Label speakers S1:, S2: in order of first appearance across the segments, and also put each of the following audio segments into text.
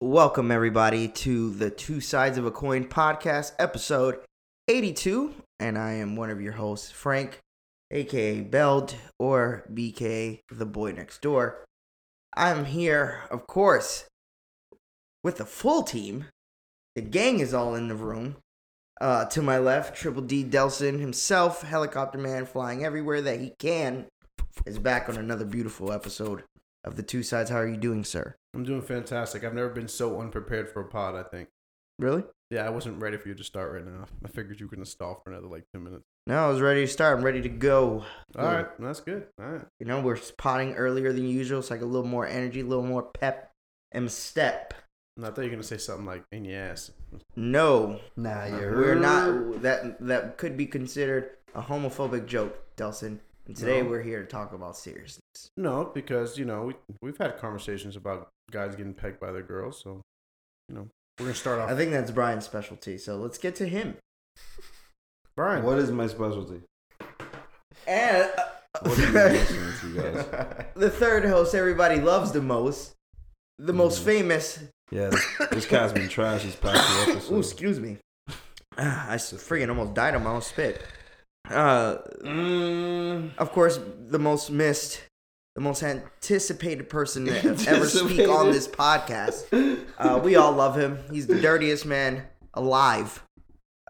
S1: Welcome, everybody, to the Two Sides of a Coin podcast, episode 82. And I am one of your hosts, Frank, aka Beld, or BK, the boy next door. I'm here, of course, with the full team. The gang is all in the room. Uh, to my left, Triple D Delson himself, helicopter man flying everywhere that he can, is back on another beautiful episode of The Two Sides. How are you doing, sir?
S2: I'm doing fantastic. I've never been so unprepared for a pod, I think.
S1: Really?
S2: Yeah, I wasn't ready for you to start right now. I figured you were going to stall for another like 10 minutes.
S1: No, I was ready to start. I'm ready to go.
S2: All right, that's good. All right.
S1: You know, we're potting earlier than usual. It's like a little more energy, a little more pep and step.
S2: And I thought you were going to say something like, in your ass.
S1: No, Uh,
S3: Nah, you're.
S1: we're not. That that could be considered a homophobic joke, Delson. And today
S2: No.
S1: we're here to talk about seriousness.
S2: No, because, you know, we, we've had conversations about guys getting pegged by their girls. So, you know, we're going to start off.
S1: I think that's Brian's specialty. So let's get to him.
S2: Brian.
S3: What is my specialty?
S1: And uh,
S3: What are you listening to, you guys?
S1: the third host everybody loves the most, the most
S3: Mhm.
S1: famous.
S3: Yeah, this, this guy's been trash these past few
S1: Ooh,
S3: episodes.
S1: excuse me. Ah, I s- friggin' almost died on my own spit. Uh, of course, the most missed, the most anticipated person to ever speak on this podcast. Uh, we all love him. He's the dirtiest man alive.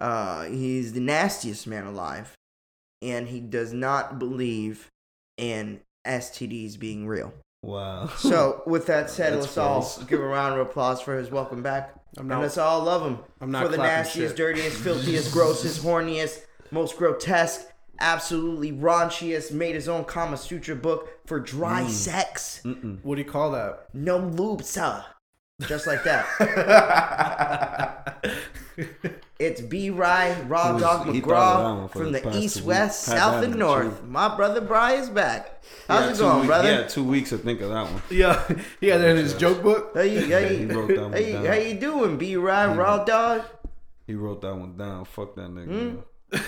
S1: Uh, he's the nastiest man alive, and he does not believe in STDs being real.
S3: Wow.
S1: So, with that said,
S3: That's
S1: let's all
S3: false.
S1: give a round of applause for his welcome back.
S2: I'm
S1: And
S2: not.
S1: let's all love him
S2: I'm not
S1: for the
S2: clapping
S1: nastiest,
S2: shit.
S1: dirtiest, filthiest, grossest, horniest, most grotesque, absolutely raunchiest. Made his own Kama Sutra book for dry
S3: Mm.
S1: sex,
S3: Mm-mm.
S2: What do you call that?
S1: no lube, sir. Just like that. it's B. Rye, Raw
S3: He was-
S1: Dog
S3: he thought of that
S1: McGraw
S3: one for
S1: from
S3: the
S1: the
S3: past
S1: east,
S3: two
S1: west,
S3: weeks. Had
S1: south,
S3: that
S1: and
S3: in
S1: north. My brother Bry is back. How's
S3: Yeah,
S1: it
S3: two
S1: going,
S3: week-
S1: brother?
S3: Yeah, two weeks to think of that one.
S2: yeah, yeah, there's his joke book.
S1: How you, how
S3: He wrote that
S1: you,
S3: one
S1: how you,
S3: down.
S1: how you doing, B. Rye, Raw Dog?
S3: He wrote that one down. Fuck that nigga. man.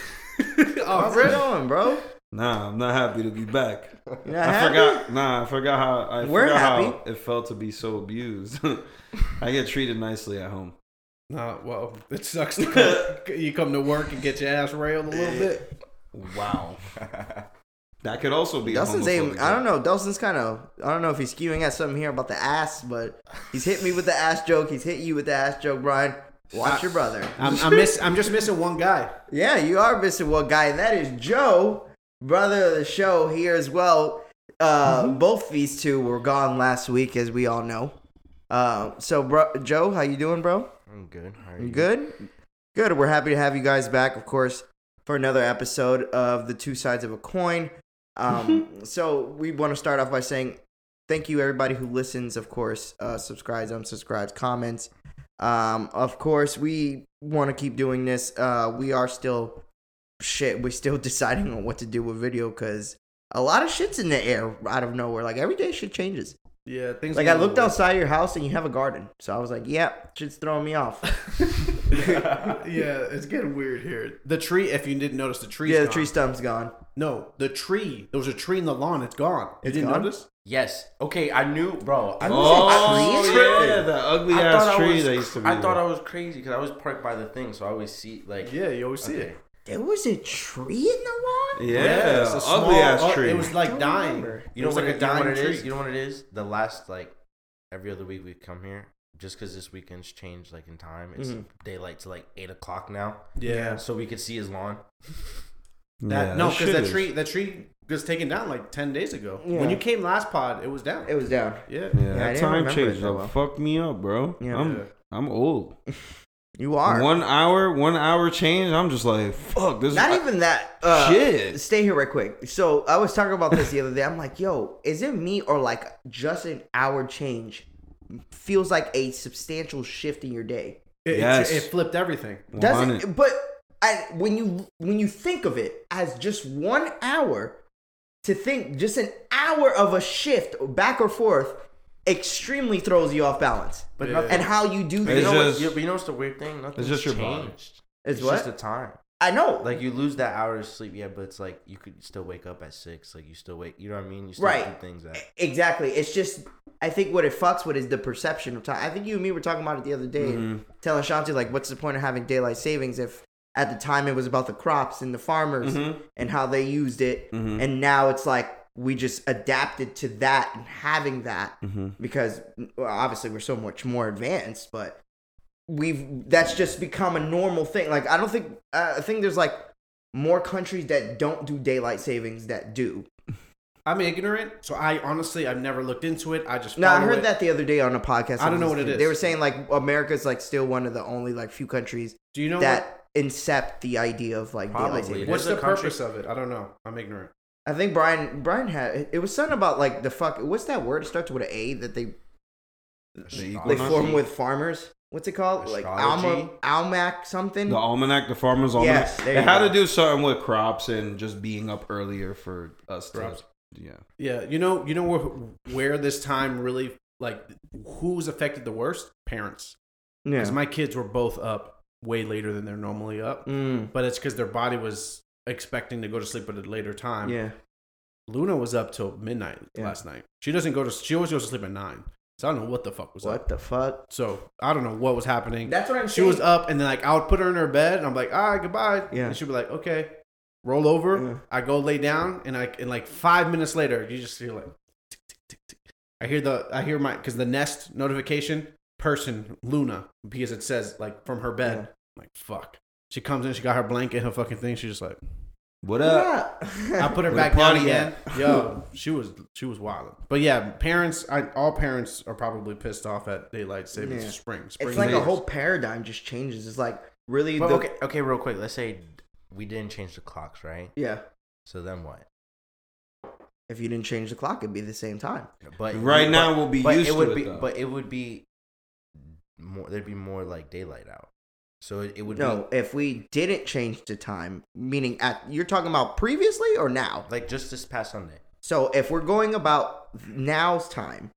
S2: Oh,
S1: How's it going, bro?
S3: Nah, I'm not happy to be back.
S1: You
S3: I
S1: not happy?
S3: forgot. Nah, I forgot how. I
S1: We're
S3: forgot how
S1: happy.
S3: it felt to be so abused. I get treated nicely at home.
S2: Nah, well, it sucks to come, you come to work and get your ass railed a little bit.
S3: Wow. that could also be.
S1: Dustin's
S3: a
S1: aim.
S3: homophobic
S1: I don't know. Dustin's kind of. I don't know if he's skewing at something here about the ass, but he's hit me with the ass joke. He's hit you with the ass joke, Brian. Watch your brother.
S2: I'm, I'm miss. I'm just missing one guy.
S1: Yeah, you are missing one guy, and that is Joe, brother of the show here as well. Uh, Both these two were gone last week, as we all know. Uh, so, bro, Joe, how you doing, bro?
S4: I'm good. How are
S1: You good? Good. We're happy to have you guys back, of course, for another episode of The Two Sides of a Coin. Um, so, we want to start off by saying thank you, everybody who listens, of course, uh, subscribes, unsubscribes, comments. Um, of course, we want to keep doing this. Uh, we are still shit. We're still deciding on what to do with video because a lot of shit's in the air out of nowhere. Like, every day shit changes.
S2: Yeah, things
S1: Like I looked outside your house and you have a garden, so I was like, "Yeah, shit's throwing me off."
S2: yeah, it's getting weird here. The tree, if you didn't notice, the tree.
S1: yeah, the tree stump's gone.
S2: No, the tree. There was a tree in the lawn. It's gone. You
S1: It's
S2: didn't
S1: gone?
S2: notice?
S4: Yes. Okay, I knew, bro. I,
S3: Oh,
S1: Trees?
S3: yeah, that ugly
S4: I
S3: ass
S4: thought I
S3: tree
S4: was,
S3: that used to be.
S4: I thought
S3: there.
S4: I was crazy because I was parked by the thing, so I always see like.
S2: Yeah, you always see
S4: Okay.
S2: it.
S1: There was a tree in the lawn.
S3: Yeah,
S2: it's a small-
S3: ugly ass
S2: uh,
S3: tree.
S2: It was like dying.
S4: You know
S2: it was
S4: what?
S2: like a
S4: it, you know
S2: dying
S4: what it
S2: tree.
S4: is? You know what it is? The last like every other week we come here just because this weekend's changed like in time. It's
S3: Mm-hmm.
S1: Mhm.
S4: daylight to like eight o'clock now,
S2: yeah.
S4: so we could see his lawn.
S2: That,
S3: Yeah,
S2: no,
S3: that
S2: because
S3: shit
S2: that
S3: is-
S2: tree, that tree was taken down like ten days ago.
S1: Yeah.
S2: When you came last pod, it was down.
S1: It was down.
S2: yeah.
S1: I
S3: Yeah, that
S1: didn't
S3: time
S1: remember it
S3: change
S1: that
S3: that
S1: well.
S3: fucked me up, bro.
S1: Yeah.
S3: I'm I'm old.
S1: You are
S3: One hour, one hour change. I'm just like, fuck. This
S1: not
S3: is,
S1: even that. Uh,
S3: Shit.
S1: Stay here right quick. So I was talking about this the other day. I'm like, "Yo, is it me or like just an hour change feels like a substantial shift in your day?"
S2: It, it-
S3: Yes.
S2: it flipped everything.
S3: I,
S1: Doesn't but I, when you when you think of it as just one hour to think just an hour of a shift back or forth extremely throws you off balance.
S4: But
S2: Yeah.
S4: nothing.
S1: And how you do
S4: you
S3: It's
S1: things
S4: know
S3: just-
S4: what? You, but you know what's the weird thing? Nothing's
S3: just your body.
S4: changed.
S1: is
S4: It's just the
S1: what
S4: time.
S1: I know.
S4: Like you lose that hour of sleep, yeah, but it's like you could still wake up at six. Like you still wake, you know what I mean? You still
S1: Right.
S4: do things that.
S1: Exactly. It's just I think what it fucks with is the perception of time. I think you and me were talking about it the other day, and telling Shanti like, what's the point of having daylight savings if at the time it was about the crops and the farmers
S3: Mhm.
S1: and how they used it,
S3: Mhm.
S1: and now it's like we just adapted to that and having that because well, obviously we're so much more advanced, but we've that's just become a normal thing. Like I don't think uh, I think there's like more countries that don't do daylight savings that do.
S2: I'm ignorant, so I honestly I've never looked into it. I just
S1: No, I
S2: follow
S1: heard
S2: it.
S1: that the other day on a podcast.
S2: I don't know what it is.
S1: They were saying like America's like still one of the only like few countries
S2: Do you know what,
S1: that incept the idea of like
S4: Probably.
S1: daylight savings.
S4: It
S2: what's
S4: is a
S2: the
S4: country-
S2: purpose of it? I don't know. I'm ignorant.
S1: I think Brian Brian had it was something about like the fuck. What's that word? It starts with an A that they they
S3: Equinox?
S1: form with farmers. What's it called?
S4: Astrology?
S1: Like Alma Almac something.
S3: The almanac, the farmer's almanac.
S1: Yes, there
S3: it
S1: you
S3: had
S1: go.
S3: to do something with crops and just being up earlier for us to.
S2: Crops.
S3: Yeah.
S2: Yeah, you know, you know where, where this time really like who's affected the worst? Parents, because
S1: yeah.
S2: my kids were both up way later than they're normally up,
S1: Mm,
S2: but it's because their body was expecting to go to sleep at a later time.
S1: yeah.
S2: Luna was up till midnight
S1: Yeah.
S2: last night. She doesn't go to. She always goes to sleep at nine. So I don't know what the fuck was up.
S1: What the fuck?
S2: So I don't know what was happening.
S1: That's what I'm
S2: she was up, and then like I would put her in her bed, and I'm like, all right, goodbye.
S1: Yeah.
S2: And she'd be like, okay, roll over.
S1: Yeah.
S2: I go lay down, and I and like five minutes later, you just hear like, tick, tick, tick, tick. I hear the I hear my because the Nest notification person Luna because it says like from her bed.
S1: Yeah.
S2: I'm like fuck. She comes in, she got her blanket, her fucking thing. She's just like,
S3: What up?
S1: up?
S2: I put her
S3: Where the
S2: back down
S3: party
S2: again.
S3: at?
S2: Yo, she was she was wild. But yeah, parents, I, all parents are probably pissed off at daylight savings
S1: Yeah.
S2: spring. Spring
S1: it's like a
S2: savings.
S1: whole paradigm just changes. It's like really
S4: But
S1: the,
S4: okay, okay, real quick. Let's say we didn't change the clocks, right?
S1: yeah.
S4: So then what?
S1: If you didn't change the clock, it'd be the same time.
S4: But
S3: Right
S4: but-
S3: now we'll be
S4: but
S3: used
S4: it
S3: to
S4: would
S3: it,
S4: be,
S3: though.
S4: But it would be more. There'd be more like daylight out. So it, it would
S1: No, if we didn't change the time, meaning at you're talking about previously or now.
S4: be like just this past Sunday.
S1: So if we're going about now's time,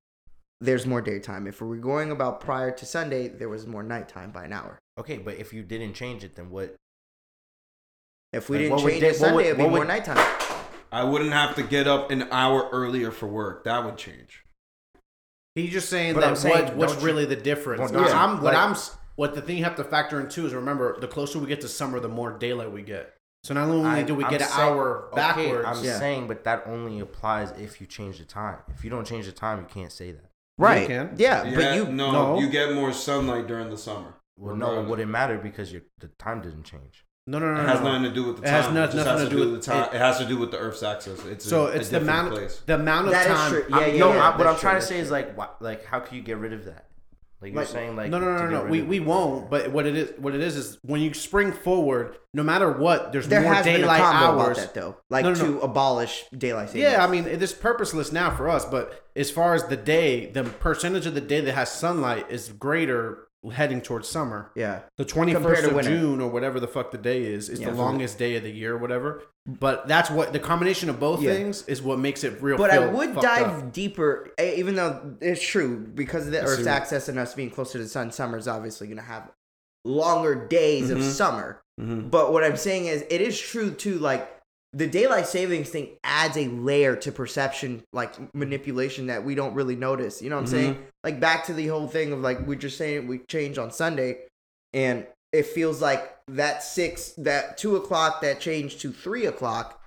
S1: there's more daytime. If we're going about prior to Sunday, there was more nighttime by an hour.
S4: Okay, but if you didn't change it, then what?
S1: If we
S4: Like,
S1: didn't
S4: what would
S1: change
S4: day-
S1: it
S4: what
S1: Sunday,
S4: would-
S1: it'd be
S4: what would-
S1: more nighttime.
S3: I wouldn't have to get up an hour earlier for work. That would change.
S2: He's just saying
S4: But
S2: that
S4: I'm saying,
S2: what, what's
S4: don't you-
S2: really the difference.
S4: Well, not-
S2: I'm, what
S4: like-
S2: I'm s- what the thing you have to factor in too is remember the closer we get to summer, the more daylight we get. So not only
S4: I-
S2: do we
S4: I'm
S2: get an
S4: saying-
S2: hour
S4: okay,
S2: backwards,
S4: I'm
S1: Yeah.
S4: saying, but that only applies if you change the time. If you don't change the time, you can't say that.
S1: Right.
S2: can.
S1: Yeah, but
S3: Yeah,
S1: you
S3: no,
S2: no.
S3: you get more sunlight during the summer.
S4: Well, no, it
S3: Regardless.
S4: wouldn't matter because your the time didn't change.
S2: no, no, no,
S3: It
S2: no,
S3: has
S2: no.
S3: nothing to do with the
S2: It
S3: time.
S2: has no-
S3: just
S2: nothing to
S3: has
S2: do with-
S3: the time. It, has to do with the Earth's axis. It's
S2: So
S3: a,
S2: it's
S3: a
S2: the
S3: different
S2: amount,
S3: place.
S2: the amount of
S1: That is
S2: time.
S1: true.
S2: I'm-
S1: Yeah, yeah,
S4: no,
S1: yeah.
S4: I, what
S1: that's
S4: I'm
S1: true,
S4: trying to
S1: that's
S4: say is like, why, like how can you get rid of that? Like you're
S1: Like-
S4: saying, like
S2: no, no,
S4: to
S2: no,
S4: get
S2: no, no.
S4: rid
S2: We
S4: of
S2: we
S4: it.
S2: won't. But what it is, what it is, is when you spring forward, no matter what, there's
S1: there
S2: more
S1: has been a
S2: daylight
S1: combo about
S2: hours.
S1: that though, like
S2: No, no, no.
S1: to abolish daylight savings.
S2: Yeah, I mean, it is purposeless now for us, but as far as the day, the percentage of the day that has sunlight is greater heading towards summer.
S1: yeah.
S2: The
S1: Compared
S2: 21st
S1: to
S2: of
S1: winter.
S2: June or whatever the fuck the day is, is
S1: Yeah.
S2: the longest day of the year or whatever. But that's what the combination of both
S1: Yeah.
S2: things is what makes it real.
S1: But I
S2: feel
S1: would
S2: fucked
S1: dive
S2: up.
S1: deeper, e- even though it's true because of the Earth's
S3: true.
S1: access and us being closer to the sun. Summer is obviously going to have longer days of
S2: Mm-hmm.
S3: Mhm.
S1: summer.
S3: Mhm.
S1: But what I'm saying is, it is true too. Like the daylight savings thing adds a layer to perception, like manipulation that we don't really notice. You know what I'm
S2: Mm-hmm.
S1: saying? Like back to the whole thing of like we're just saying we change on Sunday, and it feels like that six, that two o'clock, that changed to three o'clock,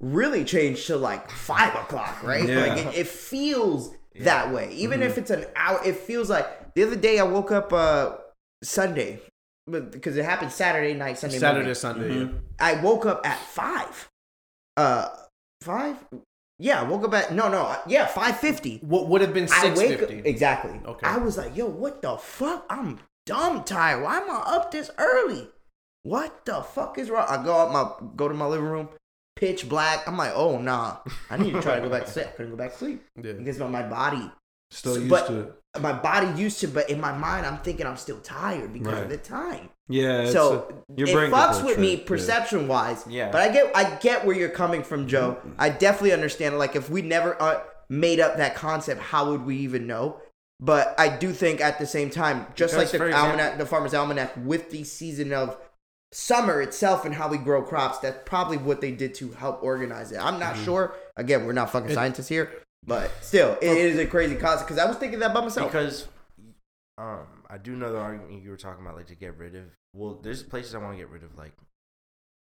S1: really changed to like five o'clock, right?
S3: Yeah.
S1: Like it, it feels that way. Even if it's an hour, it feels like the other day I woke up uh Sunday because it happened Saturday night, Sunday morning.
S2: Saturday, Sunday.
S3: Mhm.
S1: I woke up at five. Uh, five? Yeah, I woke up at no, no, yeah, five fifty.
S2: What would have been
S1: I wake up
S2: 650?
S1: exactly.
S2: Okay.
S1: I was like, yo, what the fuck? I'm dumb tired. Why am I up this early? What the fuck is wrong? I go out my go to my living room, pitch black. I'm like, oh nah, I need to try to go back to sleep. I couldn't go back to sleep
S2: Yeah.
S1: because my, my body,
S3: Still used
S1: but-
S3: to it.
S1: my body used to, but in my mind, I'm thinking I'm still tired because of
S3: Right.
S1: the time
S3: Yeah. it's
S1: so
S3: a-
S1: it
S3: your brain gets
S1: fucks
S3: old
S1: with
S3: trick.
S1: me
S3: Yeah.
S1: perception wise.
S4: Yeah.
S1: But I get I get where you're coming from, Joe. I definitely understand. Like if we never uh, made up that concept, how would we even know? But I do think at the same time, just
S4: Because,
S1: like the
S4: for
S1: almanac, the farmer's almanac, with the season of summer itself and how we grow crops. That's probably what they did to help organize it. I'm not sure. Again, we're not fucking
S2: It-
S1: scientists here, but still, it is a crazy concept because I was thinking that by myself.
S4: because um I do know the argument you were talking about, like to get rid of. Well, there's places I want to get rid of. Like,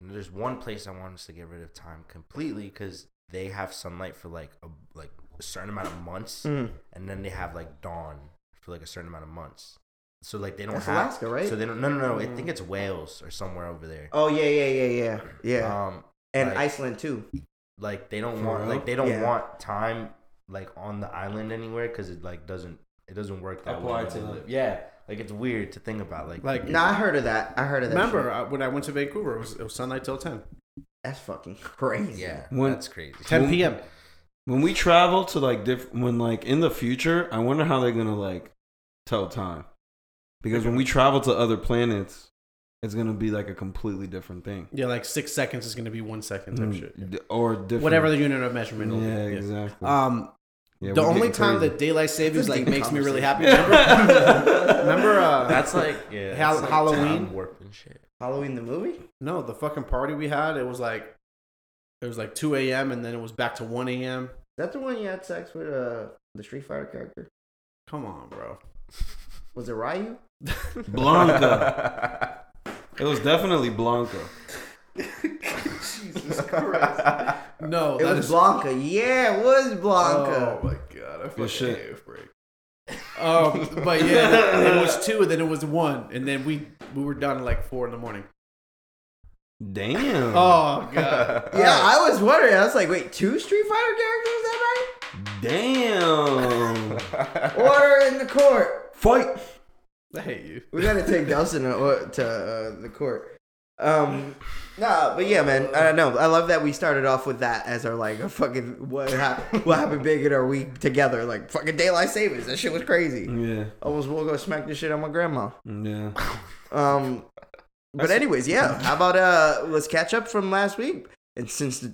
S4: there's one place I want us to get rid of time completely because they have sunlight for like a like a certain amount of months,
S1: Mhm.
S4: and then they have like dawn for like a certain amount of months. So like they don't
S1: That's
S4: have
S1: Alaska, right? Mm.
S4: So they don't. No, no, no. I think it's Wales or somewhere over there.
S1: Oh yeah, yeah, yeah, yeah, yeah,
S4: Um,
S1: and
S4: like-
S1: Iceland too.
S4: like they don't
S3: For
S4: want
S3: real?
S4: like they don't
S1: Yeah.
S4: want time like on the island anywhere because it like doesn't it doesn't work that
S3: Apply
S4: way when
S3: to
S4: they
S3: them.
S4: live. yeah like it's weird to think about like
S2: Like,
S1: No, I heard of that. I heard of that.
S2: remember
S1: shit.
S2: uh, when I went to Vancouver? It was, it was sunlight till ten.
S1: That's fucking crazy.
S4: yeah
S3: When-
S4: that's crazy
S2: 10
S3: When-
S2: p.m.
S3: When we travel to like diff- when like in the future, I wonder how they're gonna like tell time, because when we travel to other planets, it's gonna be like a completely different thing,
S2: Yeah, like six seconds is going to be one second type shit.
S3: D- or different.
S2: Whatever the unit of measurement. will be,
S3: Mm, Yeah,
S2: yeah.
S3: exactly.
S2: Um,
S3: Yeah,
S2: the
S3: we're
S2: only
S3: getting
S2: time
S3: crazy.
S2: that daylight
S1: That's
S2: savings
S1: a
S2: like
S1: deep
S2: makes me really happy.
S1: conversation.
S2: Remember, remember uh,
S4: that's like yeah
S2: Hal-
S4: that's like
S2: Halloween?
S4: time warp and shit
S1: Halloween the movie.
S2: no the fucking party we had. It was like it was like two a.m. and then it was back to one a.m.
S1: That's the one you had sex with uh, the Street Fighter character.
S2: Come on, bro.
S1: Was it Ryu?
S3: Blanca. it was definitely Blanca.
S1: Jesus Christ!
S2: No,
S1: it
S2: that
S1: was
S2: is-
S1: Blanca. Yeah, it was Blanca.
S2: Oh my god, I fucking
S3: shit.
S2: hate break. Um, but yeah, it was two, and then it was one, and then we we were done at like four in the morning.
S3: Damn.
S2: Oh god.
S1: yeah, I was wondering. I was like, wait, two Street Fighter characters that
S3: Damn.
S1: night? Order in the court.
S3: Fight.
S2: I hate you.
S1: We gotta take Dustin to, or- to uh, the court. Um, nah, but yeah, man, I don't know. I love that we started off with that as our like a fucking what happened, what happened big in our week together. Like fucking daylight savings. That shit was crazy.
S3: Yeah.
S1: Almost will go smack this shit on my grandma.
S3: Yeah.
S1: Um, but anyways, yeah. How about uh, let's catch up from last week. And since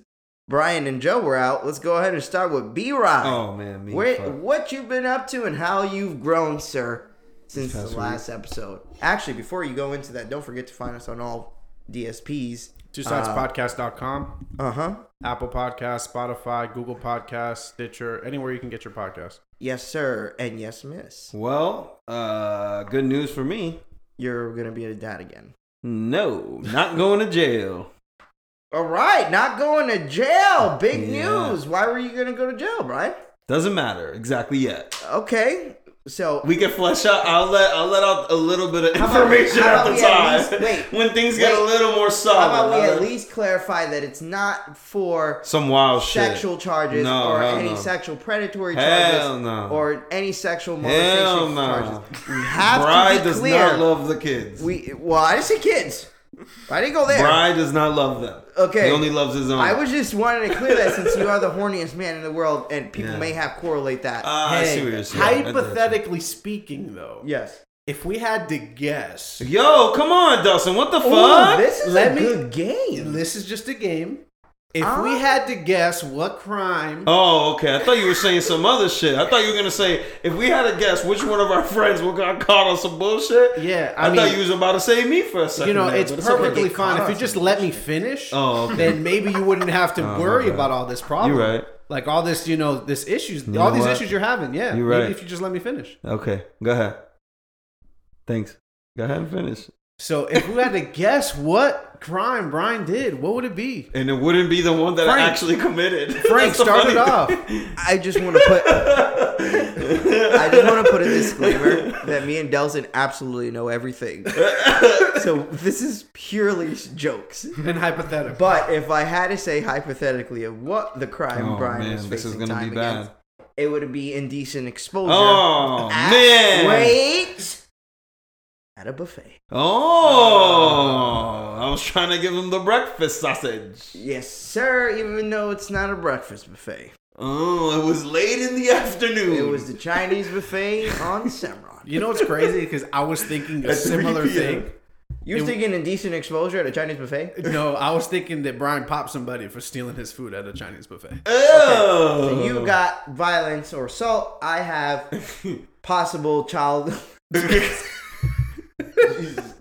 S1: Brian and Joe were out, let's go ahead and start with B Rock.
S3: Oh man. Me.
S1: Where,
S3: fuck.
S1: what you've been up to and how you've grown, sir, since the
S3: past
S1: last episode. Actually, before you go into that, don't forget to find us on all DSPs.
S2: Two sidespodcast.com,
S1: Uh huh.
S2: Apple Podcasts, Spotify, Google Podcasts, Stitcher, anywhere you can get your podcast.
S1: Yes, sir, and yes, miss.
S3: Well, uh, good news for me.
S1: You're gonna be a dad again.
S3: No, not going to jail.
S1: All right, not going to jail. Big
S3: Yeah.
S1: news. Why were you gonna go to jail, Brian?
S3: Doesn't matter exactly yet.
S1: Okay, so
S3: We can flesh out. I'll let I'll let out a little bit of
S1: How about-
S3: information
S1: how about
S3: at the
S1: we at
S3: time
S1: least- wait,
S3: when things get a
S1: wait.
S3: little more solid.
S1: how about we
S3: I'll
S1: at
S3: let-
S1: least clarify that it's not for
S3: some wild
S1: sexual charges
S3: No,
S1: or
S3: hell
S1: any
S3: no.
S1: sexual predatory
S3: Hell
S1: charges
S3: no.
S1: or any sexual
S3: shit. Hell
S1: molestation
S3: no.
S1: charges. We have
S3: Bride
S1: to be
S3: does
S1: clear.
S3: not love the kids.
S1: we well, I didn't say kids. I didn't go there.
S3: Bride does not love them.
S1: Okay.
S3: He only loves his own.
S1: I was just wanting to clear that since you are the horniest man in the world, and people
S3: Yeah.
S1: may have correlate that.
S3: Ah, I see what you're saying. I do that
S2: hypothetically speaking, though,
S1: yes.
S2: if we had to guess,
S3: shit. Yo, come on, Dustin. What the
S1: Ooh,
S3: fuck?
S1: this is
S2: Let
S1: a
S2: me-
S1: good game.
S2: this is just a game. If
S1: Ah.
S2: we had to guess what crime
S3: Oh, okay. I thought you were saying some other shit. I thought you were gonna say if we had to guess which one of our friends would got caught on some bullshit.
S2: Yeah, I
S3: I, thought
S2: mean-
S3: you was about to say me for a second.
S2: you know,
S3: there,
S2: it's
S3: but okay.
S2: perfectly
S1: Get
S2: fine.
S1: caught
S2: If you
S1: on
S2: just
S1: some
S2: let me finish,
S3: Oh, okay. Oh,
S2: then maybe you wouldn't have to
S3: my
S2: worry
S3: bad.
S2: about all this problem.
S3: You're right.
S2: Like all this, you know, this issues,
S3: You
S2: all
S3: know
S2: these
S3: what?
S2: issues you're having. Yeah,
S3: You're right.
S2: Maybe if you just let me finish.
S3: Okay, go ahead. Thanks. Go ahead and finish.
S2: So if we had to guess what crime Brian did, what would it be?
S3: And it wouldn't be the one that
S2: Frank.
S3: I actually committed.
S2: Frank
S3: That's the
S2: started
S3: funny
S2: off.
S1: I just want to put. I just want to put a disclaimer that me and Delson absolutely know everything. So this is purely jokes.
S2: And hypothetical.
S1: But if I had to say hypothetically of what the crime
S3: Oh,
S1: Brian
S3: man,
S1: was
S3: this
S1: facing
S3: is gonna
S1: time
S3: be bad.
S1: against, it would be indecent exposure.
S3: Oh
S1: at-
S3: man!
S1: Wait, at a buffet.
S3: Oh, I was trying to give him the breakfast sausage.
S1: Yes, sir. Even though it's not a breakfast buffet,
S3: Oh, it was late in the afternoon.
S1: it was the Chinese buffet on Semron.
S2: you know what's crazy? Because I was thinking a
S3: At 3
S2: similar
S3: p.m..
S2: thing.
S1: You were thinking indecent exposure at a Chinese buffet?
S2: No, I was thinking that Brian popped somebody for stealing his food at a Chinese buffet.
S3: Oh,
S1: So you got violence or assault. I have possible child.
S3: Jesus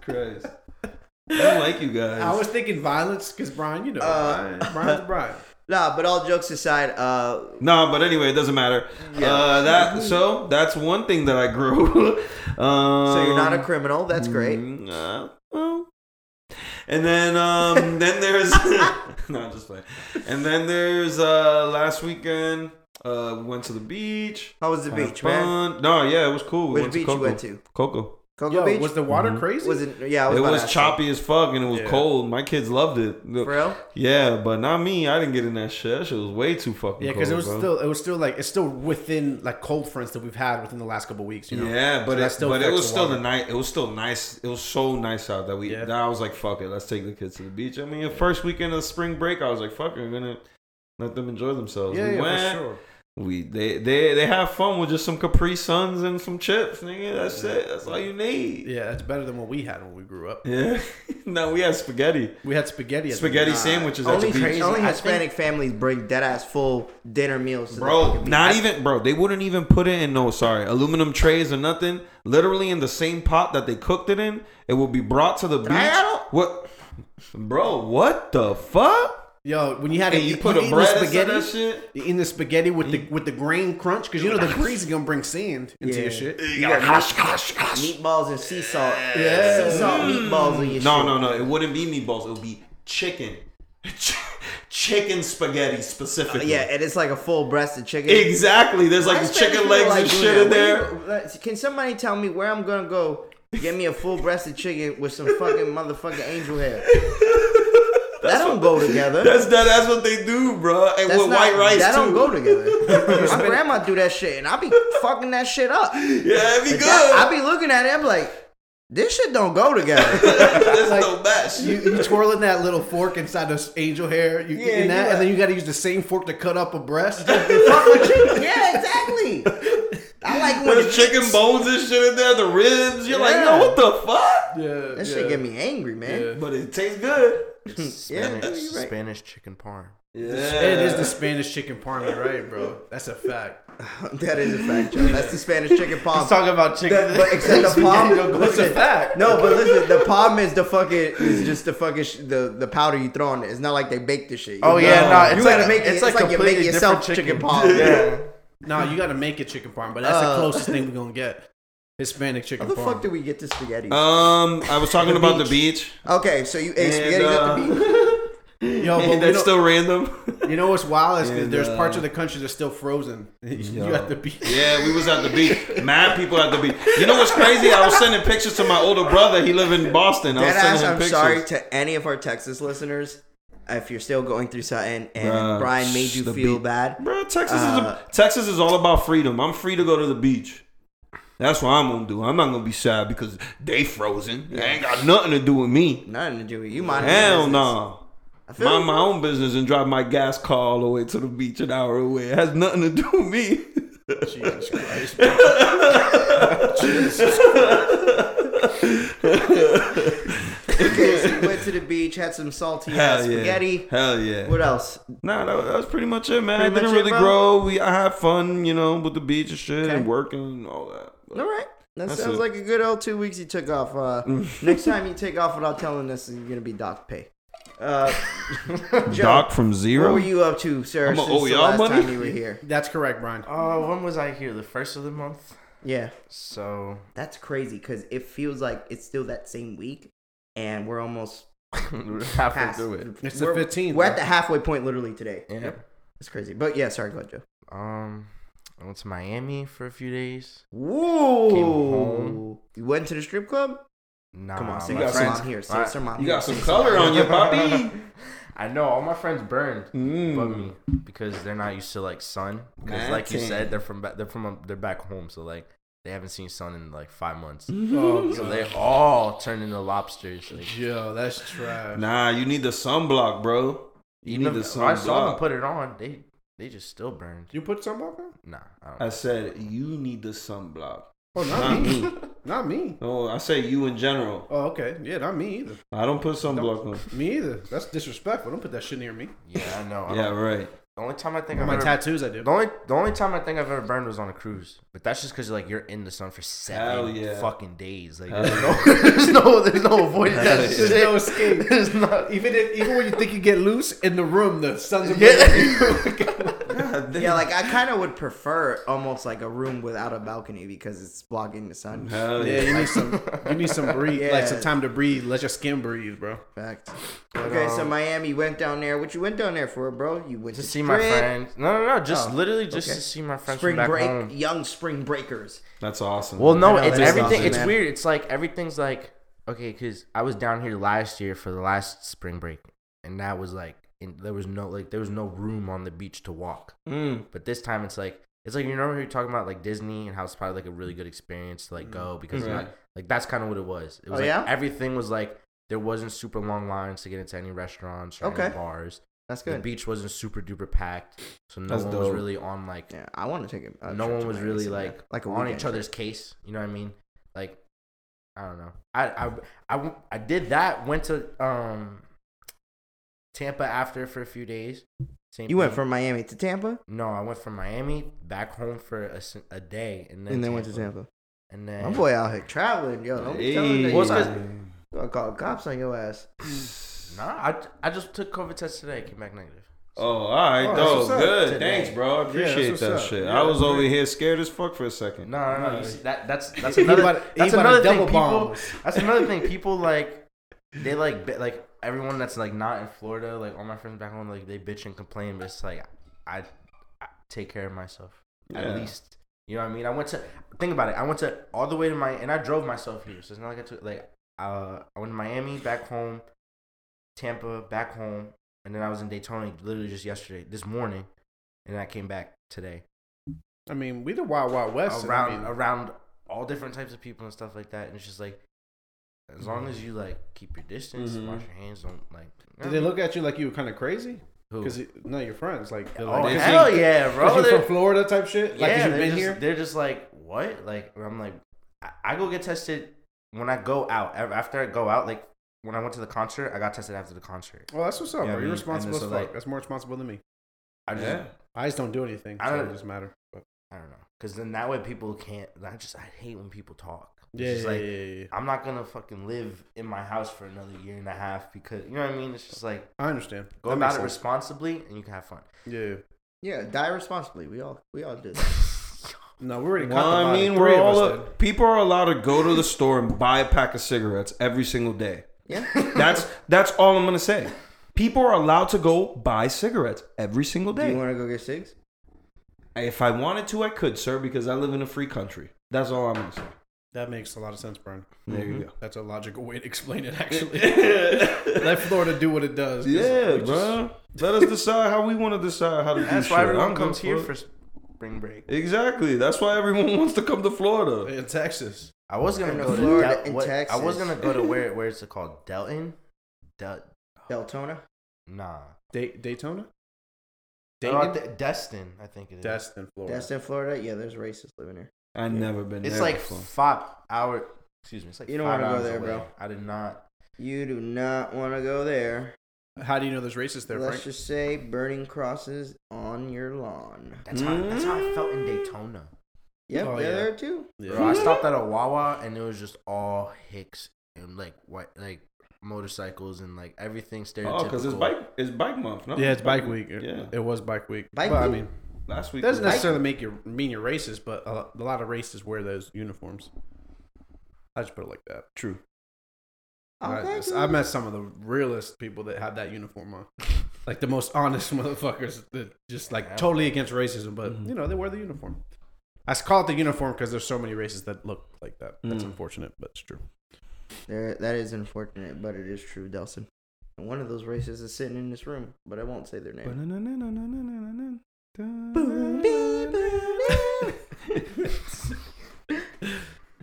S3: Christ. I don't like you guys.
S2: I was thinking violence because Brian, you know,
S1: Uh,
S2: Brian. Brian's Brian.
S1: Nah, but all jokes aside, uh,
S3: No, but anyway, it doesn't matter. Uh, that so that's one thing that I grew. um,
S1: so you're not a criminal. That's great.
S3: mm, uh, well. And then um, then there's no I'm just playing. And then there's uh, last weekend. Uh, we went to the beach.
S1: How was the
S3: had
S1: beach, man?
S3: fun. No, yeah, it was cool. We
S1: Which
S3: went
S1: beach
S3: to
S1: you
S3: Coco.
S1: went to?
S3: Coco.
S1: Cocoa
S2: Yo,
S1: Beach?
S2: was the water
S3: Mhm.
S2: crazy?
S1: Was it? Yeah, I was
S3: It
S1: about to
S3: was
S1: ask
S3: choppy as fuck, and it was
S2: Yeah.
S3: cold. My kids loved it.
S1: you. For real?
S3: Yeah, but not me. I didn't get in that shit. That shit was way too fucking.
S2: yeah, because it
S3: cold,
S2: was
S3: bro.
S2: still it was still like it's still within like cold fronts that we've had within the last couple weeks. You know?
S3: Yeah, but
S2: that
S3: it,
S2: still
S3: but it
S2: affects
S3: was
S2: the
S3: still the
S2: water.
S3: night. It was still nice. It was so nice out that we.
S2: Yeah.
S3: That I was like, fuck it, let's take the kids to the beach. I mean, the first weekend of spring break, I was like, fuck, it, I'm gonna let them enjoy themselves.
S2: yeah,
S3: we
S2: yeah,
S3: went.
S2: for sure.
S3: We they they they have fun with just some Capri Suns and some chips, nigga. That's it. That's all you need.
S2: Yeah, that's better than what we had when we grew up.
S3: Yeah. no, we had spaghetti,
S2: We had spaghetti. At the
S3: spaghetti
S2: beach.
S3: sandwiches at the
S1: Only,
S3: beach.
S1: crazy, only
S4: I
S1: Hispanic families bring dead ass full dinner meals. To the
S3: Bro,
S1: fucking beach.
S3: not even bro. They wouldn't even put it in no sorry aluminum trays or nothing. Literally in the same pot that they cooked it in, it will be brought to the beach.
S1: Claro.
S3: What, bro? What the fuck?
S2: Yo, when you had
S3: And
S2: it, you
S3: you put
S2: eat
S3: a
S2: the
S3: bread spaghetti?
S2: spaghetti.
S3: that shit.
S2: You eating the spaghetti with the with the grain crunch because you know the grease is gonna bring sand into
S1: Yeah.
S2: your shit.
S1: You got meat- meatballs and sea salt.
S2: Yeah.
S1: Sea salt meatballs in your
S3: No,
S1: shit.
S3: no, no. It wouldn't be meatballs. It would be chicken, Ch- chicken spaghetti specifically.
S1: Uh, Yeah, and it's like a full breast of chicken.
S3: exactly. There's like
S1: Why
S3: the
S1: Spanish
S3: chicken
S1: people
S3: legs
S1: like
S3: and
S1: doing
S3: shit
S1: that?
S3: in there.
S1: Where you- like, Can somebody tell me where I'm gonna go? Get me a full breasted chicken with some fucking motherfucking angel hair. that don't go together.
S3: That's that. That's what they do, bro. And
S1: That's
S3: with
S1: not-
S3: white rice
S1: That don't
S3: too.
S1: go together. My grandma do that shit, and I be fucking that shit up.
S3: yeah, it'd be good.
S1: I be looking at it, I'm like, this shit don't go together.
S3: That's no match.
S2: You, you twirling that little fork inside this angel hair, you
S1: Yeah,
S2: eating that,
S1: you
S2: and then you got to use the same fork to cut up a breast.
S1: Fuck with chicken. Yeah, exactly. I like when the
S3: There's chicken bones and shit in there, the ribs. You're like, yo,
S1: Yeah.
S3: what the fuck?
S2: yeah,
S1: That shit get me angry, man.
S2: Yeah.
S3: But it tastes good.
S4: It's
S1: Yeah,
S4: Spanish,
S1: you're right.
S4: Spanish chicken parm.
S3: Yeah.
S2: It is the Spanish chicken parm, you're right, bro? That's a fact.
S1: That is a fact, Joe. That's the Spanish chicken palm.
S2: about chicken.
S1: That- but except the palm,
S2: That's a fact.
S1: No, but listen, the palm is the fucking is just the fucking sh- the the powder you throw on it. It's not like they bake the shit. You
S4: Oh, yeah, no, it's
S1: you
S4: like
S1: gotta
S4: a-
S1: make it.
S4: it's
S1: It's
S4: like
S1: like, you
S4: completely
S1: make yourself
S4: different
S1: chicken,
S4: chicken.
S1: palm.
S4: Yeah.
S2: No, you got to make it chicken parm, but that's
S1: Uh,
S2: the closest thing we're gonna get. Hispanic chicken
S1: How the
S2: parm.
S1: fuck did we get to spaghetti?
S3: Um, I was talking about the beach.
S1: okay, so you ate
S3: and,
S1: spaghetti at the
S3: uh,
S1: beach.
S2: Yo, but
S3: and
S2: you
S3: that's
S2: know-
S3: still random.
S2: You know what's wild is 'cause
S3: And,
S2: there's
S3: uh,
S2: parts of the country that's still frozen. you
S3: Yo.
S2: have to be.
S3: Yeah, we was at the beach. Mad people at the beach. You know what's crazy? I was sending pictures to my older brother. He lived in Boston. I was
S1: Dead
S3: sending
S1: ass,
S3: him
S1: I'm
S3: pictures.
S1: sorry to any of our Texas listeners if you're still going through something and
S3: Bruh,
S1: Brian made you
S3: the
S1: feel
S3: beat.
S1: bad.
S3: Bro, Texas
S1: Uh,
S3: is a, Texas is all about freedom. I'm free to go to the beach. That's what I'm gonna do. I'm not gonna be sad because they frozen. They ain't got nothing to do with me.
S1: Nothing to do with you. Mind your
S3: Hell no.
S1: business. I feel
S3: Mind
S1: you.
S3: my own business and drive my gas car all the way to the beach an hour away. It has nothing to do with me.
S2: Jesus Christ.
S1: Okay, so you went to the beach, had some salty ass
S3: Hell yeah.
S1: spaghetti.
S3: Hell yeah.
S1: What else?
S3: Nah, that, that was pretty much it, man.
S1: Pretty
S3: I didn't
S1: much it,
S3: really
S1: bro?
S3: grow. We I had fun, you know, with the beach and shit
S1: Okay.
S3: and working and all that. But-
S1: All right. That
S3: That's
S1: sounds
S3: it.
S1: like a good old two weeks you took off. Uh, next time you take off without telling us, you're going to be docked pay. Uh, Joe,
S3: Doc from
S1: what
S3: zero.
S1: were you up to, sir,
S3: I'ma
S1: since
S3: owe
S1: the
S3: y'all
S1: last
S3: money?
S1: time you were here?
S2: That's correct, Brian. Oh,
S4: Uh, when was I here? The first of the month.
S1: Yeah.
S4: So
S1: That's crazy because it feels like it's still that same week and we're almost
S4: halfway
S1: past.
S4: through it.
S2: It's the
S1: we're-
S2: 15th,
S1: We're at
S2: huh?
S1: the halfway point literally today.
S4: Yeah.
S1: It's crazy. But yeah, sorry, go ahead, Joe.
S4: Um, I went to Miami for a few days.
S1: Whoa.
S4: home.
S1: You went to the strip club?
S4: Nah,
S3: Ah,
S1: Come on,
S4: my
S1: sing us some
S4: friends-
S1: mom here.
S4: my-
S1: Sing some mom
S3: You
S1: here.
S3: got some
S1: Sing
S3: color on your poppy.
S4: I know all my friends burned, but
S3: Mm.
S4: me because they're not used to like sun. Because like you
S3: Matting.
S4: said, they're from ba- they're from um, they're back home, so like they haven't seen sun in like five months.
S3: Mm.
S2: Oh,
S4: So
S2: God.
S4: they all turned into lobsters. Like,
S2: Yo, that's trash.
S3: Nah, you need the sunblock, bro. You need
S4: even
S3: the
S4: if I saw them
S3: sunblock.
S4: put it on, they they just still burned.
S2: You put sunblock on?
S4: Nah, I
S3: I
S4: don't.
S3: said you need the sunblock.
S2: Oh,
S3: Not
S2: not me.
S3: me.
S2: Not me.
S3: No, I say you in general.
S2: Oh, okay. Yeah, not me either.
S3: I don't put sunblock on.
S2: Me either. That's disrespectful. Don't put that shit near me.
S4: Yeah, I know. I
S3: Yeah,
S4: don't-
S3: right.
S4: The only time I think
S2: With
S4: I've
S2: my
S4: ever,
S2: tattoos, I do.
S4: the only the only time I think I've ever burned was on a cruise, but that's just because like you're in the sun for seven
S3: Hell yeah.
S4: fucking days. Like
S3: Hell
S4: there's no, there's no there's no avoiding that
S3: Hell yeah.
S4: shit.
S2: There's no escape.
S4: There's not.
S2: Even if, even when you think you get loose in the room, the sun's above
S4: Yeah.
S2: you.
S1: Yeah, like I kind of would prefer almost like a room without a balcony because it's blocking the sun.
S3: Hell
S2: yeah,
S3: yeah.
S2: you need some you need some breathe,
S1: Yeah.
S2: like some time to breathe. Let your skin breathe, bro.
S1: Fact. Okay, so
S4: um,
S1: Miami you went down there. What you went down there for, bro? You went
S4: To
S1: to
S4: see my
S1: strip,
S4: friends. No, no, no. Just
S1: Oh,
S4: literally just
S1: okay.
S4: to see my friends
S1: Spring
S4: from back
S1: break,
S4: home.
S1: young spring breakers.
S3: That's awesome.
S4: Well, no,
S1: I know,
S4: it's
S1: that's
S4: everything.
S1: awesome,
S4: it's
S1: man.
S4: weird. It's like everything's like okay, because I was down here last year for the last spring break, and that was like, and there was no like there was no room on the beach to walk.
S1: Mm.
S4: But this time it's like it's like you remember you're talking about like Disney and how it's probably like a really good experience to like go because
S3: Right.
S4: like, like, that's kind of what it was. It was
S1: Mm. Mm-hmm. Oh,
S4: like,
S1: yeah?
S4: everything was like there wasn't super long lines to get into any restaurants or
S1: Okay.
S4: any bars.
S1: That's
S4: The
S1: good.
S4: beach wasn't super duper packed, so no
S3: That's
S4: one was
S3: dope.
S4: really on like
S1: Yeah, I want to take it.
S4: no one was really like
S1: like a
S4: on
S1: weekend
S4: each other's case. You know what I mean? Like I don't know. I I I, w- I did that. Went to um Tampa after for a few days. Same
S1: You went
S4: thing.
S1: from Miami to Tampa
S4: no, I went from Miami back home for a, s- a day, and then
S1: and then went to Tampa.
S4: and then
S1: My boy out here traveling, yo. Don't be telling
S3: Hey.
S1: that
S4: Well, it's
S1: you
S4: 'cause-
S1: you gonna call the cops on your ass.
S4: Nah, I, I just took COVID test today. Came back negative.
S3: Oh, all right,
S2: Oh, that's
S3: dope.
S2: what's up.
S3: Good.
S4: Today.
S3: Thanks, bro. I
S2: that's
S3: appreciate
S2: what's
S3: that
S2: up.
S3: shit.
S2: Yeah,
S3: I was
S2: that's
S3: over
S2: great.
S3: here scared as fuck for a second.
S4: No, no, no. You
S2: Nice.
S4: see, that that's that's
S2: He
S4: another
S2: bought- he
S4: that's
S2: bought a
S4: another
S2: double
S4: thing.
S2: bomb.
S4: People, that's another thing. People like they like bi- like everyone that's like not in Florida. Like all my friends back home, like they bitch and complain, but it's like I, I take care of myself
S3: Yeah.
S4: at least. You know what I mean? I went to think about it. I went to all the way to my and I drove myself here, so it's not like I took like uh I went to Miami, back home, Tampa, back home, and then I was in Daytona literally just yesterday, this morning, and I came back today
S2: I mean, we the wild wild west. and I
S4: around
S2: mean,
S4: around all different types of people and stuff like that. And it's just like, as long as you like keep your distance,
S3: Mhm.
S4: wash your hands, don't like.
S2: did Mm-hmm. they look at you like you were kind of crazy?
S4: Who?
S2: Because no, your friends like they're
S4: Oh
S2: like,
S4: hell yeah,
S2: Bro,
S4: bro!
S2: you
S4: They're,
S2: from Florida type shit. Like 'cause
S4: yeah,
S2: you've
S4: they're
S2: been
S4: just,
S2: here.
S4: They're just like what? Like I'm like, I, I go get tested when I go out. Af- After I go out, like when I went to the concert, I got tested after the concert.
S2: Well, Oh, that's what's up,
S4: Yeah, I
S2: bro.
S4: mean,
S2: You're
S4: and
S2: responsible as
S4: it's
S2: fuck.
S4: like-
S2: that's more responsible than me.
S4: I just
S3: Yeah.
S2: I just don't do anything.
S4: I
S2: so
S4: don't-
S2: it doesn't matter. But,
S4: I don't know, because then that way people can't. I just I hate when people talk. It's
S2: yeah,
S4: just
S2: yeah,
S4: like,
S2: yeah, yeah, yeah.
S4: I'm not gonna fucking live in my house for another year and a half because you know what I mean. It's just like
S2: I understand.
S4: go
S2: That
S4: about
S2: makes
S4: it
S2: sense.
S4: responsibly and you can have fun.
S2: Yeah.
S1: Yeah, die responsibly. We all we all do. That.
S2: No, we already. caught
S3: Well,
S2: the
S3: I
S2: body.
S3: mean,
S2: Three
S3: we're
S2: of
S3: all
S2: us did.
S3: people are allowed to go to the store and buy a pack of cigarettes every single day.
S1: Yeah,
S3: That's that's all I'm gonna say. People are allowed to go buy cigarettes every single
S1: do
S3: day.
S1: you want to go get six?
S3: if I wanted to, I could, sir, because I live in a free country. That's all I'm gonna say.
S2: That makes a lot of sense, Brian.
S3: There you go.
S2: That's a logical way to explain it. Actually, let Florida do what it does. 'cause
S3: Yeah,
S2: we just-
S3: bro. Let us decide how we want to decide how to do
S4: That's
S3: shit.
S4: why
S3: I
S4: everyone
S3: don't give
S4: comes
S3: a
S4: here
S3: fuck.
S4: for spring break.
S3: Exactly. That's why everyone wants to come to Florida.
S2: In Texas,
S4: I was gonna
S1: And
S4: go to
S1: Florida
S4: Del-
S1: and
S4: what- I
S1: Texas.
S4: was gonna go to where where it's called Delton. Del-
S1: Deltona.
S4: nah,
S2: da- Daytona,
S4: Dayton?
S2: Dayton,
S4: Destin, I think it is.
S2: Destin, Florida.
S1: Destin, Florida. Yeah, there's racists living there.
S3: I've never been.
S4: It's
S3: there
S4: like
S3: before.
S4: five hour. Excuse me. It's like
S1: You don't
S4: five
S1: wanna go
S4: hours
S1: there,
S4: away.
S1: bro.
S4: I did not.
S1: You do not want to go there.
S2: How do you know there's racists there,
S1: Let's
S2: Frank?
S1: just say burning crosses on your lawn.
S4: That's how, that's how I felt in Daytona.
S1: Yep,
S2: Oh,
S1: they're
S2: yeah.
S1: there too.
S2: Yeah.
S4: Bro, I stopped at a Wawa and it was just all Hicks and like what like motorcycles and like everything stereotypical.
S3: Oh, because it's bike it's bike month. No?
S2: Yeah, it's Bike Week. It,
S3: Yeah,
S2: it was Bike Week.
S1: Bike
S2: but, I
S1: Week?
S2: mean,
S3: last
S2: it
S3: week.
S2: doesn't
S3: was-
S2: necessarily make you mean you're racist, but a, a lot of racists wear those uniforms. I just put it like that.
S3: True.
S1: Okay,
S2: I, I met some of the realest people that had that uniform on, like the most honest motherfuckers that just like
S4: Yeah.
S2: totally against racism, but you know they wear the uniform. I s- call it the uniform because there's so many races that look like that. That's
S3: Mm.
S2: unfortunate, but it's true.
S1: There, that is unfortunate, but it is true, Delson. And one of those racists is sitting in this room, but I won't say their name.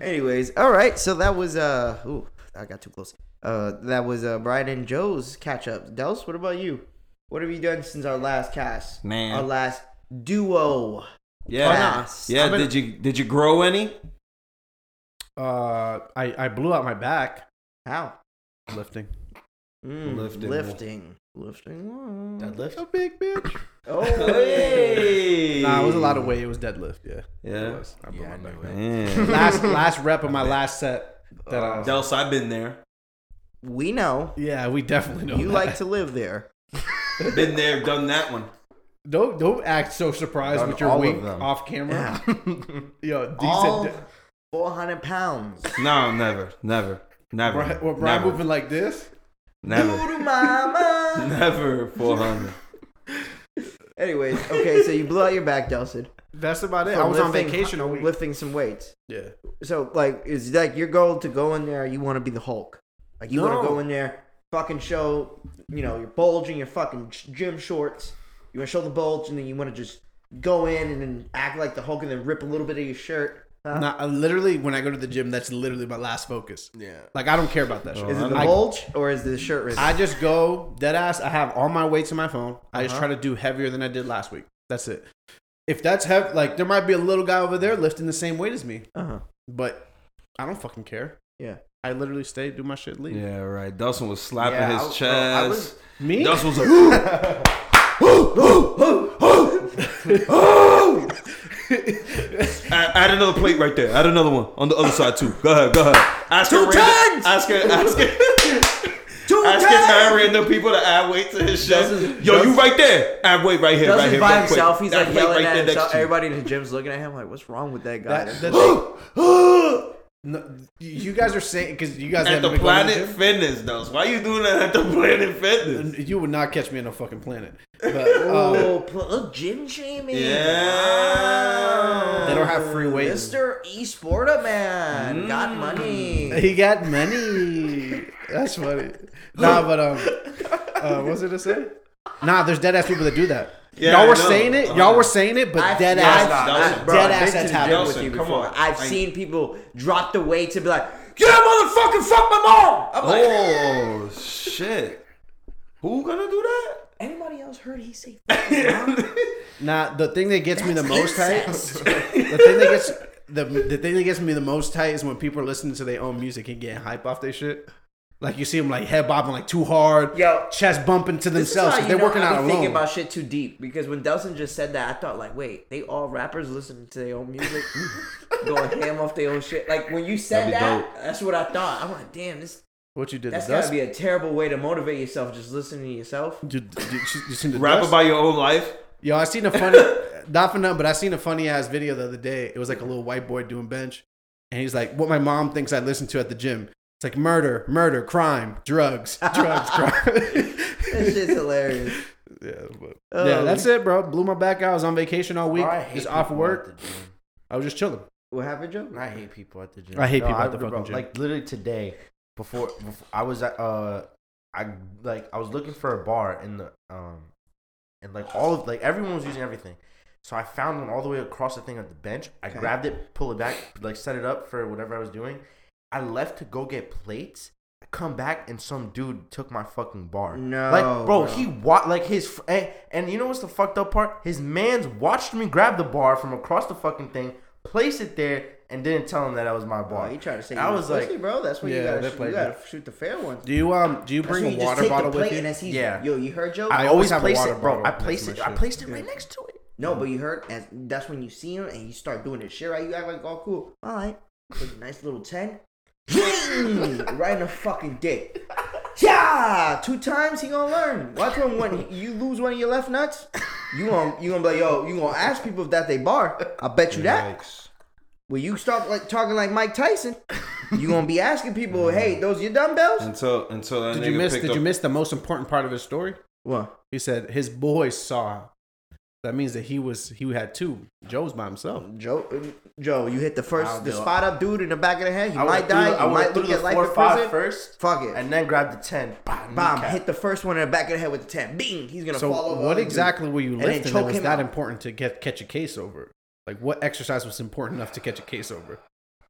S1: Anyways, all right. So that was uh, ooh, I got too close. Uh, that was uh, Brian and Joe's catch up. Dels, what about you? What have you done since our last cast?
S3: Man.
S1: our last duo.
S3: Yeah,
S1: Pass.
S3: yeah.
S1: I'm gonna-
S3: Did you did you grow any?
S2: Uh, I I blew out my back
S1: How?
S2: lifting.
S1: Mm, lifting,
S3: Lifting.
S1: lifting, Lifting. weights.
S4: Deadlift.
S2: big bitch.
S1: Oh, hey.
S2: Nah, it was a lot of weight. It was deadlift. Yeah. It
S3: Yeah.
S2: was. I
S4: Yeah, I
S2: brought my
S4: knew
S2: back.
S3: Man.
S2: Last last rep of my last set. That I was,
S3: Dels, I've been there.
S1: We know.
S2: yeah, we definitely know.
S1: You
S2: that.
S1: like to live there.
S3: Been there, done that one.
S2: don't don't act so surprised
S4: Done
S2: with your
S4: all of
S2: wink
S4: them.
S2: off camera. Yo, D
S1: All
S2: said,
S1: 400 pounds.
S3: No, never, never, never,
S2: Brian, well, Brian
S3: never,
S2: moving like this.
S3: never,
S1: Voodoo mama.
S3: never 400.
S1: Anyways, okay, so you blew out your back, Delson.
S2: That's about it.
S1: from
S2: I was on
S1: lifting-
S2: vacation a week.
S1: Lifting some weights.
S2: yeah.
S1: So, like, is like your goal to go in there? You want to be the Hulk? Like, you want to
S2: No.
S1: go in there, fucking show, you know, your bulge and your fucking sh- gym shorts. You want to show the bulge, and then you want to just go in and then act like the Hulk, and then rip a little bit of your shirt. Huh?
S2: Nah, I literally, when I go to the gym, that's literally my last focus.
S4: Yeah.
S2: Like I don't care about that shit.
S1: Is it the
S2: I-
S1: bulge or is it the shirt? Rip?
S2: I just go dead ass. I have all my weights in my phone. I just try to do heavier than I did last week. That's it. If that's heavy, like there might be a little guy over there lifting the same weight as me,
S1: uh-huh.
S2: but I don't fucking care.
S1: Yeah.
S2: I literally stay, do my shit, leave.
S3: Yeah, right. Dustin was slapping
S4: Yeah,
S3: his
S4: I was- bro, I
S3: chest.
S2: Me?
S3: Dustin was like, "Ooh." add, add another plate right there. Add another one on the other side too. Go ahead, go ahead. Ask her,
S1: tons!
S3: random, ask her, ask her,
S1: Two
S3: ask her nine random people to add weight to his shit.
S1: Dustin-
S3: Yo,
S1: Dustin-
S3: you right there. Add weight right here, right
S1: Dustin's
S3: here.
S1: by
S3: real quick.
S1: himself. He's
S3: That
S1: like
S3: plate
S1: yelling at
S3: next
S1: himself.
S3: to you.
S1: Everybody in the gym's looking at him like, "What's wrong with that guy?"
S2: That- the thing- you guys are saying because you guys
S3: At
S2: haven't
S3: the
S2: been going to
S3: Planet
S2: gym.
S3: Fitness, though. Why you doing that at the Planet Fitness?
S2: You would not catch me in a fucking planet. But, um,
S1: Oh, pl- oh, gym shaming.
S3: Yeah.
S2: They don't have free weights.
S1: Mr. Esporta
S3: Mm.
S1: Man got money.
S2: he got money. That's funny. Nah, but um, uh, what was it to say? Nah, there's dead ass people that do that.
S3: Yeah,
S2: y'all
S3: I
S2: were
S3: know.
S2: saying it.
S3: Uh-huh.
S2: Y'all were saying it, but dead
S1: I've-
S2: ass.
S3: Nah,
S1: I've-
S3: Dawson.
S1: bro, I've
S2: Dead ass
S1: been to
S2: that's
S1: the
S2: happened.
S1: gym
S3: Dawson,
S1: with you
S3: come
S1: before.
S3: on.
S1: I've
S3: I-
S1: seen people drop the weight to be like, "Yeah, motherfucking fuck my mom." I'm like,
S3: Oh shit! Who gonna do that?
S1: anybody else heard he say?
S2: Nah, the thing that gets me the most tight.
S1: incest.
S2: the thing that gets the the thing that gets me the most tight is when people are listening to their own music and getting hype off their shit. Like you see them like head bobbing like too hard,
S1: Yo.
S2: chest bumping to
S1: This is how
S2: themselves.
S1: you
S2: They're
S1: know
S2: working
S1: I
S2: out
S1: be
S2: alone.
S1: Thinking about shit too deep because when Delson just said that, I thought like, wait, they all rappers listening to their own music, going ham off their own shit. Like when you said
S3: That'd be
S1: that,
S3: dope.
S1: that's what I thought. I'm like, damn, this
S2: what you did
S1: that's
S2: to
S1: gotta
S2: Dust?
S1: be a terrible way to motivate yourself, just listening to yourself.
S2: You, you, you seen the
S3: Rap
S2: Dust?
S3: about your own life.
S2: Yo, I seen a funny, not for nothing, but I seen a funny ass video the other day. It was like a little white boy doing bench, and he's like, "What my mom thinks I listen to at the gym." It's like murder, murder, crime, drugs, drugs, crime.
S1: That shit's hilarious.
S2: yeah, but,
S1: Oh.
S2: yeah, that's it, bro. Blew my back out. I was on vacation all week,
S4: I hate
S2: just off
S4: people
S2: work.
S4: at the gym.
S2: I was just chilling.
S1: What happened, Joe?
S4: I hate people at the gym.
S2: I hate people at the fucking
S4: bro,
S2: gym.
S4: Like literally today, before, before I was at uh, I like I was looking for a bar in the um, and like all of like everyone was using everything, so I found one all the way across the thing at the bench. I
S2: Okay.
S4: grabbed it, pulled it back, like set it up for whatever I was doing. I left to go get plates. I Come back and some dude took my fucking bar.
S2: Mm.
S1: No,
S4: like Oh, bro,
S1: bro.
S4: he wa- like his fr- and, and you know what's the fucked up part? His man's watched me grab the bar from across the fucking thing, place it there, and didn't tell him that that was my
S1: Oh,
S4: bar.
S1: you trying to say?
S4: I
S1: you
S4: was
S1: a pussy,
S4: like,
S1: bro, that's when
S2: Yeah,
S1: you
S2: they
S1: gotta, you
S2: played
S1: gotta shoot the fair ones.
S2: Do you um? Do you
S1: That's
S2: bring a
S1: when you just
S2: water
S1: take
S2: bottle
S1: the plate
S2: with
S1: and
S2: you?
S1: that's easy.
S4: Yeah.
S1: Yo, you heard Joe?
S4: I
S2: always
S4: always
S2: have a
S4: place
S2: water
S4: it, bro.
S2: bottle
S4: I
S2: next to
S4: placed
S2: my
S4: it. I
S2: shit.
S4: placed it right next to it.
S1: No, but you heard, and that's when you see him and you start doing this shit, right? You act like all cool. All right, Put a nice little ten, right in the fucking dick. Yeah, two times he gonna learn. Watch when when you lose one of your left nuts, you gonna you gonna be like, yo, you gonna ask people if that they bar. I bet you that. When you start like talking like Mike Tyson, you gonna be asking people, hey, those your dumbbells?
S3: Until until that
S2: Did
S3: nigga
S2: you miss?
S3: picked
S2: Did
S3: up.
S2: you miss the most important part of his story?
S1: What?
S2: He said his boy saw. That means that he was he had two. Joe's by himself.
S1: Joe, Joe, you hit the
S4: I
S1: first
S4: don't
S1: the
S4: know.
S1: spot up dude in the back of the head. You
S4: I
S1: might
S4: went through
S1: die.
S4: the- I
S1: you
S4: went
S1: might
S4: through
S1: look
S4: the
S1: at life
S4: four,
S1: in
S4: five
S1: prison.
S4: first,
S1: Fuck it.
S4: and then grabbed the ten. Bam,
S1: Bomb
S4: kneecap.
S1: hit the first one in the back of the head with the ten. Bing! He's gonna
S2: So
S1: fall over.
S2: what exactly were you
S1: and then
S2: lifting
S1: choke
S2: that was
S1: him
S2: that
S1: out.
S2: important to get catch a case over? Like what exercise was important enough to catch a case over?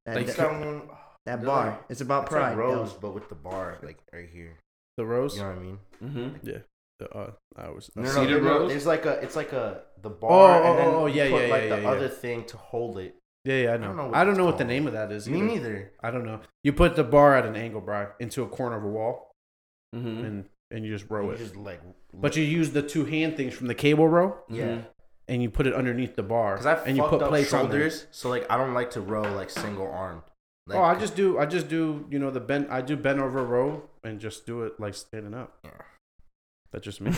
S1: That,
S2: Like,
S1: that-
S4: Someone-
S1: that bar. It's about
S4: It's like
S1: pride.
S4: Rose,
S1: yo.
S4: but with the bar like right here.
S2: The rose?
S4: You know what I mean?
S3: Mhm.
S2: The, uh, I was
S4: No, no,
S3: Cedar
S4: no, no,
S3: Rose?
S4: There's like a, it's like a the bar,
S2: oh,
S4: and then
S2: oh, yeah,
S4: you put
S2: yeah,
S4: like
S2: yeah,
S4: the
S2: yeah,
S4: other thing to hold it.
S2: Yeah, yeah, I know. I don't know what, I don't know what the
S4: it's
S2: name of that is.
S4: Me
S2: either.
S4: neither.
S2: I don't know. You put the bar at an angle, Bri, into a corner of a wall,
S3: Mhm.
S2: and and you just row
S4: Mm-hmm. You
S2: it.
S4: just like,
S2: but you use the two hand things from the cable row
S4: yeah,
S2: and you put it underneath the bar.
S4: because I
S2: and you put
S4: up
S2: plates on there.
S4: shoulders, so like I don't like to row like single arm. Like,
S2: oh, I just do. I just do. You know the bend. I do bend over row and just do it like standing up.
S4: Yeah.
S2: That's just me.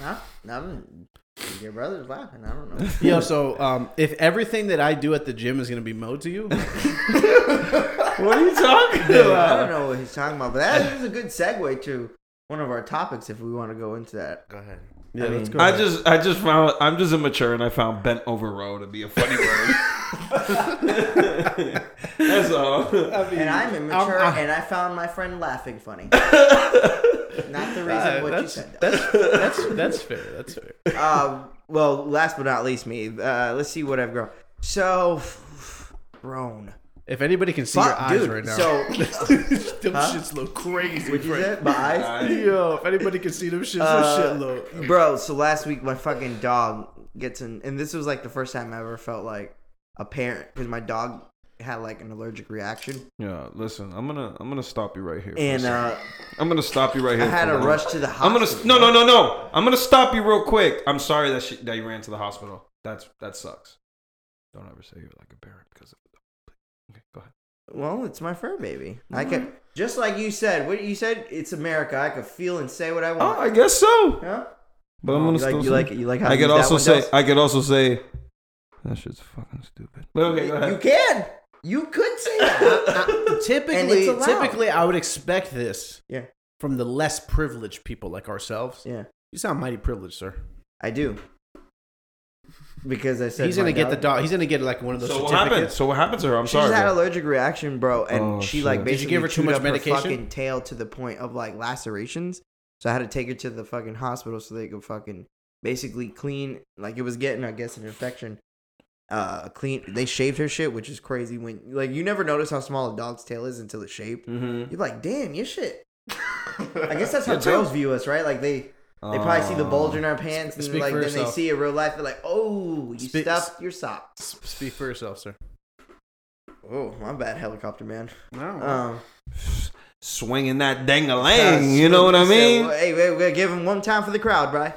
S1: Huh? Nothing. Your brother's laughing. I don't know.
S2: Yo, so um, if everything that I do at the gym is gonna be mowed to you,
S3: What are you talking
S1: I don't
S3: about?
S1: know what he's talking about, but that is a good segue to one of our topics if we want to go into that.
S4: go ahead.
S2: yeah,
S1: I
S2: let's
S1: mean-
S2: go.
S3: I
S2: ahead.
S3: just, I just found, I'm just immature, and I found bent over row to be a funny word. That's all.
S1: And I'm immature,
S3: uh,
S2: I'm-
S1: and I found my friend laughing funny. Not the reason
S2: Uh,
S1: what you
S2: that's,
S1: said.
S2: that's that's that's fair. That's fair.
S1: um, well, last but not least, me. Uh, let's see what I've grown. So, grown.
S2: If anybody can see your
S1: Fuck,
S2: eyes
S1: dude.
S2: right now,
S1: So,
S2: them
S1: Huh?
S2: shits look crazy.
S1: would you
S2: Frank.
S1: say my eyes?
S2: Yo, if anybody can see them shits,
S1: Uh,
S2: those shit look.
S1: Bro, so last week my fucking dog gets in, and this was like the first time I ever felt like a parent because my dog had like an allergic reaction,
S3: Yeah, listen, I'm gonna, I'm gonna stop you right here. for a
S1: and
S3: second.
S1: uh,
S3: I'm gonna stop you right
S1: I
S3: here.
S1: had
S3: for
S1: to
S3: one.
S1: rush to the
S3: I'm
S1: hospital.
S3: gonna no no no no. I'm gonna stop you real quick. I'm sorry that she, that you ran to the hospital. That's that sucks. Don't ever say you're like a parent because of Okay, go ahead.
S1: Well, it's my fur baby. I
S3: Mm-hmm.
S1: can just like you said. What you said? It's America. I could feel and say what I
S3: Oh,
S1: want.
S3: I guess so.
S1: yeah.
S3: But I'm
S1: you
S3: gonna
S1: like,
S3: still
S1: you
S3: say-
S1: like you like how
S3: I could
S1: that
S3: also
S1: one
S3: say
S1: does?
S3: I could also say that shit's fucking stupid. But okay, go
S1: you
S3: ahead.
S1: can. You could say that. And
S2: Typically,
S1: it's allowed.
S2: typically, I would expect this.
S1: Yeah.
S2: From the less privileged people like ourselves.
S1: yeah,
S2: You sound mighty privileged, sir.
S1: I do. Because I said
S2: He's gonna
S1: my
S2: get the dog. He's gonna get like one of those
S3: So what happened?
S2: certificates.
S3: So what happened to her? I'm
S1: She
S3: sorry.
S1: just had
S3: bro.
S1: allergic reaction, bro, and
S3: Oh,
S1: she
S3: shit.
S1: like
S2: Did
S1: basically
S2: you give her too
S1: chewed
S2: much
S1: up
S2: medication?
S1: Her fucking tail to the point of like lacerations. So I had to take her to the fucking hospital so they could fucking basically clean. Like it was getting, I guess, an infection. Uh, clean. They shaved her shit, which is crazy. When like you never notice how small a dog's tail is until it's shaved.
S3: Mhm.
S1: You're like, damn, your shit. I guess that's how
S3: Your tail-
S1: girls view us, right? Like they they probably see the bulge
S3: Uh,
S1: in our pants, and
S2: speak
S1: like
S2: for
S1: then they
S2: yourself.
S1: see it real life. They're like, oh, you
S2: Speak-
S1: stuffed your sock.
S2: Speak for yourself, sir.
S1: Oh, my bad, helicopter man.
S2: No.
S1: Um.
S3: swinging that dang a
S1: Uh,
S3: lang. You know what I
S1: Snoop said,
S3: mean?
S1: well, hey, we're, we're giving one time for the crowd, right?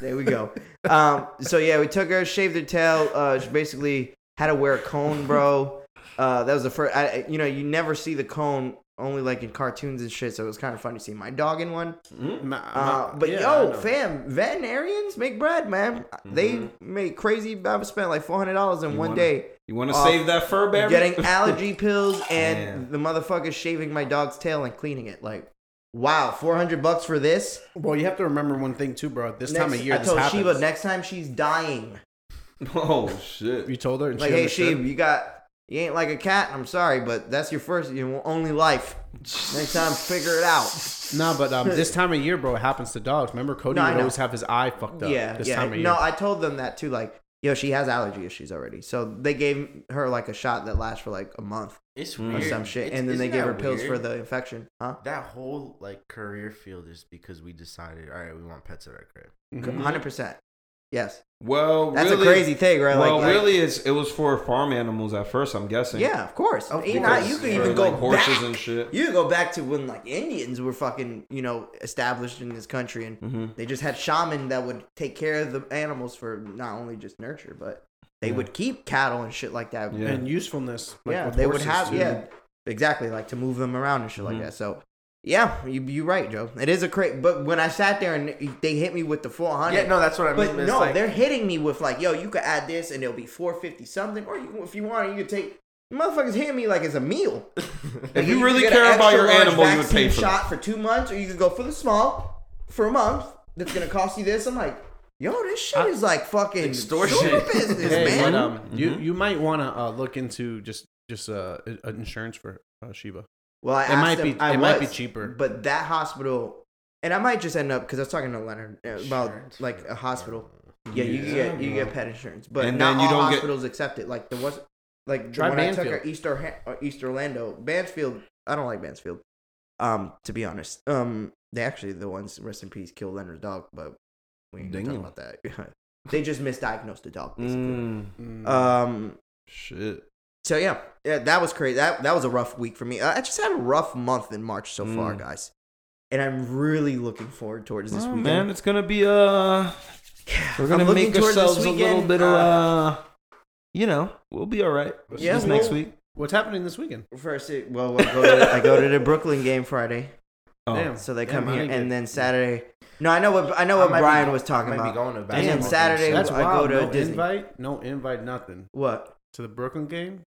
S1: There we go. um, so yeah, we took her, shaved her tail. Uh, she basically had to wear a cone, bro. Uh, that was the first. I, I- you know, you never see the cone only like in cartoons and shit. So it was kind of funny to see my dog in one. Uh, but yo, fam, veterinarians make bread, man.
S2: Mm-hmm.
S1: They make crazy. I spent like four hundred dollars in one
S3: wanna-
S1: day
S3: You want to
S1: Uh,
S3: save that fur bear?
S1: getting allergy pills
S3: Man.
S1: and the motherfucker shaving my dog's tail and cleaning it. Like, wow, four hundred bucks for this.
S2: well, you have to remember one thing too, bro. At This time of year,
S1: I
S2: this
S1: told
S2: happens.
S1: Sheba next time she's dying.
S3: Oh shit.
S2: you told her, and
S1: Like,
S2: she
S1: hey
S2: understood?
S1: Sheba, you got you ain't like a cat. I'm sorry, but that's your first, your only life. Next time, figure it out.
S2: No, but um, this time of year, bro, it happens to dogs. Remember, Cody
S1: No, I
S2: would
S1: know.
S2: always have his eye fucked up.
S1: yeah,
S2: this
S1: yeah.
S2: time of year.
S1: no, I told them that too. Like, yo, she has allergy issues already, so they gave her like a shot that lasts for like a month
S4: It's
S3: Mm.
S1: or
S4: weird.
S1: some shit,
S4: It's-
S1: and then they
S4: isn't
S1: gave her
S4: that
S1: pills for
S4: weird?
S1: the infection. Huh?
S4: That whole like career field is because we decided, all right, we want pets at our crib.
S2: Mhm.
S1: Hundred percent. Yes,
S3: Well,
S1: that's
S3: Mm-hmm. really,
S1: a crazy thing, right?
S3: Well,
S1: like, like-
S3: really, it's it was for farm animals at first. I'm guessing.
S1: Yeah, of course.
S2: Of
S1: you,
S2: course.
S1: know, you could
S3: For,
S1: even go
S3: like, horses
S1: back.
S3: and shit.
S1: You could go back to when like Indians were fucking, you know, established in this country, and
S3: Mm-hmm.
S1: they just had shaman that would take care of the animals for not only just nurture, but they
S3: Yeah.
S1: would keep cattle and shit like that.
S3: Yeah.
S2: And usefulness. Like,
S1: yeah,
S2: with
S1: they would
S2: horses,
S1: have
S2: too.
S1: yeah, exactly like to move them around and shit
S3: Mhm.
S1: like that. So. Yeah, you you right, Joe. It is a crazy, but when I sat there and they hit me with the four hundred,
S4: Yeah, no, that's what I mean.
S1: but
S4: it's
S1: no,
S4: like-
S1: they're hitting me with like, yo, you could add this and it'll be four fifty something, or you, if you want, it, you could take. Motherfuckers hitting me like it's a meal.
S3: If you
S1: could
S3: really
S1: get an
S3: care about
S1: extra
S3: your
S1: large
S3: animal, you would pay
S1: vaccine
S3: for
S1: shot for two months, or you could go for the small for a month. That's gonna cost you this. I'm like, yo, this shit is like fucking
S4: Extortion.
S1: shoulder business,
S2: Hey,
S1: man.
S2: but, um, you
S3: Mhm.
S2: you might want to uh, look into just just uh, i- uh, insurance for uh, Sheba.
S1: Well, I
S2: It
S1: asked
S2: might
S1: him-
S2: be-
S1: I
S2: it might
S1: was,
S2: be cheaper.
S1: but that hospital, and I might just end up because I was talking to Leonard uh, about
S4: Insurance
S1: like
S4: for
S1: a hospital.
S4: animals.
S1: Yeah, you
S3: Yeah,
S1: get you
S3: bro.
S1: get pet insurance, but
S3: And
S1: not
S3: then you
S1: all
S3: don't get-
S1: hospitals accept it. Like the was like the
S2: Try
S1: when I took
S2: Banfield.
S1: her East, Orha- or East Orlando, Bansfield. I don't like Bansfield. Um, to be honest, um, they actually the ones rest in peace killed Leonard's dog, but we ain't gonna talk
S3: Damn.
S1: about uh, that. they just misdiagnosed the dog. Basically.
S3: Mm,
S1: Um,
S3: shit.
S1: So yeah, yeah, that was crazy. That that was a rough week for me. Uh, I I just had a rough month in March so far,
S3: Mm.
S1: guys, and I'm really looking forward towards this
S3: Oh,
S1: weekend.
S3: man, it's gonna be uh, we're gonna
S1: I'm looking
S3: make
S1: towards this
S3: ourselves a little
S1: weekend,
S3: bit of uh, you know, we'll be all right.
S1: Yeah,
S3: this next
S1: we'll-
S3: week.
S2: What's happening this weekend?
S1: First, it, well, I go, to the, I go to the Brooklyn game Friday,
S3: Oh,
S2: Damn.
S1: so they
S2: Yeah,
S1: come
S2: man,
S1: here,
S2: I get-
S1: and then Saturday. No, I know what I know
S4: I
S1: what
S4: might be
S1: Brian
S4: go-
S1: was talking
S4: might be
S1: about.
S4: going to
S1: And then
S4: basketball games
S1: Saturday,
S4: soon.
S2: That's
S1: I
S2: wild.
S1: go to
S2: no
S1: Disney.
S2: invite, no invite, nothing
S1: What?
S2: to the Brooklyn game.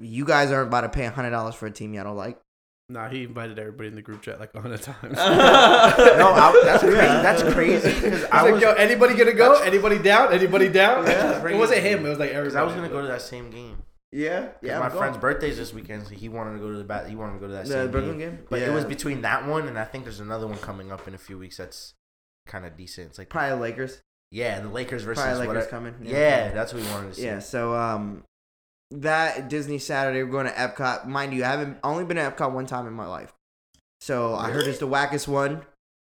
S1: You guys aren't about to pay hundred dollars for a team y'all don't like.
S2: Nah, he invited everybody in the group chat like a hundred times.
S4: no, I, that's crazy. That's crazy because
S2: I
S4: I was
S2: yo, anybody gonna go? Anybody down? Anybody down?
S4: Yeah,
S2: it
S4: bring
S2: wasn't
S4: it.
S2: him. It was like everybody.
S4: because I was gonna go to that same game. 'Cause
S1: Yeah, yeah.
S4: my
S1: I'm
S4: friend's
S1: going.
S4: birthday's this weekend, so he wanted to go to the bat. He wanted to go to that
S1: the
S4: same
S1: Brooklyn
S4: game.
S1: game,
S4: But it
S1: Yeah.
S4: was between that one and I think there's another one coming up in a few weeks that's kind of decent. It's like
S1: probably Lakers.
S4: yeah, the Lakers versus
S1: Probably Lakers
S4: whatever.
S1: coming.
S4: Yeah. that's what we wanted to see.
S1: Yeah, so um that Disney Saturday we're going to Epcot. Mind you, I haven't only been to Epcot one time in my life. So I heard it's the wackest one.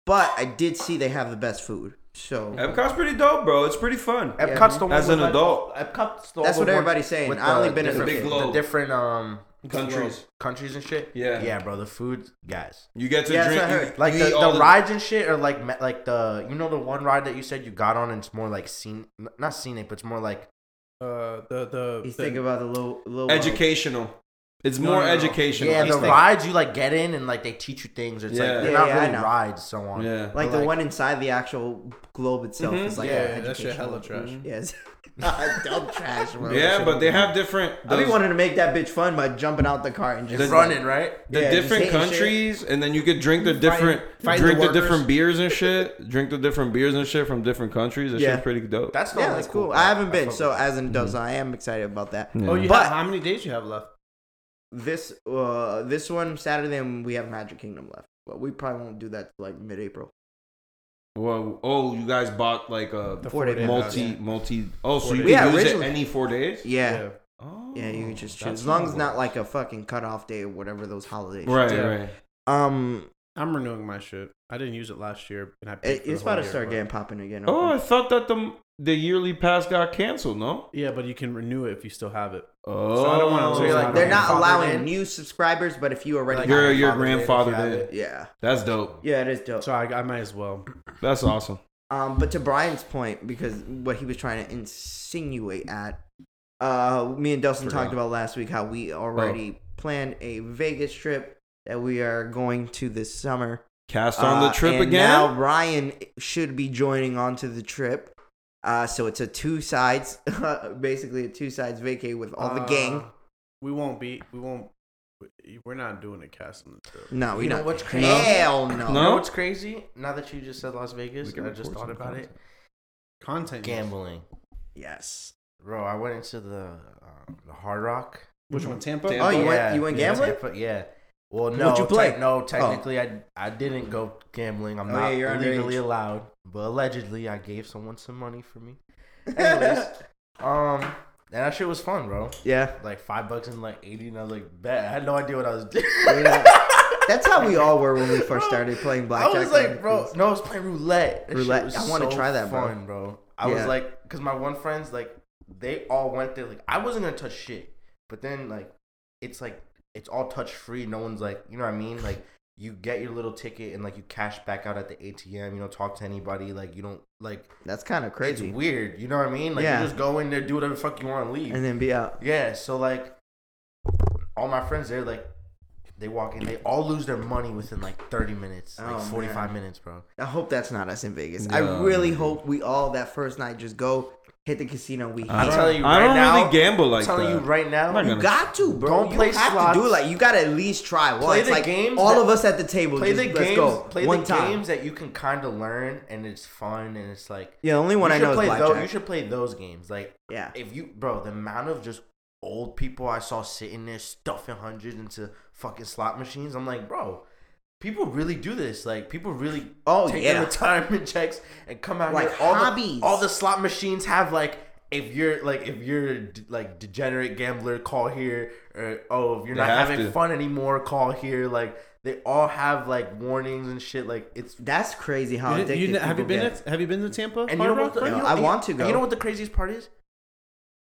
S1: But I did see they have the best food. So
S3: Epcot's pretty dope, bro. It's pretty fun.
S1: Yeah.
S4: Epcot's the one
S3: As an
S4: with, like,
S3: adult.
S4: Epcot's the
S1: that's
S4: the
S1: what
S4: one
S1: everybody's saying.
S4: with
S1: I only
S4: the
S1: been in
S4: different,
S1: the
S3: Big
S4: the
S3: globe.
S4: different um
S3: Countries.
S4: countries and shit.
S3: Yeah.
S4: yeah, bro. The food, guys.
S3: You get to
S1: Yeah, that's
S3: drink.
S1: what I
S3: you-
S1: heard.
S4: Like
S3: you
S4: the,
S3: eat all
S4: the rides and shit are like me- like the you know the one ride that you said you got on and it's more like scene not scenic but it's more like
S2: Uh, the the
S1: He's
S2: the-
S1: thinking about the little little uh,
S3: educational. It's
S2: No,
S3: more
S2: no, no.
S3: educational.
S4: yeah
S2: he's
S4: the
S2: thinking-
S4: rides you like get in and like they teach you things it's
S3: Yeah.
S4: like they're
S1: Yeah,
S4: not
S1: yeah, I
S4: really
S1: know.
S4: rides so on
S3: yeah.
S1: like the
S4: Like-
S1: one inside the actual globe itself
S3: Mhm.
S1: is like
S4: Yeah,
S1: a
S4: yeah,
S2: that shit
S1: educational-
S2: hella trash.
S1: Yes. Dump Ah, trash, bro.
S3: Yeah, but they have different.
S1: I be
S3: those-
S1: wanting to make that bitch fun by jumping out the car and just
S3: The-
S4: running right
S3: the
S1: yeah, just
S3: different
S1: hitting shit.
S3: countries, and then you could drink the different,
S2: fighting
S3: drink
S2: the
S3: the,
S2: workers.
S3: different beers and shit. Drink the different beers and shit from different countries. That
S1: Yeah.
S3: shit's pretty dope.
S4: that's the
S1: yeah,
S4: only
S1: that's cool.
S4: part.
S1: I haven't been,
S4: fuck
S1: so
S4: with
S1: as an adult, so I am excited about that.
S3: Yeah.
S2: Oh, you
S1: But-
S2: have, how many days you have left?
S1: this uh this one Saturday and we have Magic Kingdom left, but we probably won't do that till like mid-April.
S3: Well, oh, you guys bought like a
S1: four-day
S2: The four-day
S1: pass.
S3: multi, multi. Oh, so
S2: Four
S3: you
S2: days.
S3: can
S1: Yeah,
S3: use it
S1: originally-
S3: any four days.
S1: Yeah,
S3: Oh,
S1: yeah, you can just choose
S3: that's
S1: as long as
S3: doable.
S1: not like a fucking cutoff day or whatever those holidays.
S3: Right,
S2: Yeah.
S3: right.
S1: Um,
S2: I'm renewing my shit. I didn't use it last year, and I paid
S1: it,
S2: for the
S1: it's
S2: whole
S1: about to
S2: year,
S1: start
S2: but-
S1: getting popping again.
S3: Oh, I thought that the the yearly pass got canceled. No.
S2: Yeah, but you can renew it if you still have it.
S3: Oh,
S2: I don't wanna
S4: So you're like,
S1: they're not
S4: grandfathered
S1: allowing
S4: in?
S1: new subscribers, but if you
S4: that.
S1: already
S4: Like,
S3: You're-
S1: have-
S3: your
S4: grandfather
S3: grandfather
S4: did, if you
S3: did.
S4: have it.
S1: yeah,
S3: That's dope.
S1: yeah, it is dope.
S2: So I, I might as well.
S3: That's awesome.
S1: Um, but to Brian's point, because what he was trying to insinuate at, uh, me and Dustin
S3: Forgot.
S1: talked about last week how
S4: Oh.
S1: we already planned a Vegas trip that we are going to this summer.
S3: Cast on
S1: Uh,
S3: the trip
S1: and
S3: again.
S1: Now Brian should be joining onto the trip. Uh, so it's a two sides, basically a two sides vacay with all the gang.
S2: Uh, We won't be. We won't. We're not doing a cast on the trip.
S1: No, we
S4: you know
S1: not.
S4: what's crazy?
S1: Hell no.
S4: you know
S3: No?
S4: what's crazy now that you just said Las Vegas
S3: We can
S4: and I just
S3: record
S4: thought
S3: some
S4: about it
S3: content.
S2: Content
S4: gambling
S1: Yes.
S4: bro I went into the uh, the Hard Rock
S2: Which one? Tampa.
S3: Tampa.
S1: Oh,
S3: yeah.
S1: you went. You went
S4: yeah,
S1: gambling.
S4: Tampa- yeah. Well,
S1: What'd
S4: no.
S1: you play?
S4: Te- no, technically, I I didn't go gambling. I'm
S1: Oh,
S4: not
S1: yeah, you're
S4: legally
S1: underage.
S4: allowed, but allegedly, I gave someone some money for me. Anyways, um, and that shit was fun, bro.
S1: yeah.
S4: Like five bucks and like eighty, and I was like, bet. I had no idea what I was doing.
S1: Yeah. That's how we all were when we first started playing
S4: I
S1: blackjack.
S4: was
S1: on the
S4: like, bro,
S1: cruise.
S4: no, I was playing roulette. That shit
S1: Roulette.
S4: was
S1: I wanna
S4: so
S1: try that, bro.
S4: fun, bro. I was
S1: Yeah.
S4: like, cause my one friends like they all went there. Like I wasn't gonna touch shit, but then like it's like it's all touch free. No one's like, you know what I mean? Like you get your little ticket and like you cash back out at the ATM. You don't talk to anybody. Like you don't like
S1: That's kind of crazy.
S4: it's weird. You know what I mean? Like
S1: Yeah.
S4: you just go in there, do whatever the fuck you want, and leave.
S1: and then be out.
S4: Yeah, so like all my friends they're like they walk in, they all lose their money within like 30 minutes,
S1: Oh,
S4: like 45
S1: man.
S4: minutes, bro.
S1: I hope that's not us in Vegas. I
S3: No.
S1: really hope we all that first night just go hit the casino. We
S3: I
S2: Uh,
S1: hit.
S3: don't,
S4: telling you
S3: I
S4: right
S3: don't
S4: now-
S3: really gamble like
S4: I'm telling
S3: that.
S4: you right now,
S3: I'm not
S1: You
S4: you
S3: gonna-
S1: got to, bro.
S4: Don't
S1: you
S4: play
S1: have
S4: slots.
S1: to do like you got to at least try once.
S4: the
S1: like
S4: games
S1: all
S4: that-
S1: of us at the table.
S4: play
S1: just,
S4: the
S1: let's
S4: games,
S1: go.
S4: play
S1: One
S4: the
S1: time.
S4: games that you can kind of learn and it's fun and it's like
S1: Yeah, the only one
S4: you
S1: I
S4: should
S1: know is
S4: play those,
S1: blackjack.
S4: you should play those games. Like
S1: yeah,
S4: if you bro, the amount of just old people I saw sitting there stuffing hundreds into fucking slot machines, I'm like, bro, people really do this. Like people really
S1: Oh,
S4: take
S1: yeah.
S4: their retirement checks and come out
S1: Like
S4: here. All
S1: hobbies.
S4: The, all the slot machines have like if you're like if you're d- like degenerate gambler, call here. Or oh, if you're
S3: They
S4: not
S3: have
S4: having
S3: to.
S4: fun anymore, call here. Like they all have like warnings and shit. Like it's
S1: that's crazy how
S2: You,
S1: addicted
S2: you,
S1: people
S2: have you been?
S1: get.
S2: At, have you been to Tampa?
S4: and you
S2: Hard
S4: know what?
S2: Rock,
S4: The,
S2: Frank?
S4: you know-
S1: I
S4: and you-
S1: want to
S4: and
S1: go.
S4: You know what the craziest part is?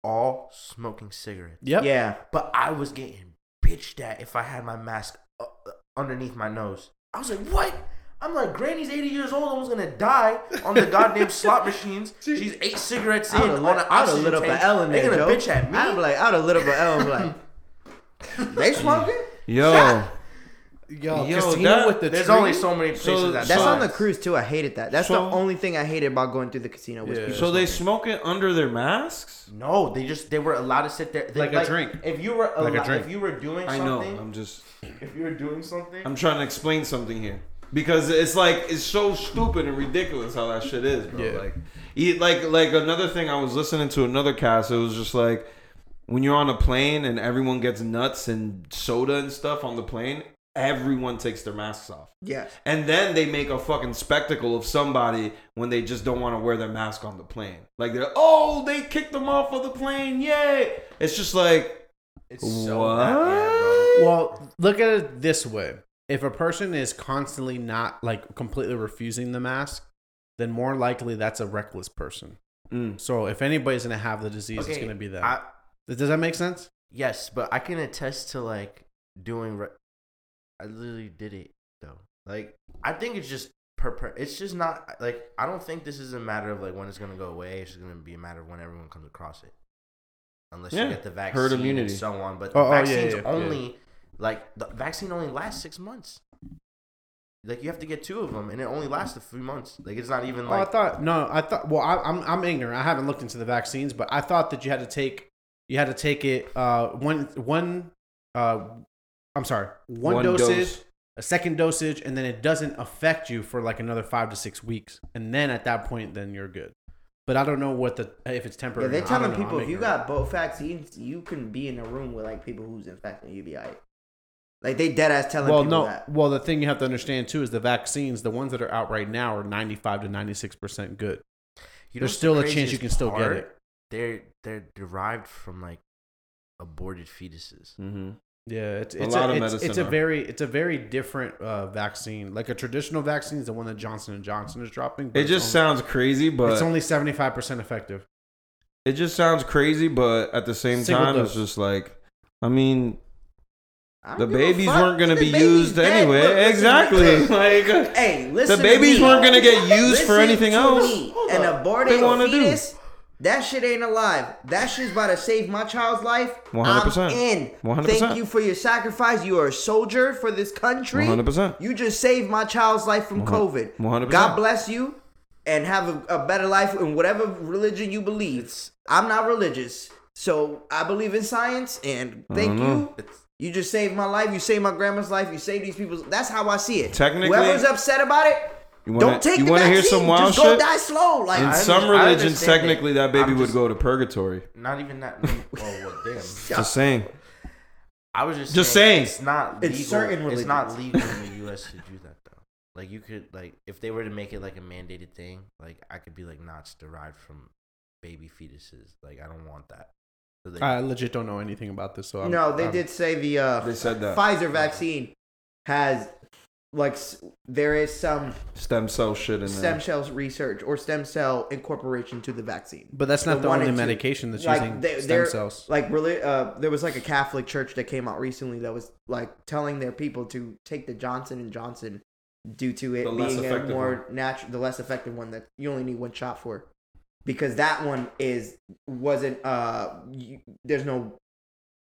S4: all smoking cigarettes.
S2: Yep.
S1: Yeah.
S4: But I was getting bitched at if I had my mask uh, underneath my nose. I was like, what? I'm like, Granny's 80 years old, almost gonna die on the goddamn slot machines. She's eight cigarettes in
S1: I'd have
S4: on an oxygen
S1: lit up an
S4: tank.
S1: L in
S4: They
S1: there,
S4: gonna
S1: Joe.
S4: bitch at me.
S1: I'd be like, I'd have lit up an L and be like, they smoking?
S3: Yo,
S2: Yo,
S3: Yo,
S2: casino
S3: that-
S2: with the
S4: There's
S2: tree?
S4: only so many places
S3: So-
S4: that
S1: That's on the
S4: size.
S1: cruise too. I hated that. That's
S3: So-
S1: the only thing I hated about going through the casino. Was
S2: Yeah.
S1: people
S3: so they
S1: smoking.
S3: smoke it under their masks?
S4: No, they just they were allowed to sit there. They,
S2: Like a drink.
S4: If you were
S2: Like a
S4: allo-
S2: drink.
S4: if you were doing
S3: I
S4: something,
S3: know. I'm just
S4: if you were doing something,
S3: I'm trying to explain something here because it's like it's so stupid and ridiculous how that shit is, bro.
S2: Yeah.
S3: Like, e- like, like another thing I was listening to another cast. It was just like when you're on a plane and everyone gets nuts and soda and stuff on the plane. Everyone takes their masks off,
S1: Yeah.
S3: and then they make a fucking spectacle of somebody when they just don't want to wear their mask on the plane. Like they're oh they kicked them off of the plane, yay! It's just like
S4: it's
S3: what?
S4: bad, yeah,
S2: Well, look at it this way. If a person is constantly not like completely refusing the mask, then more likely that's a reckless person.
S3: Mm.
S2: So if anybody's gonna have the disease,
S4: bro.
S2: it's
S4: Okay,
S2: gonna be them.
S4: I-
S2: Does that make sense?
S4: yes, but I can attest to like doing. Re- I literally did it though. Like I think it's just per, per. It's just not like I don't think this is a matter of like when it's gonna go away. It's just gonna be a matter of when everyone comes across it. Unless
S3: Yeah,
S4: you get the vaccine
S3: herd immunity.
S4: and so on, but
S2: Oh,
S4: the
S2: oh, yeah,
S4: vaccines
S2: yeah, yeah.
S4: only like the vaccine only lasts six months. Like you have to get two of them, and it only lasts a few months. Like it's not even
S2: oh, I
S4: like
S2: thought no. I thought well, I, I'm I'm ignorant. I haven't looked into the vaccines, but I thought that you had to take you had to take it uh one one uh I'm sorry one, dosage, a second dosage, and then it doesn't affect you for like another five to six weeks, and then at that point, then you're good. But I don't know what the if it's
S1: Yeah,
S2: temporary.
S1: they're
S2: or not. I
S1: telling
S2: don't know.
S1: people
S2: I'm
S1: if you
S2: ignorant.
S1: got both vaccines, you can be in a room with like people who's infected and you be alright. Like they dead ass telling
S2: well,
S1: people
S2: no.
S1: that.
S2: Well, the thing you have to understand too is the vaccines, the ones that are out right now, are 95 to 96 percent good. There's
S4: You know what's the
S2: still a chance
S4: craziest
S2: you can still get
S4: part?
S2: it.
S4: They're they're derived from like aborted fetuses.
S3: Mm-hmm.
S2: Yeah, it's
S3: A
S2: it's a,
S3: lot of
S2: it's,
S3: medicine
S2: it's a
S3: are-
S2: very it's a very different uh, vaccine. Like a traditional vaccine is the one that Johnson and Johnson is dropping. but
S3: It
S2: it's
S3: just
S2: only,
S3: sounds crazy, but
S2: it's only 75 percent effective.
S3: it just sounds crazy, but at the same
S2: Single
S3: time, it's
S2: dose.
S3: just like, I mean,
S1: I
S3: the
S1: don't give a
S3: babies
S1: fuck.
S3: weren't gonna
S1: The
S3: be
S1: baby's
S3: used
S1: dead.
S3: anyway.
S1: Look, listen,
S3: exactly.
S1: look.
S3: like,
S1: Hey, listen. to
S3: babies
S1: me.
S3: weren't gonna get used for
S1: Listen
S3: anything
S1: to
S3: else.
S1: me.
S3: Hold
S1: An
S3: up.
S1: aborted
S3: They wanna do.
S1: fetus. That shit ain't alive. That shit's about to save my child's life.
S3: 100%.
S1: I'm in.
S3: 100%.
S1: Thank you for your sacrifice. You are a soldier for this country.
S3: 100%.
S1: You just saved my child's life from COVID.
S3: 100%.
S1: God bless you and have a, a better life in whatever religion you believe. I'm not religious, so I believe in science and thank you. You just saved my life. You saved my grandma's life. You saved these people's. That's how I see it.
S3: Technically-
S1: whoever's upset about it,
S3: You wanna-
S1: don't take
S3: you
S1: the
S3: wanna
S1: vaccine.
S3: hear some wild
S1: just go
S3: shit?
S1: die slow. Like
S3: in
S1: I
S3: some
S1: under- I
S3: religions,
S1: understand it.
S3: technically, that baby
S4: I'm
S3: would
S4: just-
S3: go to purgatory.
S4: Not even that. Well, well damn.
S3: Just saying.
S4: I was just
S3: Just saying.
S4: it's not legal.
S1: It's
S4: It's,
S1: certain
S4: not legal in the U.S. to do that though. Like you could like if they were to make it like a mandated thing, like I could be like, nah, it's derived from baby fetuses. Like I don't want that. So they,
S2: I legit don't know anything about this. So I'm,
S1: no, they
S2: I'm-
S1: did say the uh,
S3: They said that.
S1: Pfizer vaccine has like s- there is some
S3: Stem cell shit in
S1: stem
S3: there.
S1: cells research or stem cell incorporation to the vaccine.
S2: But that's not
S1: The
S2: the,
S1: one
S2: only
S1: and two.
S2: medication that's using
S1: they-
S2: stem
S1: they're-
S2: cells.
S1: Like really, uh, there was like a Catholic church that came out recently that was like telling their people to take the Johnson and Johnson due to it
S3: The less
S1: being a
S3: effective
S1: more natural, the less effective one that you only need one shot for, because that one is wasn't uh, you, there's no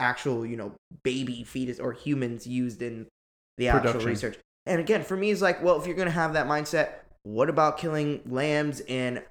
S1: actual you know baby fetus or humans used in the actual
S2: Production.
S1: research. And again, for me, it's like, well, if you're gonna have that mindset, what about killing lambs and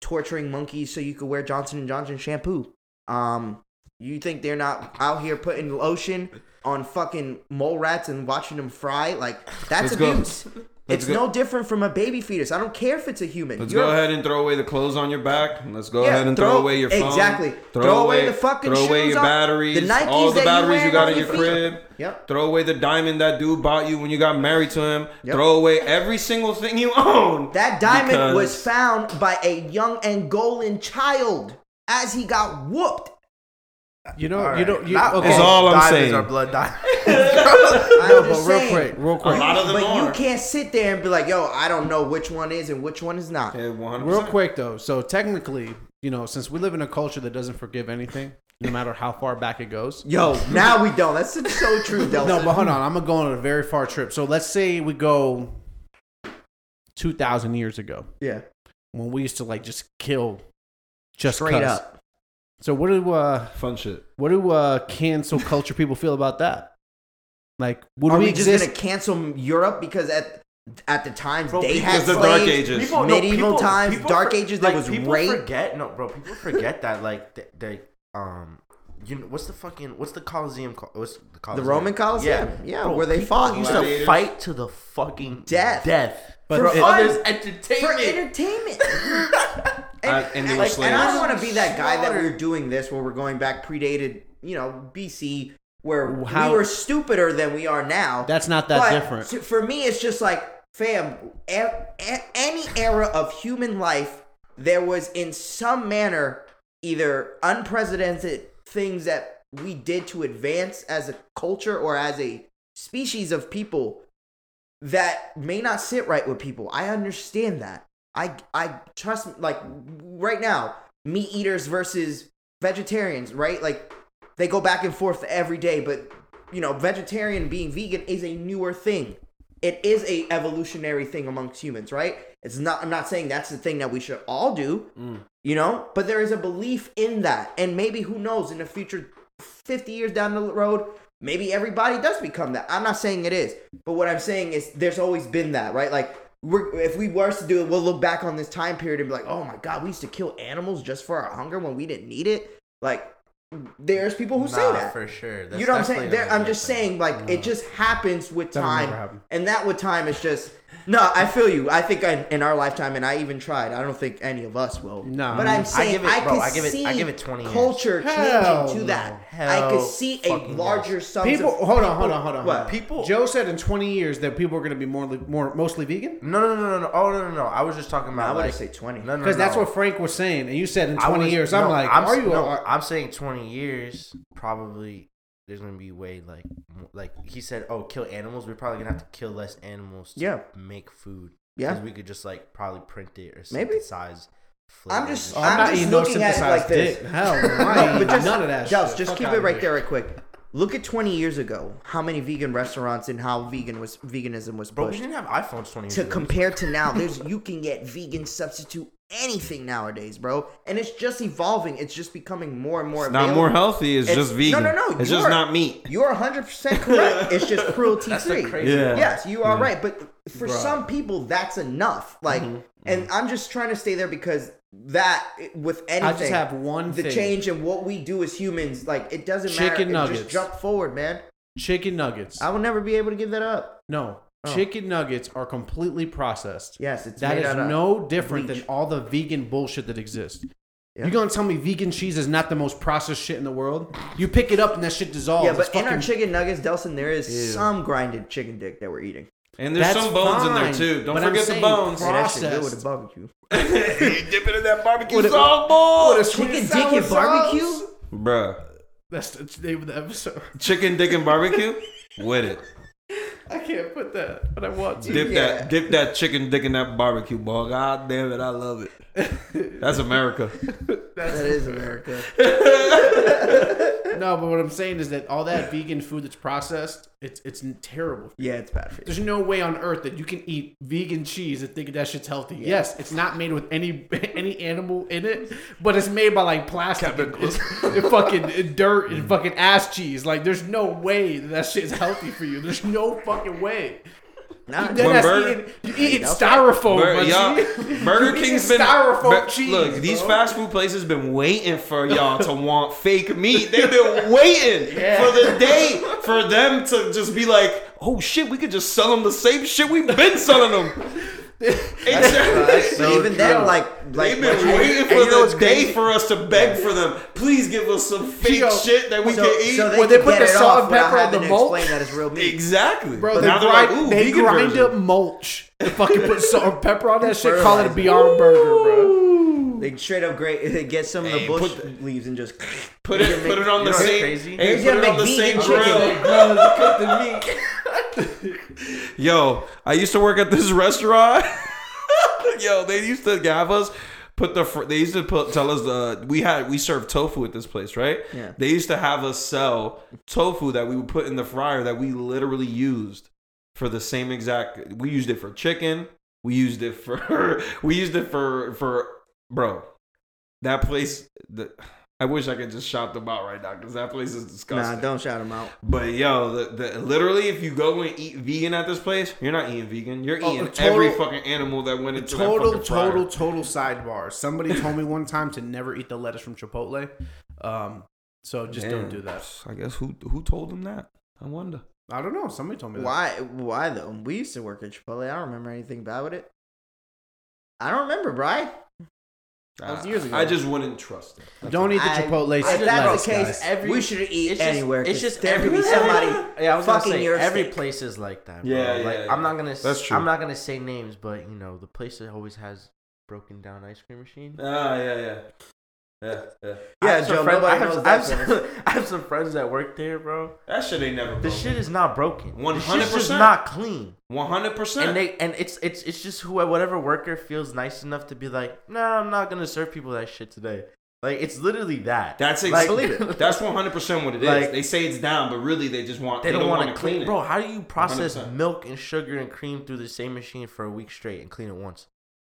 S1: torturing monkeys so you could wear Johnson and Johnson shampoo? Um, you think they're not out here putting lotion on fucking mole rats and watching them fry? Like that's
S3: Let's go.
S1: abuse.
S3: Let's
S1: It's
S3: go.
S1: no different from a baby fetus. I don't care if it's a human.
S3: Let's
S1: You're-
S3: go ahead and throw away the clothes on your back. Let's go
S1: Yeah,
S3: ahead and throw,
S1: throw-
S3: away your phone.
S1: exactly.
S3: Throw,
S1: Throw
S3: away
S1: away the fucking
S3: Throw away
S1: shoes
S3: your
S1: off-
S3: batteries.
S1: the Nikes
S3: all
S1: that
S3: the
S1: you
S3: batteries you
S1: wearing
S3: got
S1: on
S3: in your
S1: your feet.
S3: crib.
S1: Yep.
S3: Throw away the diamond that dude bought you when you got married to him.
S1: Yep.
S3: Throw away every single thing you own.
S1: That diamond
S3: Because-
S1: was found by a young Angolan child as he got whooped.
S2: You know,
S4: All
S2: you
S4: right.
S2: don't. You,
S4: Not
S2: okay.
S3: It's all I'm
S4: diamonds
S3: saying.
S4: Are blood diamonds.
S1: I'm
S2: No, but
S1: just
S2: real
S1: saying,
S2: quick, real quick.
S3: A lot of them
S1: but you
S3: are.
S1: can't sit there and be like, yo, I don't know which one is and which one is not.
S3: Yeah, 100%.
S2: Real quick though, so technically, you know, since we live in a culture that doesn't forgive anything, no matter how far back it goes.
S1: Yo, now we don't. That's so true, Delson.
S2: No, but hold on. I'm gonna go on a very far trip. So let's say we go two thousand years ago
S1: Yeah,
S2: when we used to like just kill, just
S1: straight
S2: 'cause.
S1: up.
S2: So what do uh,
S3: Fun shit.
S2: what do uh, cancel culture people feel about that? Like, would
S1: Are
S2: we,
S1: we, just
S2: exist?
S1: gonna cancel Europe because at at the times
S4: Bro,
S1: they
S4: because
S1: had
S3: the Dark
S1: slaves?
S3: Ages.
S4: People- no,
S1: Medieval
S4: people-
S1: times,
S4: people
S1: Dark
S4: for-
S1: Ages, there
S4: like,
S1: was
S4: people
S1: rape.
S4: Forget no, bro. People forget that like th- they, um, you know what's the fucking what's the Colosseum? called? What's the Colosseum?
S1: Roman Colosseum? Yeah, where they
S4: people
S1: fought
S4: used
S1: gladiators.
S4: to fight to the fucking
S1: Death.
S4: death.
S2: But
S4: for
S2: it-
S4: others
S1: for
S4: entertainment.
S1: entertainment.
S3: And, I, and they were
S1: Like, and I
S3: slaves.
S1: don't want to be that guy that
S4: Slaughtered.
S1: we're doing this where we're going back predated, you know, BC, where
S2: How-
S1: we were stupider than we are now.
S2: That's not that
S1: But
S2: different.
S1: to- for me, it's just like, fam, e- e- any era of human life, there was in some manner either unprecedented things that we did to advance as a culture or as a species of people that may not sit right with people. I understand that. I I trust like right now, meat eaters versus vegetarians, right? Like they go back and forth every day, but you know, vegetarian being vegan is a newer thing. It is a evolutionary thing amongst humans, right? It's not I'm not saying that's the thing that we should all do, you know, but there is a belief in that. And maybe who knows in the future 50 years down the road, maybe everybody does become that. I'm not saying it is, but what I'm saying is there's always been that, right? Like we're, if we were to do it, we'll look back on this time period and be like, "Oh my god, we used to kill animals just for our hunger when we didn't need it." Like there's people who say
S4: Nah,
S1: that.
S4: for sure. That's
S1: you know what I'm
S4: definitely
S1: saying? There,
S4: gonna
S1: I'm
S4: be
S1: just
S4: a thing. Mm.
S1: saying, like it just happens with
S2: That'll never
S1: time,
S2: happen.
S1: and that with time is just. No, I feel you. I think I, in our lifetime, and I even tried. I don't think any of us will.
S2: No.
S1: but I'm
S2: I
S1: saying I,
S4: give it- bro,
S1: could
S4: I give it-
S1: see
S4: I give it 20 years.
S1: culture
S2: Hell
S1: changing to
S2: no.
S1: that. I
S4: Hell
S1: could see a
S4: fucking
S1: larger sum.
S2: people, hold on, hold on, hold on.
S1: What?
S2: hold on.
S4: People-
S2: Joe said in 20 years that people are going to be more, more mostly vegan
S4: No, no, no, no, no. Oh, no, no, no. I was just talking
S1: I
S4: about.
S1: wouldn't
S4: like-
S1: say 20.
S4: No, no,
S2: because that's
S4: no.
S2: what Frank was saying, and you said in
S4: I
S2: 20
S4: was-
S2: years. I'm
S4: no,
S2: like, are
S4: s-
S2: you?
S4: No,
S2: are-
S4: I'm saying 20 years. Probably there's gonna be way like mo- like he said. Oh, kill animals. We're probably gonna have to kill less animals. To
S1: Yeah.
S4: Make food. 'Cause
S1: Yeah.
S4: We could just like probably print it or
S1: Maybe.
S4: synthesize.
S1: I'm
S4: flavors
S1: just-
S2: oh,
S4: and
S2: I'm,
S1: I'm
S2: not
S1: just
S2: eating no
S1: looking at it
S2: synthesized
S1: like this.
S2: dick. Hell, no,
S1: No,
S2: I
S1: but
S2: ain't
S1: just,
S2: none of that.
S1: Dels,
S2: shit.
S1: just
S2: Fuck
S1: keep
S2: outta
S1: it right
S2: here.
S1: there, right quick. Look at 20 years ago, how many vegan restaurants and how vegan was veganism was
S4: shit. Bro, we
S1: pushed.
S4: didn't have iPhones 20 years
S1: to
S4: ago.
S1: compare to now, there's you can get vegan substitute anything nowadays, bro, and it's just evolving. It's just becoming more and more.
S3: It's not
S1: available.
S3: more healthy. It's, just vegan.
S1: No, no, no.
S3: It's
S1: you
S3: just
S1: are-
S3: not meat.
S1: You're 100 percent correct. It's just cruelty
S4: That's
S1: free.
S4: the crazy.
S3: Yeah.
S1: Yes, you are right. But for some people, that's enough. Like,
S2: Mm-hmm.
S1: and I'm just trying to stay there because that with anything,
S2: I just have one
S1: the
S2: thing.
S1: change in what we do as humans. Like, it doesn't matter.
S2: Chicken
S1: It
S2: nuggets.
S1: Just jump forward, man.
S2: Chicken nuggets.
S1: I will never be able to give that up.
S2: no,
S1: Oh.
S2: chicken nuggets are completely processed.
S1: Yes, it's
S2: That
S1: made
S2: is
S1: out of-
S2: no different
S1: bleach.
S2: than all the vegan bullshit that exists.
S1: Yeah.
S2: You're gonna tell me vegan cheese is not the most processed shit in the world? You pick it up and that shit dissolves.
S1: Yeah,
S2: It's
S1: but in our
S2: fucking-
S1: chicken nuggets, Delson, there is some grinded chicken dick that we're eating.
S3: And there's
S2: That's
S3: some bones in there
S2: fine,
S3: too. Don't
S2: but I'm
S3: forget the
S2: saying
S3: bones.
S2: pro-
S1: Hey, that shit good with
S2: Processed.
S1: a barbecue.
S3: Dip it in that barbecue
S2: With a-
S3: sauce, boy.
S2: What a Oh, sweet
S1: Chicken dick
S2: and sour
S1: and barbecue.
S2: sauce.
S3: Bruh.
S2: That's the name of the episode.
S3: Chicken, dick, and barbecue? With it.
S2: I can't put that, but I want to.
S3: Dip
S1: Yeah.
S3: that dip that chicken dick in that barbecue ball. God damn it, I love it. That's America.
S1: That is America.
S2: No, but what I'm saying is that all that vegan food that's processed, it's it's terrible.
S1: Yeah, it's bad for you.
S2: There's no way on earth that you can eat vegan cheese and think that shit's healthy. Yes, it's not made with any any animal in it, but it's made by like plastic, and, it's, and fucking dirt,
S3: Mm.
S2: and fucking ass cheese. Like, there's no way that that shit's healthy for you. There's no fucking way.
S1: Nah,
S2: Then
S3: When
S2: that's
S3: Burger-
S2: eating, you eating styrofoam,
S3: Bur-
S2: my
S3: y'all,
S2: G.
S3: Burger
S2: You eating
S3: King's been
S2: styrofoam
S3: Bur-
S2: cheese.
S3: Look, these
S2: bro.
S3: fast food places been waiting for y'all to want fake meat. They've been waiting for the day for them to just be like, "Oh shit, we could just sell them the same shit we've been selling them."
S1: That's- even then, like, like
S3: They've been
S1: what you-
S3: waiting
S1: and
S3: for
S1: you know what's
S3: the
S1: crazy?
S3: day for us to beg for them. Please give us some fake
S2: Gio,
S3: shit that we
S1: So,
S3: can eat.
S1: so they,
S2: when
S1: they
S2: they put
S1: put
S2: the salt and
S1: pepper
S2: pepper on
S1: on
S2: the
S1: to
S2: mulch?
S1: Explain that it's real meat.
S3: exactly,
S2: Bro,
S3: But
S2: they
S3: now they're
S2: grind,
S3: "Ooh,
S2: they
S3: vegan
S2: grind
S3: version."
S2: up mulch. They fucking put salt and pepper on that shit. Call it a
S1: Fertilizer.
S2: Beyond Burger, bro.
S1: They straight up great. They get some of the
S3: Hey,
S1: bush
S3: put the-
S1: leaves and just.
S3: Put it, put it on the
S4: you know what's
S3: same.
S4: crazy?
S3: Hey,
S1: They're
S3: put it
S1: gonna
S3: on the
S1: make
S3: same
S1: vegan chicken.
S3: grill. Yo, I used to work at this restaurant. Yo, they used to have us put the fr- they used to put, tell us the we had we served tofu at this place, right?
S1: Yeah.
S3: They used to have us sell tofu that we would put in the fryer that we literally used for the same exact. We used it for chicken. We used it for we used it for for bro. That place. The, I wish I could just shout them out right now because that place is disgusting.
S1: Nah, don't shout him out.
S3: But yo, the, the literally, if you go and eat vegan at this place, you're not eating vegan. You're
S2: Oh,
S3: eating
S2: total-
S3: every fucking animal that went into
S2: total,
S3: that fucking fryer.
S2: total, total sidebar. Somebody told me one time to never eat the lettuce from Chipotle. Um, so just
S3: Damn.
S2: don't do that.
S3: I guess who who told them that? I wonder.
S2: I don't know. Somebody told me that.
S1: Why? Why though? We used to work at Chipotle. I don't remember anything about it. I don't remember, Brian.
S2: That was years ago.
S3: I just wouldn't trust it.
S2: Don't eat the
S1: I-
S2: Chipotle.
S1: If
S2: lettuce,
S1: that's the case,
S2: guys.
S4: every-
S1: we should eat
S4: it's just-
S1: anywhere.
S4: it's
S1: 'cause
S4: just
S1: there could be
S4: every-
S1: somebody.
S4: Yeah, I was gonna
S1: Fucking
S4: say
S1: your
S4: every
S1: steak.
S4: place is like that. Bro.
S3: Yeah, yeah,
S4: like
S3: yeah.
S4: I'm not gonna.
S3: That's
S4: That's
S3: true.
S4: I'm not gonna say names, but you know the place that always has broken down ice cream machine.
S3: Ah, yeah, yeah, yeah, yeah.
S4: I
S1: Yeah,
S4: have some
S1: Joe,
S4: friends-
S1: nobody
S4: I have,
S1: knows
S4: I have
S1: that
S4: some, I have some friends that work there, bro.
S3: That shit ain't never.
S4: The shit is not broken. The shit's just
S3: 100%.
S4: not clean.
S3: One hundred
S4: And
S3: percent.
S4: they and it's it's it's just who whatever worker feels nice enough to be like, nah, I'm not gonna serve people that shit today. Like it's literally that.
S3: That's
S4: like,
S3: exactly. That's one hundred percent what it is.
S4: Like-
S3: they say it's down, but really they just want.
S4: They, don't, want to clean,
S3: it.
S4: Bro, how do you process
S3: 100%.
S4: milk and sugar and cream through the same machine for a week straight and clean it once?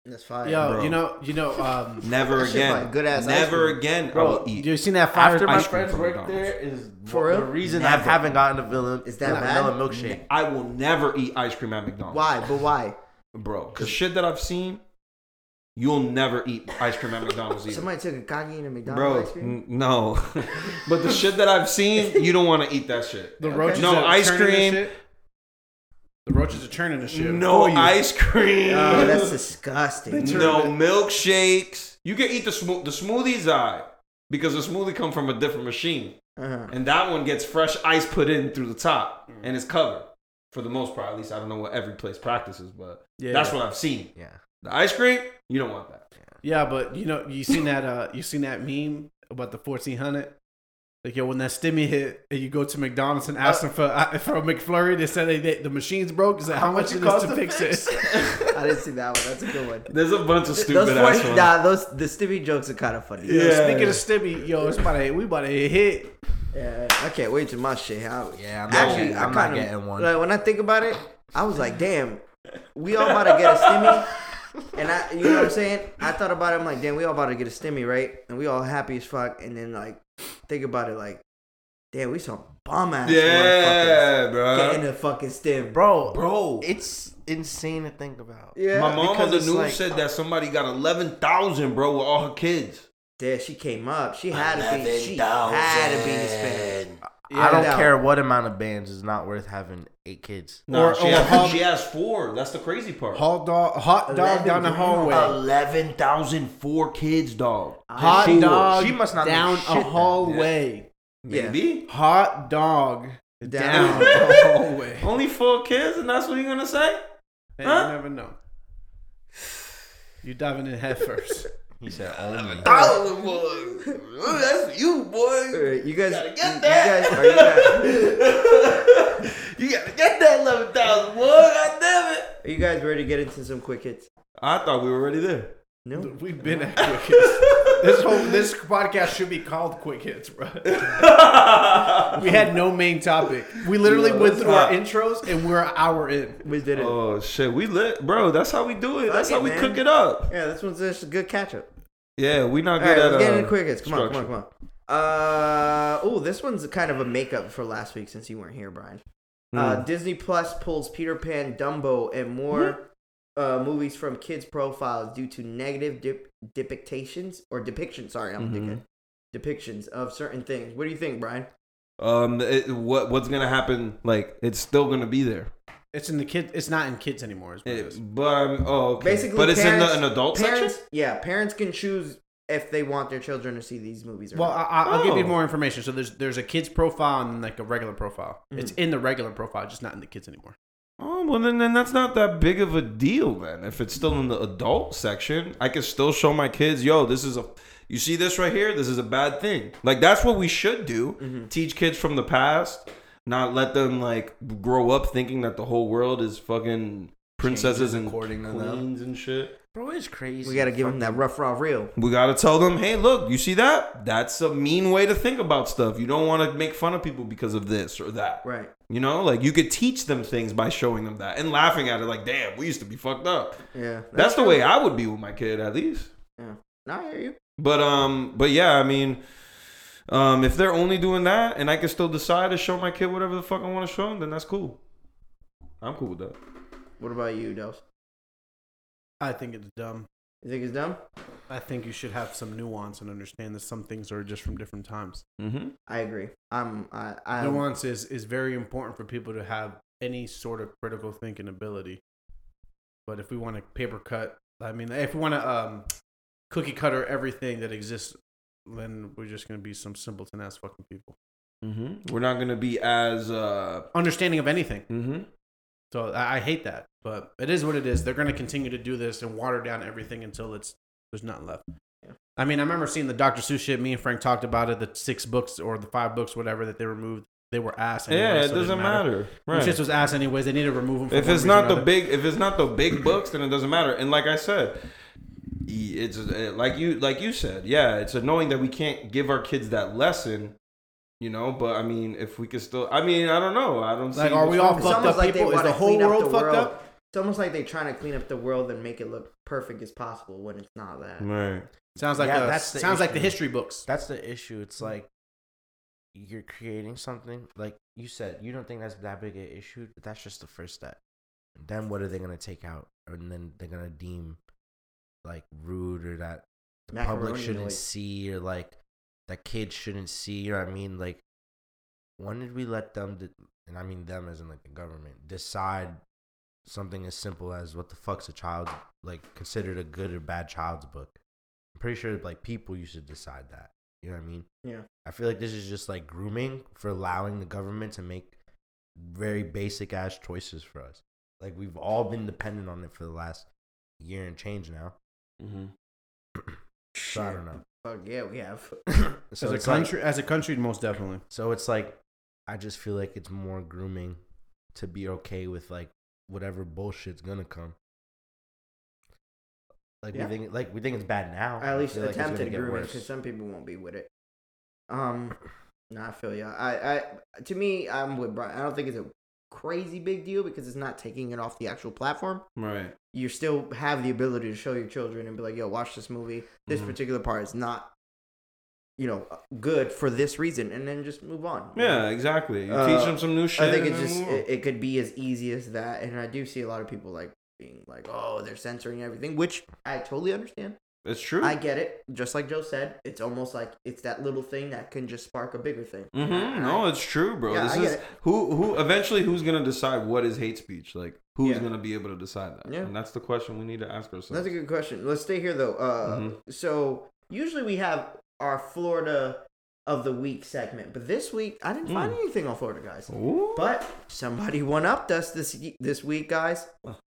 S1: That's fine.
S2: Yo,
S3: Bro.
S2: you know, you know, um,
S3: Never
S1: That shit
S3: again.
S1: like good-ass ice
S3: Never
S1: cream.
S3: again. I will eat.
S2: you seen that fire?
S4: After my
S3: ice cream
S4: friends
S3: from
S4: work
S3: McDonald's.
S4: there is
S1: For
S4: the
S1: real?
S4: reason I
S1: Never.
S4: haven't gotten a vanilla,
S1: Is that
S4: a
S1: bad?
S4: vanilla milkshake.
S3: I will never eat ice cream at McDonald's.
S1: Why? But why?
S3: bro. The shit that I've seen, you'll never eat ice cream at McDonald's either,
S1: Somebody took a cocky and a
S3: bro.
S1: McDonald's ice cream.
S3: n- no, but the shit that I've seen, you don't want to eat that shit.
S2: The roaches
S3: No
S2: are
S3: ice
S2: turning this
S3: cream.
S2: shit. The roaches are turning the shit.
S3: No
S2: for you.
S3: ice cream.
S2: Uh,
S1: Oh, that's disgusting.
S2: They
S3: no milkshakes. You can eat the smo- the smoothies I because the smoothie come from a different machine,
S1: Uh-huh.
S3: and that one gets fresh ice put in through the top,
S1: Mm.
S3: and it's covered for the most part. At least I don't know what every place practices, but
S2: Yeah,
S3: that's
S2: yeah.
S3: what I've seen.
S4: Yeah.
S3: The ice cream, you don't want that.
S2: Yeah, but you know, you seen that? Uh, you seen that meme about the fourteen hundred? Like yo, when that stimmy hit, and you go to McDonald's and ask them for uh, for a McFlurry, they said they, they, the machine's broke. Is like, how much it is to fix it?
S1: I didn't see that one. That's a good one.
S3: There's a bunch of stupid
S1: Those
S3: ass
S1: funny,
S3: ones.
S1: nah, those the Stevie jokes are kind of funny.
S2: Yo,
S3: Yeah.
S2: Speaking of stimmy, yo, it's about to we about to hit.
S1: Yeah, I can't wait till my shit out.
S4: Yeah, I'm not
S1: actually,
S4: getting-
S1: I
S4: I'm not
S1: kinda-
S4: getting one.
S1: Like, when I think about it, I was like, damn, we all about to get a stimmy. And I, you know what I'm saying? I thought about it. I'm like, damn, we all about to get a stimmy, right? And we all happy as fuck. And then like, think about it, like, damn, we some bum ass motherfuckers
S3: yeah, bro.
S1: getting a fucking stim,
S4: Bro,
S3: Bro.
S4: it's insane to think about.
S1: Yeah,
S3: My mom on
S4: because
S3: the
S4: it's
S3: news
S4: like-
S1: uh,
S3: said that somebody got eleven thousand, bro, with all her kids.
S1: Yeah, she came up. She had to be. She had to be Hispanic.
S4: I don't
S1: Yeah.
S4: care what amount of bands is not worth having eight kids.
S3: No,
S2: Or-
S3: she,
S2: or
S3: has,
S2: how-
S3: she has four. That's the crazy part.
S2: Hot dog, hot dog
S1: Eleven
S2: down the
S1: grand.
S2: hallway.
S3: Eleven thousand four kids, dog.
S2: Hot
S3: Four.
S2: dog.
S4: She must not know
S2: down
S4: shit
S2: a
S4: then.
S2: hallway.
S3: Maybe
S2: Hot dog
S1: Down.
S2: down, a hallway.
S3: only four kids, and that's what you're gonna say?
S2: Hey,
S3: Huh?
S2: You never know. You diving in head first.
S4: He said only.
S3: Thousand boys. That's you, boy.
S1: Alright, You guys,
S3: gotta
S1: you-
S3: get
S1: you
S3: that.
S1: guys- are you guys-
S3: you gotta get that eleven thousand, boy. God damn it.
S1: are you guys ready to get into some quick hits?
S3: I thought we were already there.
S1: No.
S2: We've been at quick hits. This whole this podcast should be called quick hits, bro. we had no main topic. We literally
S3: Yo,
S2: went
S3: that's
S2: through our
S3: hot.
S2: intros and we're an hour in.
S1: We did it.
S3: Oh shit, we lit, bro. That's how we do it. That's
S1: it,
S3: how we
S1: man.
S3: cook it up.
S1: Yeah, this one's just a good catch up.
S3: Yeah, we not
S1: All right,
S3: good at
S1: let's get
S3: uh,
S1: into quick hits. Come on, come on,
S3: structure.
S1: come on. Uh, oh, this one's kind of a makeup for last week since you weren't here, Brian.
S3: Hmm.
S1: Uh, Disney Plus pulls Peter Pan, Dumbo, and more uh, movies from kids' profiles due to negative dip- depictions or depiction. Sorry,
S3: Mm-hmm.
S1: I'm thinking depictions of certain things. What do you think, Brian?
S3: Um, it, what what's gonna happen? Like, it's still gonna be there.
S2: It's in the kid. It's not in kids anymore. Is what it is.
S3: It, but um, oh, okay.
S1: Basically,
S3: but it's
S1: parents,
S3: in the, an adult
S1: parents,
S3: section.
S1: Yeah, parents can choose if they want their children to see these movies. Or
S2: Well,
S1: not.
S2: I, I- I'll give you
S3: Oh.
S2: more information. So there's there's a kids profile and like a regular profile. It's in the regular profile, just not in the kids anymore.
S3: Oh well, then, then that's not that big of a deal. Then, if it's still in the adult section, I can still show my kids, yo, this is a. You see this right here? This is a bad thing. Like that's what we should do. Teach kids from the past, not let them like grow up thinking that the whole world is fucking princesses and
S2: according to them.
S3: queens and shit.
S4: Bro, it's crazy.
S1: We gotta give him that
S4: Fucking-
S1: rough raw real.
S3: We gotta tell them, hey, look, you see that? That's a mean way to think about stuff. You don't want to make fun of people because of this or that.
S1: Right.
S3: You know, like you could teach them things by showing them that and laughing at it. Like, damn, we used to be fucked up.
S1: Yeah.
S3: That's the way I would be with my kid, at least.
S1: No, I hear you.
S3: But um, but yeah, I mean, um, if they're only doing that, and I can still decide to show my kid whatever the fuck I want to show them, then that's cool. I'm cool with that.
S1: What about you, Dels?
S2: I think it's dumb.
S1: You think it's dumb?
S2: I think you should have some nuance and understand that some things are just from different times.
S3: Mm-hmm.
S1: I agree. I'm. I. I
S3: Um,
S2: nuance is, is very important for people to have any sort of critical thinking ability. But if we want to paper cut, I mean, if we want to um, cookie cutter everything that exists, then we're just going to be some simpleton ass fucking people.
S3: Mm-hmm. We're not gonna be as uh.
S2: Understanding of anything.
S3: Mm-hmm.
S2: So I, I hate that, but it is what it is. They're going to continue to do this and water down everything until it's there's nothing left. I mean, I remember seeing the Dr. Seuss shit. Me and Frank talked about it. The six books or the five books, whatever that they removed, they were ass. Anyway,
S3: Yeah,
S2: so
S3: it doesn't
S2: didn't
S3: matter.
S2: Them
S3: Right.
S2: shits was ass anyways. They need to remove them. for
S3: if
S2: one
S3: it's
S2: reason
S3: not
S2: or
S3: the
S2: another.
S3: big if it's not the big books then it doesn't matter and like i said y- it's uh, like you like you said yeah it's annoying that we can't give our kids that lesson you know but i mean if we could still i mean i don't know i don't
S2: like,
S3: see
S2: are
S3: what's
S2: we
S3: wrong
S2: all
S3: with
S1: It's
S2: fucked
S1: almost
S2: up
S1: like they
S2: people? Is
S1: wanna
S2: the whole
S1: clean up
S2: world
S1: the
S2: fucked
S1: world.
S2: up?
S1: It's almost like they're trying to clean up the world and make it look perfect as possible when it's not that.
S3: it? right
S2: Sounds like
S4: Yeah,
S2: the,
S4: that's the
S2: sounds like the
S4: issue.
S2: history books.
S4: That's the issue. It's like you're creating something. Like you said, you don't think that's that big an issue, but that's just the first step. Then what are they gonna take out? And then they're gonna deem like rude or that the public
S1: Macaroni
S4: shouldn't
S1: noise.
S4: see or like that kids shouldn't see. You know what I mean? Like when did we let them? De- and I mean them as in like the government decide something as simple as what the fuck's a child like considered a good or bad child's book. I'm pretty sure like people used to decide that. You know what I mean?
S1: Yeah.
S4: I feel like this is just like grooming for allowing the government to make very basic ass choices for us. Like we've all been dependent on it for the last year and change now.
S3: mm-hmm.
S4: So I don't know.
S1: Fuck yeah, we have.
S4: So
S2: as a
S4: it's like-
S2: country, as a country, most definitely.
S4: So it's like I just feel like it's more grooming to be okay with like whatever bullshit's gonna come. Like
S1: Yeah.
S4: we think like we think it's bad now.
S1: At
S4: I
S1: least
S4: feel like it's gonna
S1: attempted
S4: get
S1: grooming
S4: worse.
S1: because some people won't be with it. Um, no, I feel ya. I, I, to me, I'm with Brian. I don't think it's a crazy big deal because it's not taking it off the actual platform.
S3: right
S1: You still have the ability to show your children and be like, "Yo, watch this movie. This
S3: Mhm.
S1: particular part is not, you know, good for this reason," and then just move on.
S3: yeah exactly you
S1: Uh,
S3: teach them some new shit
S1: I think
S3: and
S1: it's
S3: then
S1: just
S3: move on.
S1: it, it could be as easy as that, and I do see a lot of people like being like, "Oh, they're censoring everything," which I totally understand.
S3: it's true
S1: I get it. Just like Joe said, it's almost like it's that little thing that can just spark a bigger thing.
S3: Mm-hmm. No, it's true, bro.
S1: Yeah,
S3: this
S1: I get
S3: is
S1: it.
S3: who who eventually who's gonna decide what is hate speech? Like who's
S1: Yeah.
S3: gonna be able to decide that?
S1: Yeah.
S3: And that's the question we need to ask ourselves.
S1: That's a good question. Let's stay here though.
S3: Mm-hmm.
S1: Uh, So usually we have our Florida of the week segment, but this week I didn't
S3: Mm.
S1: find anything on Florida guys.
S3: Ooh.
S1: But somebody one upped us this y- this week, guys.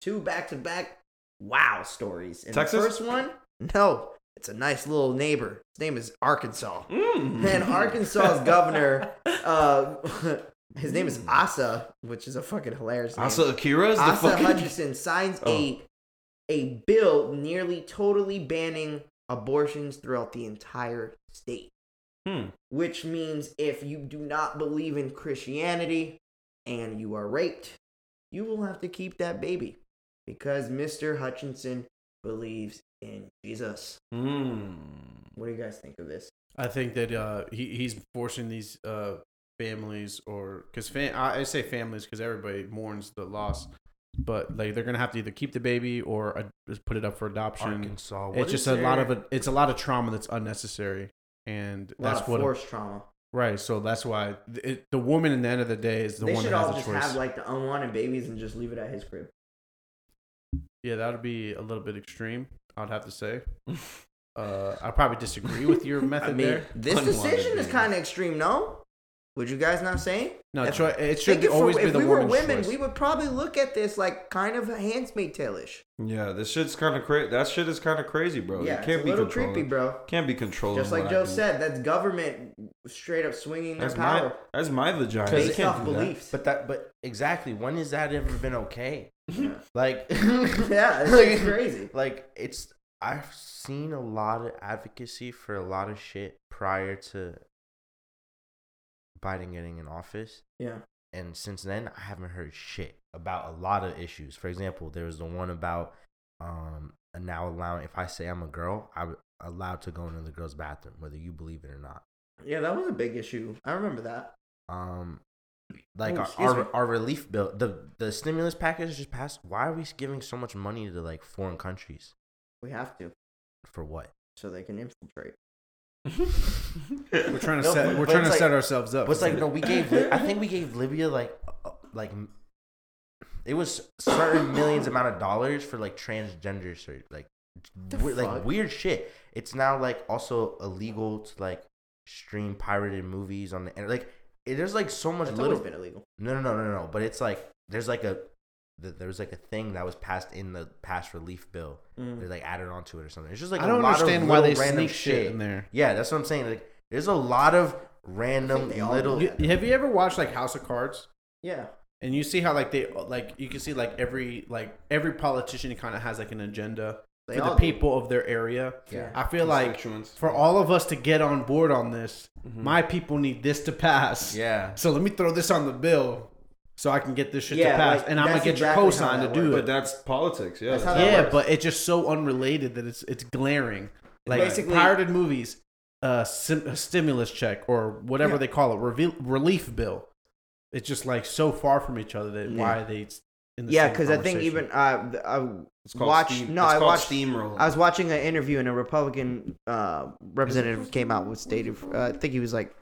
S1: Two back to back wow stories. And
S3: Texas?
S1: The first one, no, it's a nice little neighbor. His name is Arkansas.
S3: Mm-hmm. Mm.
S1: And Arkansas's governor, uh, his name is Asa, which is a fucking hilarious name.
S3: Asa Akira's the
S1: Asa
S3: fucking
S1: Hutchinson signs
S2: Oh.
S1: a a bill nearly totally banning abortions throughout the entire state.
S3: Hmm.
S1: Which means if you do not believe in Christianity and you are raped, you will have to keep that baby because Mr. Hutchinson believes in Jesus.
S3: Mm.
S1: What do you guys think of this?
S2: I think that uh, he he's forcing these uh, families or because fam- I, I say families because everybody mourns the loss, but like they're gonna have to either keep the baby or uh, just put it up for adoption.
S4: Arkansas. what
S2: it's just
S4: is
S2: a lot
S4: there?
S2: of a, it's a lot of trauma that's unnecessary, and
S1: A lot
S2: that's
S1: of
S2: what
S1: forced trauma.
S2: right. So that's why th- it, the woman in the end of the day is the
S1: they
S2: one
S1: should
S2: that
S1: all
S2: has the
S1: just
S2: choice.
S1: have like the unwanted babies and just leave it at his crib.
S2: yeah, that would be a little bit extreme. I'd have to say. Uh, I probably disagree with your
S1: I
S2: method
S1: mean,
S2: there.
S1: this
S3: Unwanted
S1: decision is
S3: babies.
S1: kind of extreme, no? Would you guys not saying?
S2: No,
S1: If-
S2: Troy, it should
S1: Thinking for-
S2: always be
S1: if
S2: the
S1: we were
S2: woman's
S1: women,
S2: choice.
S1: we would probably look at this like kind of handsmaid tailish.
S3: Yeah, this shit's kind of crazy. That shit is kind of crazy, bro.
S1: yeah,
S3: you
S1: it's
S3: can't
S1: a
S3: be
S1: little
S3: controlling.
S1: creepy, bro.
S3: Can't be controlling.
S1: Just like
S3: what I
S1: Joe
S3: do.
S1: said, that's government straight up swinging their
S3: that's my
S1: power
S3: that's my vagina. You
S1: based
S3: can't
S1: off
S3: do that.
S1: beliefs.
S4: But that, but exactly, when has that ever been okay? like,
S1: yeah, it's just crazy.
S4: like it's. I've seen a lot of advocacy for a lot of shit prior to Biden getting in office,
S1: Yeah,
S4: and since then, I haven't heard shit about a lot of issues. For example, there was the one about um now allowing if I say I'm a girl, I'm allowed to go into the girls' bathroom, whether you believe it or not.
S1: yeah, that was a big issue. I remember that.
S4: um like
S1: Oh,
S4: our,
S1: excuse me.
S4: our, our relief bill the the stimulus package just passed why are we giving so much money to like foreign countries
S1: We have to,
S4: for what
S1: so they can infiltrate.
S2: We're trying to
S4: No,
S2: set.
S4: but-
S2: We're
S4: but
S2: trying to
S4: it's
S2: set
S4: like-
S2: ourselves up.
S4: but it's like no we gave Li- i think we gave libya like uh, like it was certain millions amount of dollars for like transgender surgery like we- like
S1: fuck?
S4: weird shit it's now like also illegal to like stream pirated movies on the internet like it, there's like so much
S1: It's always
S4: little
S1: been illegal.
S4: No, no, no, no, no. But it's like there's like a th- there was like a thing that was passed in the past relief bill.
S1: Mm.
S4: They like added onto it or something. It's just like
S2: I
S4: a
S2: don't
S4: lot
S2: understand
S4: of
S2: why
S4: little
S2: they
S4: random
S2: sneak shit in there.
S4: Yeah, that's what I'm saying. Like there's a lot of random
S1: they all
S4: little.
S1: do
S2: You- have you ever watched like House of Cards?
S1: Yeah,
S2: and you see how like they like you can see like every like every politician kind of has like an agenda
S1: They
S2: for
S1: all
S2: the
S1: do.
S2: people of their area.
S1: Yeah.
S2: I feel like for all of us to get on board on this, my people need this to pass.
S4: Yeah.
S2: So let me throw this on the bill so I can get this shit
S1: Yeah,
S2: to pass,
S1: like,
S2: and I'm gonna
S1: that's
S2: get
S1: exactly
S2: your
S1: how
S2: cosign
S1: that
S2: to do
S1: works.
S2: it.
S3: But that's politics. Yeah,
S1: That's how
S3: that's-
S1: that
S2: yeah,
S1: works.
S2: but it's just so unrelated that it's it's glaring. Like
S1: Basically-
S2: pirated movies, uh, sim- a stimulus check or whatever they call it, reveal- relief bill. It's just like so far from each other that
S1: Yeah.
S2: why are they s- in the
S1: yeah,
S2: same
S1: because I think even
S2: conversation?
S1: uh, th- I
S3: it's called
S1: watched.
S3: steam-
S1: no,
S3: it's
S1: I
S3: called
S1: watched.
S3: steamroll.
S1: I was watching an interview and a Republican uh, representative came out with stated. Uh, I think he was like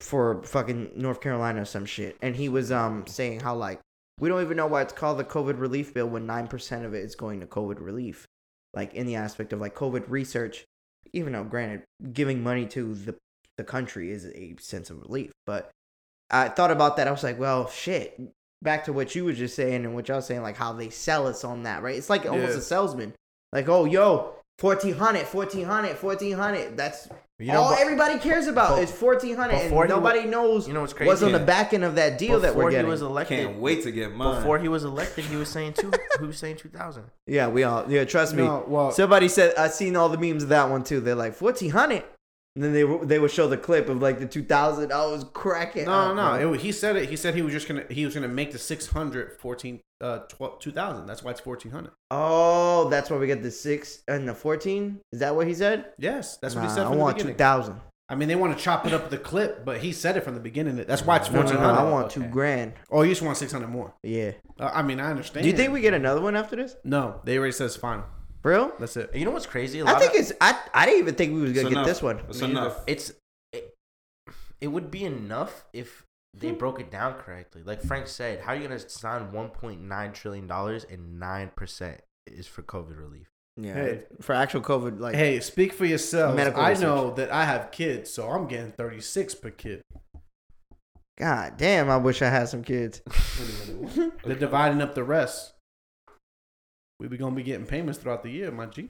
S1: for fucking North Carolina or some shit, and he was um saying how like we don't even know why it's called the COVID relief bill when nine percent of it is going to COVID relief, like in the aspect of like COVID research. Even though, granted, giving money to the the country is a sense of relief, but I thought about that. I was like, well, shit. Back to what you were just saying and what y'all saying, like how they sell us on that, right? It's like almost
S2: Yeah.
S1: a salesman. Like, oh, yo, 1400, 1400, 1400. That's
S4: You know,
S1: all
S4: but-
S1: everybody cares about
S4: but-
S1: is 1400
S4: before
S1: and
S4: he wa-
S1: nobody knows
S4: you know what's
S1: what's on
S4: crazy?
S1: the back end of that deal that we're
S4: Before he
S1: getting.
S4: was elected,
S3: can't wait to get mine.
S4: Before he was elected, he was saying two. he was saying two thousand.
S1: yeah, we all, yeah, trust me.
S2: No, well-
S1: Somebody said, i seen all the memes of that one too. They're like, 1400. And then they, w- they would show the clip of like the 2000. I was cracking
S2: no,
S1: up,
S2: no,
S1: bro.
S2: it wa- he said it. He said he was just gonna he was gonna make the 600 14 uh 12, 2000. That's why it's 1400.
S1: Oh, that's why we get the six and the fourteen. Is that what he said?
S2: Yes, that's
S1: nah,
S2: what he said
S1: I
S2: from the
S1: want two
S2: beginning.
S1: thousand.
S2: I mean, they want to chop it up with the clip, but he said it from the beginning. that- That's why it's
S1: No, no, no,
S2: 1400.
S1: I want two grand.
S2: Oh, you just want 600 more.
S1: Yeah.
S2: Uh, I mean, I understand.
S1: Do you think we get another one after this?
S2: No, they already says final.
S1: For real?
S2: That's it.
S4: You know what's crazy? A lot
S1: I think
S4: of,
S1: it's. I I didn't even think we was
S3: It's
S1: gonna get
S3: enough.
S1: this one.
S3: It's enough.
S4: it's it, it would be enough if
S1: Hmm.
S4: they broke it down correctly. Like Frank said, how are you gonna sign one point nine trillion dollars and nine percent is for COVID relief?
S1: Yeah.
S2: Hey.
S1: For actual COVID, like
S2: Hey, speak for yourself.
S1: Medical
S2: I
S1: research.
S2: know that I have kids, so I'm getting 36 per kid.
S1: God damn, I wish I had some kids.
S2: They're dividing up the rest. We be gonna be getting payments throughout the year, my G.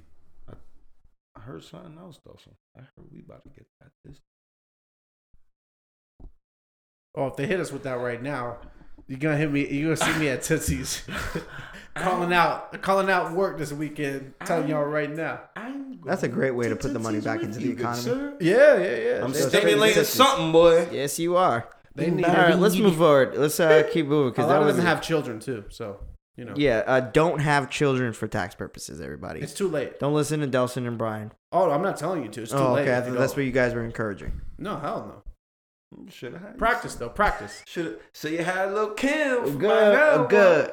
S3: I heard something else though. So I heard we about to get that this.
S2: Oh, if they hit us with that right now, you're gonna hit me. You're gonna see me at Tootsie's, calling out, calling out work this weekend. Telling y'all right now.
S1: That's a great way to put the money back into the economy.
S2: Yeah, yeah, yeah.
S3: I'm
S2: They-
S1: That's
S3: stimulating
S1: sixties.
S3: something, boy.
S1: Yes, you are.
S2: They need.
S1: All right, let's move forward. Let's uh, keep moving
S2: A
S1: because that
S2: lot of
S1: was
S2: them have children too, so you know.
S1: yeah. Uh, don't have children for tax purposes, everybody.
S2: It's too late.
S1: Don't listen to Delson and Brian.
S2: Oh, I'm not telling you to. It's too
S1: Oh,
S2: late.
S1: okay. I
S2: if you
S1: thought that's
S2: don't.
S1: what you guys were encouraging.
S2: No, hell no.
S3: Should have
S2: Practice though. Practice.
S3: Should so you had a little Kim. for my
S1: good,
S3: girl, boy.
S1: good.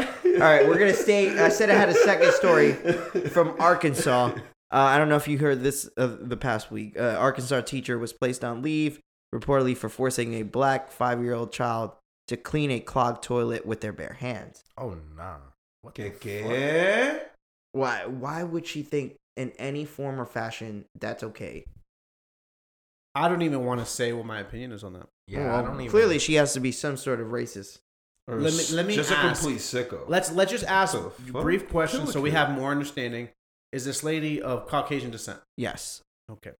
S1: All right, we're gonna stay. I said I had a second story from Arkansas. Uh, I don't know if you heard this uh, the past week. Uh, Arkansas teacher was placed on leave reportedly for forcing a black five year old child to clean a clogged toilet with their bare hands.
S4: Oh nah. What the
S3: Que
S4: fuck?
S3: que?
S1: Why? Why would she think in any form or fashion that's okay?
S2: I don't even want to say what my opinion is on that.
S4: Yeah, I
S1: Well,
S4: don't even.
S1: Clearly, she has to be some sort of racist.
S3: Or
S2: Let me-
S3: s-
S2: let me
S3: just
S2: ask.
S3: a complete sicko.
S2: Let's let's just ask
S3: The fuck?
S2: brief questions so we
S3: Kill a
S2: have more understanding. Is this lady of Caucasian descent?
S1: Yes.
S2: Okay.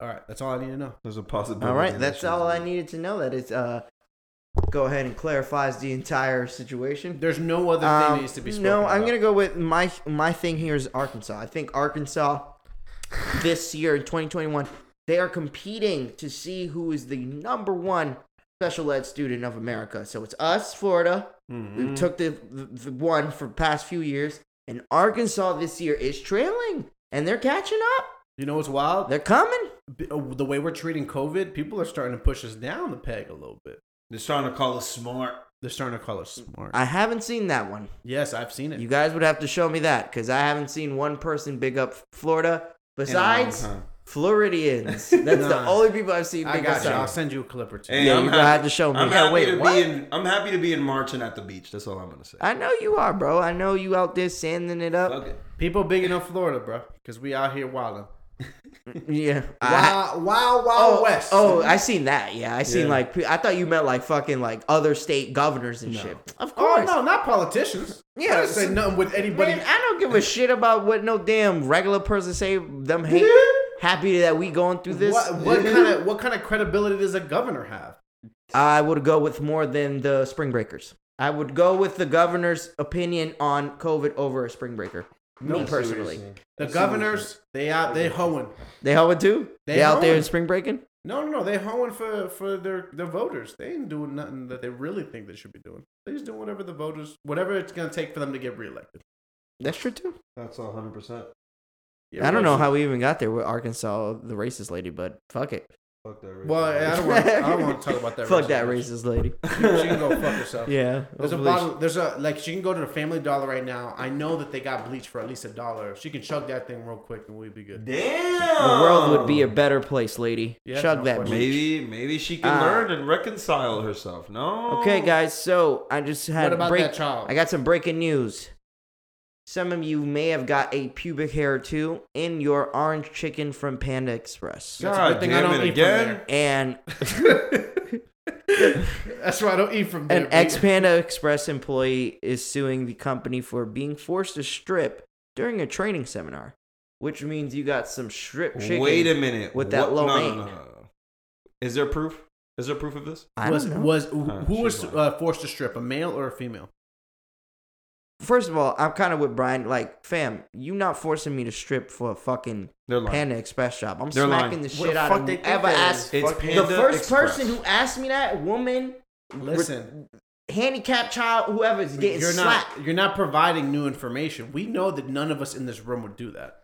S2: All right, that's all I need to know.
S3: There's a possibility.
S1: All right,
S3: that
S1: that's
S3: she's-
S1: all I needed to know. That it's uh, go ahead and clarifies the entire situation.
S2: There's no other thing
S1: Um,
S2: that needs to be spoken
S1: no, I'm
S2: about.
S1: gonna go with my my thing here is Arkansas. I think Arkansas this year in 2021 they are competing to see who is the number one special ed student of America. So it's us, Florida. We took the, the, the one for past few years, and Arkansas this year is trailing, and they're catching up.
S2: You know what's wild?
S1: They're coming.
S2: B- uh, The way we're treating COVID, people are starting to push us down the peg a little bit.
S3: They're trying to call us smart.
S2: They're starting to call us smart.
S1: I haven't seen that one.
S2: yes, I've seen it.
S1: You guys would have to show me that because I haven't seen one person big up Florida
S3: in a long
S1: besides
S3: time.
S1: Floridians. That's the
S2: Nah.
S1: only people I've seen
S2: I
S1: big
S2: got
S1: us
S2: you. I'll
S1: up.
S2: send you a clip or two.
S3: Hey,
S1: Yeah,
S3: I'm
S1: you
S3: happy,
S1: gotta have to show me.
S3: I'm
S1: Yeah,
S3: happy
S1: wait,
S3: to
S1: what? Uh,
S3: be in. I'm happy to be in March and at the beach. That's all I'm gonna say.
S1: I know you are, bro. I know you out there sanding it up.
S3: Fuck it.
S2: People big enough Florida, bro, because we out here wilding.
S1: Yeah. I-
S2: Wow, wow, wow,
S1: oh,
S2: west.
S1: oh, I seen that. Yeah, I seen
S3: Yeah.
S1: like. pe- I thought you meant like fucking like other state governors and shit. Of
S2: oh
S1: course.
S2: no, not politicians.
S1: Yeah,
S2: I didn't say nothing with anybody.
S1: Man, I don't give a shit about what no damn regular person say. Them hate. Happy that we going through this.
S2: what what kind of what kind of credibility does a governor have?
S1: I would go with more than the spring breakers. I would go with the governor's opinion on COVID over a spring breaker. Me personally.
S2: The governors, they out, they hoeing.
S1: They hoeing too?
S2: They
S1: They, out there
S2: hoeing.
S1: in spring breaking?
S2: No, no, no, they hoeing for for their their voters. They ain't doing nothing that they really think they should be doing. They just doing whatever the voters, whatever it's gonna take for them to get reelected.
S1: That's true too.
S3: That's all 100. percent
S2: Yeah,
S1: I don't know
S2: well,
S1: how we even got there with Arkansas, the racist lady, but fuck it.
S3: Fuck that.
S2: Well, I don't want. I don't want to talk about that.
S1: fuck
S2: racist
S1: that
S2: bitch.
S1: racist lady.
S2: She can go fuck herself.
S1: Yeah.
S2: There's a
S1: hopefully
S2: bottle. There's a like. She can go to the Family Dollar right now. I know that they got bleach for at least a dollar. She can chug that thing real quick and we'd be good.
S1: The
S3: Damn.
S1: world would be a better place, lady.
S2: Oh. Yeah,
S1: Chug
S2: no
S1: that.
S2: question.
S1: bitch.
S3: Maybe, maybe she can
S1: Ah.
S3: learn and reconcile herself. No.
S1: Okay, guys. So I just had
S2: Oh. What about
S1: break-
S2: that child?
S1: I got some breaking news. Some of you may have got a pubic hair or two in your orange chicken from Panda Express.
S2: Yeah.
S3: God
S2: That's a good thing I
S3: damn
S2: don't
S3: it
S2: eat from
S3: again.
S1: And
S2: That's why I don't eat from there.
S1: an
S2: baby.
S1: ex Panda Express employee is suing the company for being forced to strip during a training seminar, which means you got some strip chicken.
S3: Wait a minute.
S1: with that lo
S3: What- no, no,
S1: mein.
S3: no, no, no. Is there proof? Is there proof of this?
S1: I
S2: was
S1: don't know.
S2: was who
S3: Uh,
S2: who
S3: she's
S2: was
S3: lying.
S2: uh, forced to strip? A male or a female?
S1: First of all, I'm kind of with Brian. Like, fam, you not forcing me to strip for a fucking
S3: They're lying.
S1: Panda Express job. I'm
S3: They're
S1: smacking
S3: lying.
S1: the
S2: Where
S1: shit
S2: the
S1: out
S2: fuck
S1: of
S2: they think
S1: whoever
S2: that is?
S1: asks.
S3: It's
S4: Fuck
S3: Panda
S1: the first
S3: Express.
S1: person who asked me that, woman,
S2: Listen,
S1: handicapped child, whoever's getting
S2: you're
S1: slapped.
S2: not you're not providing new information. We know that none of us in this room would do that.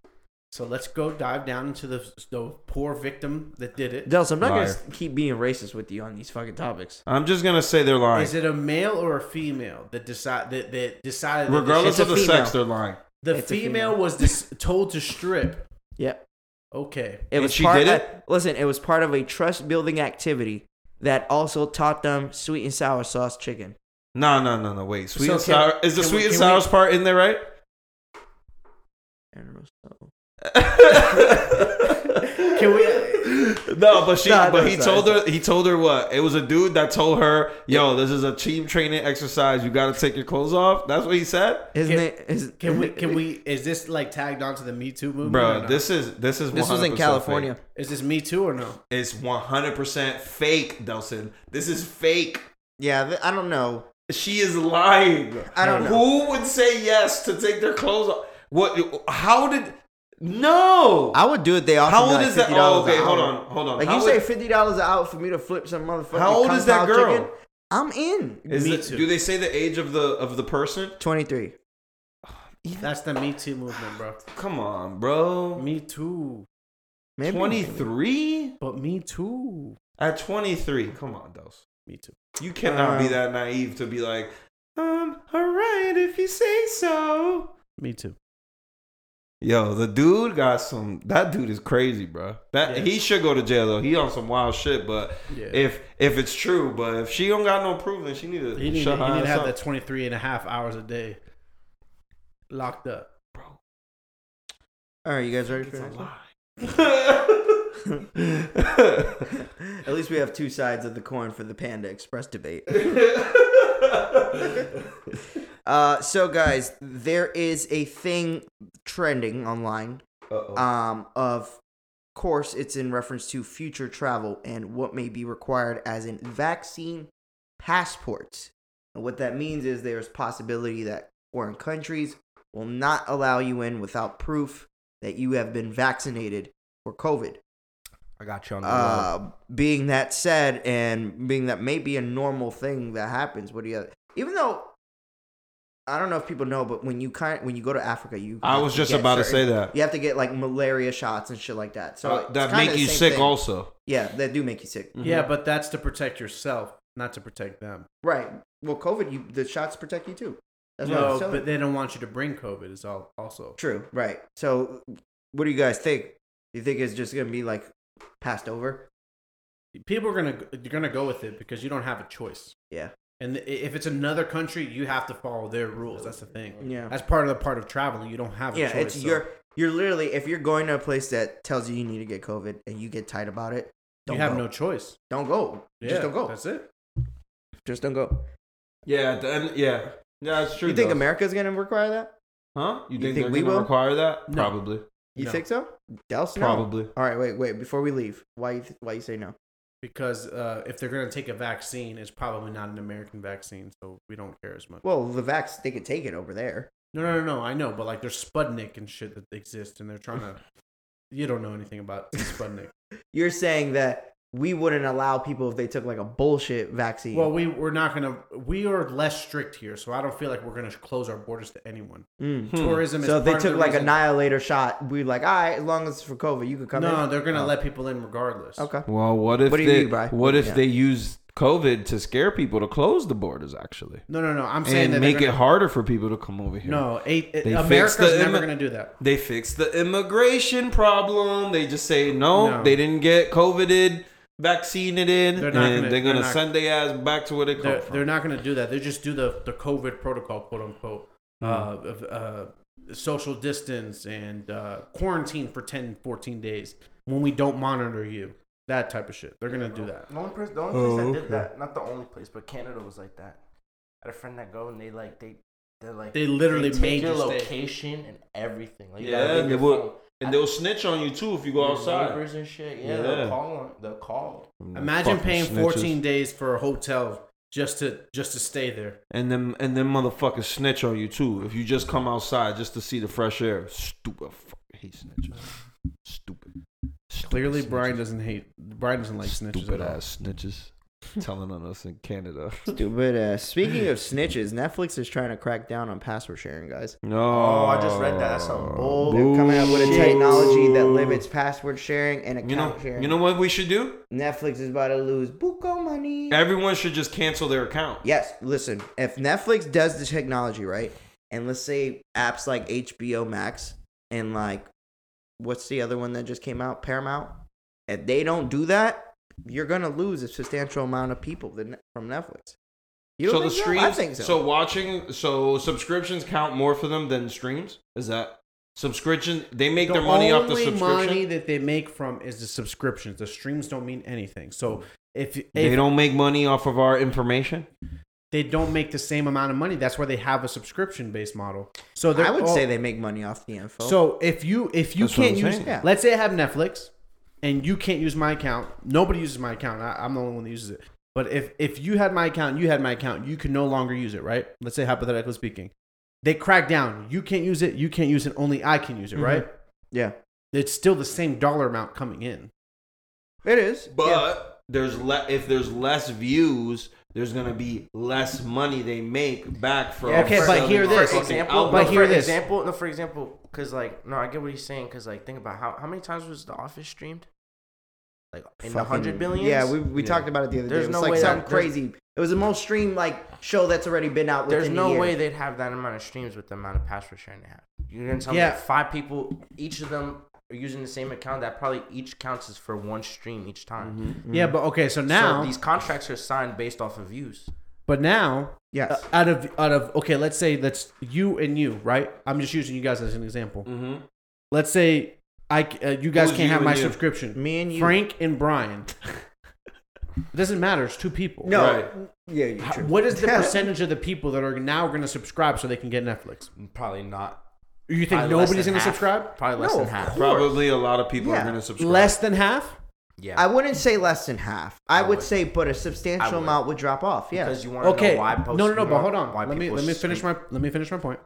S2: So let's go dive down into the the poor victim that did it. Is
S1: Dels, I'm not
S3: Liar.
S1: gonna keep being racist with you on these fucking topics.
S3: I'm just gonna say they're lying.
S2: it a male or a female that decide that, that decided that
S1: It's
S3: Regardless
S1: a
S3: of the
S1: female.
S3: sex, they're lying.
S2: the
S1: It's a
S2: female,
S1: female.
S2: was dis- told to strip?
S1: Yep.
S2: Okay,
S1: It
S3: And
S1: was
S3: she
S1: part
S3: did
S1: of-
S3: it?
S1: listen, it was part of a trust building activity that also taught them sweet and sour sauce chicken.
S3: No, no, no, no. Wait, sweet
S2: So
S3: and
S2: can-
S3: sour is the
S2: can we-
S3: sweet and
S2: can
S3: sour's part in there, right?
S1: I don't know, so-
S2: can we?
S3: No, but she,
S1: No, no,
S3: but he
S1: sorry,
S3: told her, he told her what? It was a dude that told her, "Yo, this is a team training exercise. You got to take your clothes off." That's what he said,
S1: His
S2: Can-
S1: name is.
S2: Can we? Can we? Is this like tagged onto the Me Too movement? or
S3: bro.
S2: not?
S3: This is this is
S1: This was in
S3: 100%
S1: California.
S3: fake.
S2: is this Me Too or no?
S3: It's 100 percent fake, Delson. This is fake.
S1: Yeah, th- I don't know.
S3: She is lying.
S1: I don't know.
S3: Who would say yes to take their clothes off? What? How did? No.
S1: I would do it. They offer
S3: How
S1: me,
S3: old
S1: like,
S3: is that?
S1: $50
S3: Oh, okay.
S1: an
S3: Hold
S1: hour.
S3: on. Hold on.
S1: Like
S3: How
S1: you
S3: would-
S1: say, fifty dollars an hour for me to flip some motherfucking.
S3: How old is that
S1: compound
S3: girl?
S1: chicken? I'm in.
S3: Is
S2: Me
S3: it,
S2: too.
S3: do they say the age of the of the person?
S1: Twenty-three.
S2: That's the Me Too movement, bro.
S3: Come on, bro.
S2: Me Too,
S1: Maybe.
S3: Twenty-three
S2: but Me Too,
S3: at twenty-three. Come on, Dose.
S2: Me Too.
S3: You cannot be
S1: Um,
S3: that naive to be like, um, all right, if you say so.
S2: Me too.
S3: Yo, the dude got some. That dude is crazy, bro. That
S2: Yeah.
S3: he should go to jail though. He on some wild shit, but
S2: Yeah.
S3: if if it's true, but if she don't got no proof, then she need to
S2: He need,
S3: shut
S2: to-
S3: her
S2: he need
S3: ass
S2: to have
S3: up.
S2: that 23 and a half hours a day locked up.
S1: All right, you guys ready for the
S3: It's a
S1: next one?
S3: lie.
S1: At least we have two sides of the coin for the Panda Express debate. Uh, so guys, there is a thing trending online. Um, of course, it's in reference to future travel and what may be required as in vaccine passports. And what that means is there's possibility that foreign countries will not allow you in without proof that you have been vaccinated for COVID.
S4: I got you on the road.
S1: Uh, being that said, and being that may be a normal thing that happens, what do you? Even though I don't know if people know, but when you kind when you go to Africa, you
S3: I
S1: have
S3: was
S1: to
S3: just
S1: get
S3: about to
S1: certain-
S3: say that.
S1: you have to get like malaria shots and shit like that. So
S3: Uh,
S1: it's
S3: that
S1: kinda
S3: make
S1: the
S3: you
S1: same
S3: sick
S1: thing.
S3: also.
S1: Yeah, that do make you sick.
S3: Mm-hmm.
S2: Yeah, but that's to protect yourself, not to protect them.
S1: Right. Well, COVID, you the shots protect you too. That's what I'm
S2: no,
S1: saying.
S2: but they don't want you to bring COVID. Is all also.
S1: True. Right. So, what do you guys think? You think it's just gonna be like passed over?
S2: People are gonna they're gonna go with it because you don't have a choice.
S1: Yeah.
S2: And i- if it's another country, you have to follow their rules. That's the thing.
S1: Yeah.
S2: That's part of the part of traveling. You don't have a
S1: yeah,
S2: choice.
S1: it's
S2: so-
S1: you're you're literally if you're going to a place that tells you you need to get COVID and you get tight about it,
S2: you
S1: don't
S2: have
S1: go.
S2: no choice.
S1: don't go.
S2: Yeah,
S1: Just don't go.
S2: That's it.
S1: Just don't go.
S3: Yeah, at the end- yeah, yeah. That's true.
S1: You think
S3: though.
S1: America's gonna require that?
S3: Huh? You think,
S1: think
S3: they're
S1: we
S3: gonna
S1: will?
S3: require that?
S2: No.
S3: Probably.
S1: You
S2: No.
S1: think so? Dallas, no.
S3: Probably.
S1: All right, wait, wait. Before we leave, why you th- why you say no?
S2: Because uh, if they're gonna take a vaccine, it's probably not an American vaccine, so we don't care as much.
S1: Well, the vax they could take it over there.
S2: No, no, no, no. I know, but like there's Sputnik and shit that exists, and they're trying to. You don't know anything about Sputnik.
S1: You're saying that we wouldn't allow people if they took like a bullshit vaccine.
S2: well, we we're not gonna. We are less strict here, so I don't feel like we're gonna close our borders to anyone.
S1: Mm.
S2: Tourism. Is
S1: so if they
S2: part of
S1: took
S2: the
S1: like
S2: reason-
S1: annihilator shot, we'd like, all right, as long as it's for COVID, you could come
S2: No,
S1: in.
S2: they're gonna
S1: Oh.
S2: let people in regardless.
S1: Okay.
S3: Well, what if
S1: What do you
S3: they
S1: mean by-
S3: what if
S1: Yeah.
S3: they use COVID to scare people to close the borders actually
S2: No, no, no. I'm saying
S3: and
S2: that
S3: make
S2: they're
S3: it
S2: gonna,
S3: harder for people to come over here?
S2: No, eight, it,
S3: They
S2: America's
S3: fixed the
S2: never
S3: immi-
S2: gonna do that.
S3: They fixed the immigration problem. They just say no,
S2: No.
S3: they didn't get COVIDed, vaccinated,
S2: They're
S3: and
S2: not gonna-
S3: they're gonna
S2: they're not-
S3: send their ass back to where they come
S2: They're,
S3: from.
S2: they're not gonna do that. They just do the the COVID protocol, quote unquote, uh,
S3: Uh-huh.
S2: of uh, social distance and uh, quarantine for 10, 14 days when we don't monitor you. That type of shit. They're gonna do that.
S4: Oh. The only person, the only place
S3: Oh,
S4: that
S3: okay.
S4: did that, not the only place, but Canada was like that. I had a friend that go and they like they they're like
S2: They literally
S4: take
S2: made
S4: your
S2: you stay.
S4: location and everything. Like, you
S3: Yeah,
S4: gotta leave
S3: they
S4: your
S3: would-
S4: phone.
S3: and they'll snitch on you too if you go
S4: Your
S3: outside.
S4: neighbors and shit. Yeah,
S3: Yeah.
S4: they'll call. On, they'll call.
S2: Imagine
S3: Fucking
S2: paying
S3: snitches.
S2: 14 days for a hotel just to just to stay there.
S3: And then and then motherfuckers snitch on you too if you just come outside just to see the fresh air. Stupid fuck. I hate snitches. Stupid. Stupid
S2: Clearly,
S3: snitches.
S2: Brian doesn't hate. Brian doesn't like snitches at
S3: Stupid
S2: all.
S3: ass snitches telling on us in Canada.
S1: Stupid ass. Speaking of snitches, Netflix is trying to crack down on password sharing, guys.
S3: No.
S4: Oh, I just read that. That's something
S1: Oh,
S4: bold.
S1: they're coming up with a
S3: Boo.
S1: technology that limits password sharing and account
S3: You know,
S1: sharing.
S3: you know what we should do?
S1: Netflix is about to lose buco money.
S3: Everyone should just cancel their account.
S1: Yes, listen. If Netflix does the technology right, and let's say apps like HBO Max and like what's the other one that just came out, Paramount, if they don't do that, you're gonna lose a substantial amount of people than- from Netflix. You
S3: so
S1: don't
S3: the
S1: think so?
S3: streams,
S1: I think so.
S3: watching, so subscriptions count more for them than streams. Is that subscription? They make their money off the
S2: only
S3: subscription.
S2: money that they make from is the subscriptions. The streams don't mean anything. So if, if
S3: they don't make money off of our information.
S2: they don't make the same amount of money, that's why they have a subscription based model. So they're
S1: I would
S2: all-
S1: say they make money off the info.
S2: So if you if you
S3: That's what
S2: can't
S3: I'm
S2: use,
S3: saying.
S1: Yeah.
S2: let's say I have Netflix, and you can't use my account. Nobody uses my account. I, I'm the only one that uses it. But if if you had my account, you had my account, you can no longer use it, right? Let's say hypothetically speaking, they crack down. You can't use it. You can't use it. Only I can use
S3: Mm-hmm.
S2: it, right?
S1: yeah,
S2: It's still the same dollar amount coming in.
S1: it is.
S3: But
S1: Yeah.
S3: there's le- if there's less views, there's gonna be less money they make back from.
S1: Yeah, okay, but
S3: selling
S2: hear
S3: their
S2: this.
S3: fucking
S4: example,
S2: but
S4: no,
S3: algorithm.
S2: hear
S4: for
S2: this.
S4: example, no, for example, because like, no, I get what he's saying. Because like, think about how how many times was The Office streamed? Like in the
S1: Fucking-
S4: hundred billions.
S1: Yeah, we, we
S3: Yeah.
S1: talked about it the other
S4: There's
S1: day. It was
S4: no
S1: like
S4: way that-
S1: something
S4: there's-
S1: crazy. It was the most streamed like show that's already been out.
S4: There's
S1: within a
S4: no
S1: year.
S4: way they'd have that amount of streams with the amount of password sharing they have. You're gonna tell
S2: Yeah.
S4: me that five people, each of them are using the same account. That probably each counts as for one stream each time.
S3: Mm.
S2: Yeah, but okay. So Mm-hmm. now,
S4: Now these contracts are signed based off of views.
S2: but now
S1: Yes.
S2: Uh, out of out of okay,
S3: Mm-hmm.
S2: let's say that's you and you, right? I'm just using you guys as an example. Let's say I c- uh, you guys
S3: Mm. Who's
S2: can't
S3: you
S2: have
S3: and
S2: my
S3: you?
S2: subscription.
S1: Me and you.
S2: Frank and Brian. it doesn't matter. It's two people.
S1: No.
S3: Right.
S1: Yeah, you're
S2: How-
S1: true.
S2: What is the percentage of the people that are now going to subscribe so they can get Netflix?
S4: Probably not.
S2: You think
S4: Probably less
S2: nobody's
S4: than
S2: going to
S4: half.
S2: subscribe?
S4: Probably less
S1: No,
S4: than
S1: of
S4: half.
S1: course.
S3: Probably a lot of people
S1: Yeah.
S3: are going to subscribe.
S2: Less than half?
S4: Yeah.
S1: I wouldn't say less than half. I,
S4: I
S1: would,
S4: would.
S1: say, but a
S4: I
S1: substantial
S4: would.
S1: amount would drop off. Yeah.
S4: Because you want to
S2: Okay.
S4: know why
S2: no,
S4: post-
S2: no, no.
S4: you
S2: But
S4: want-
S2: hold on.
S4: Why
S2: Let me
S4: people
S2: let me finish
S4: speak-
S2: my let me finish my point.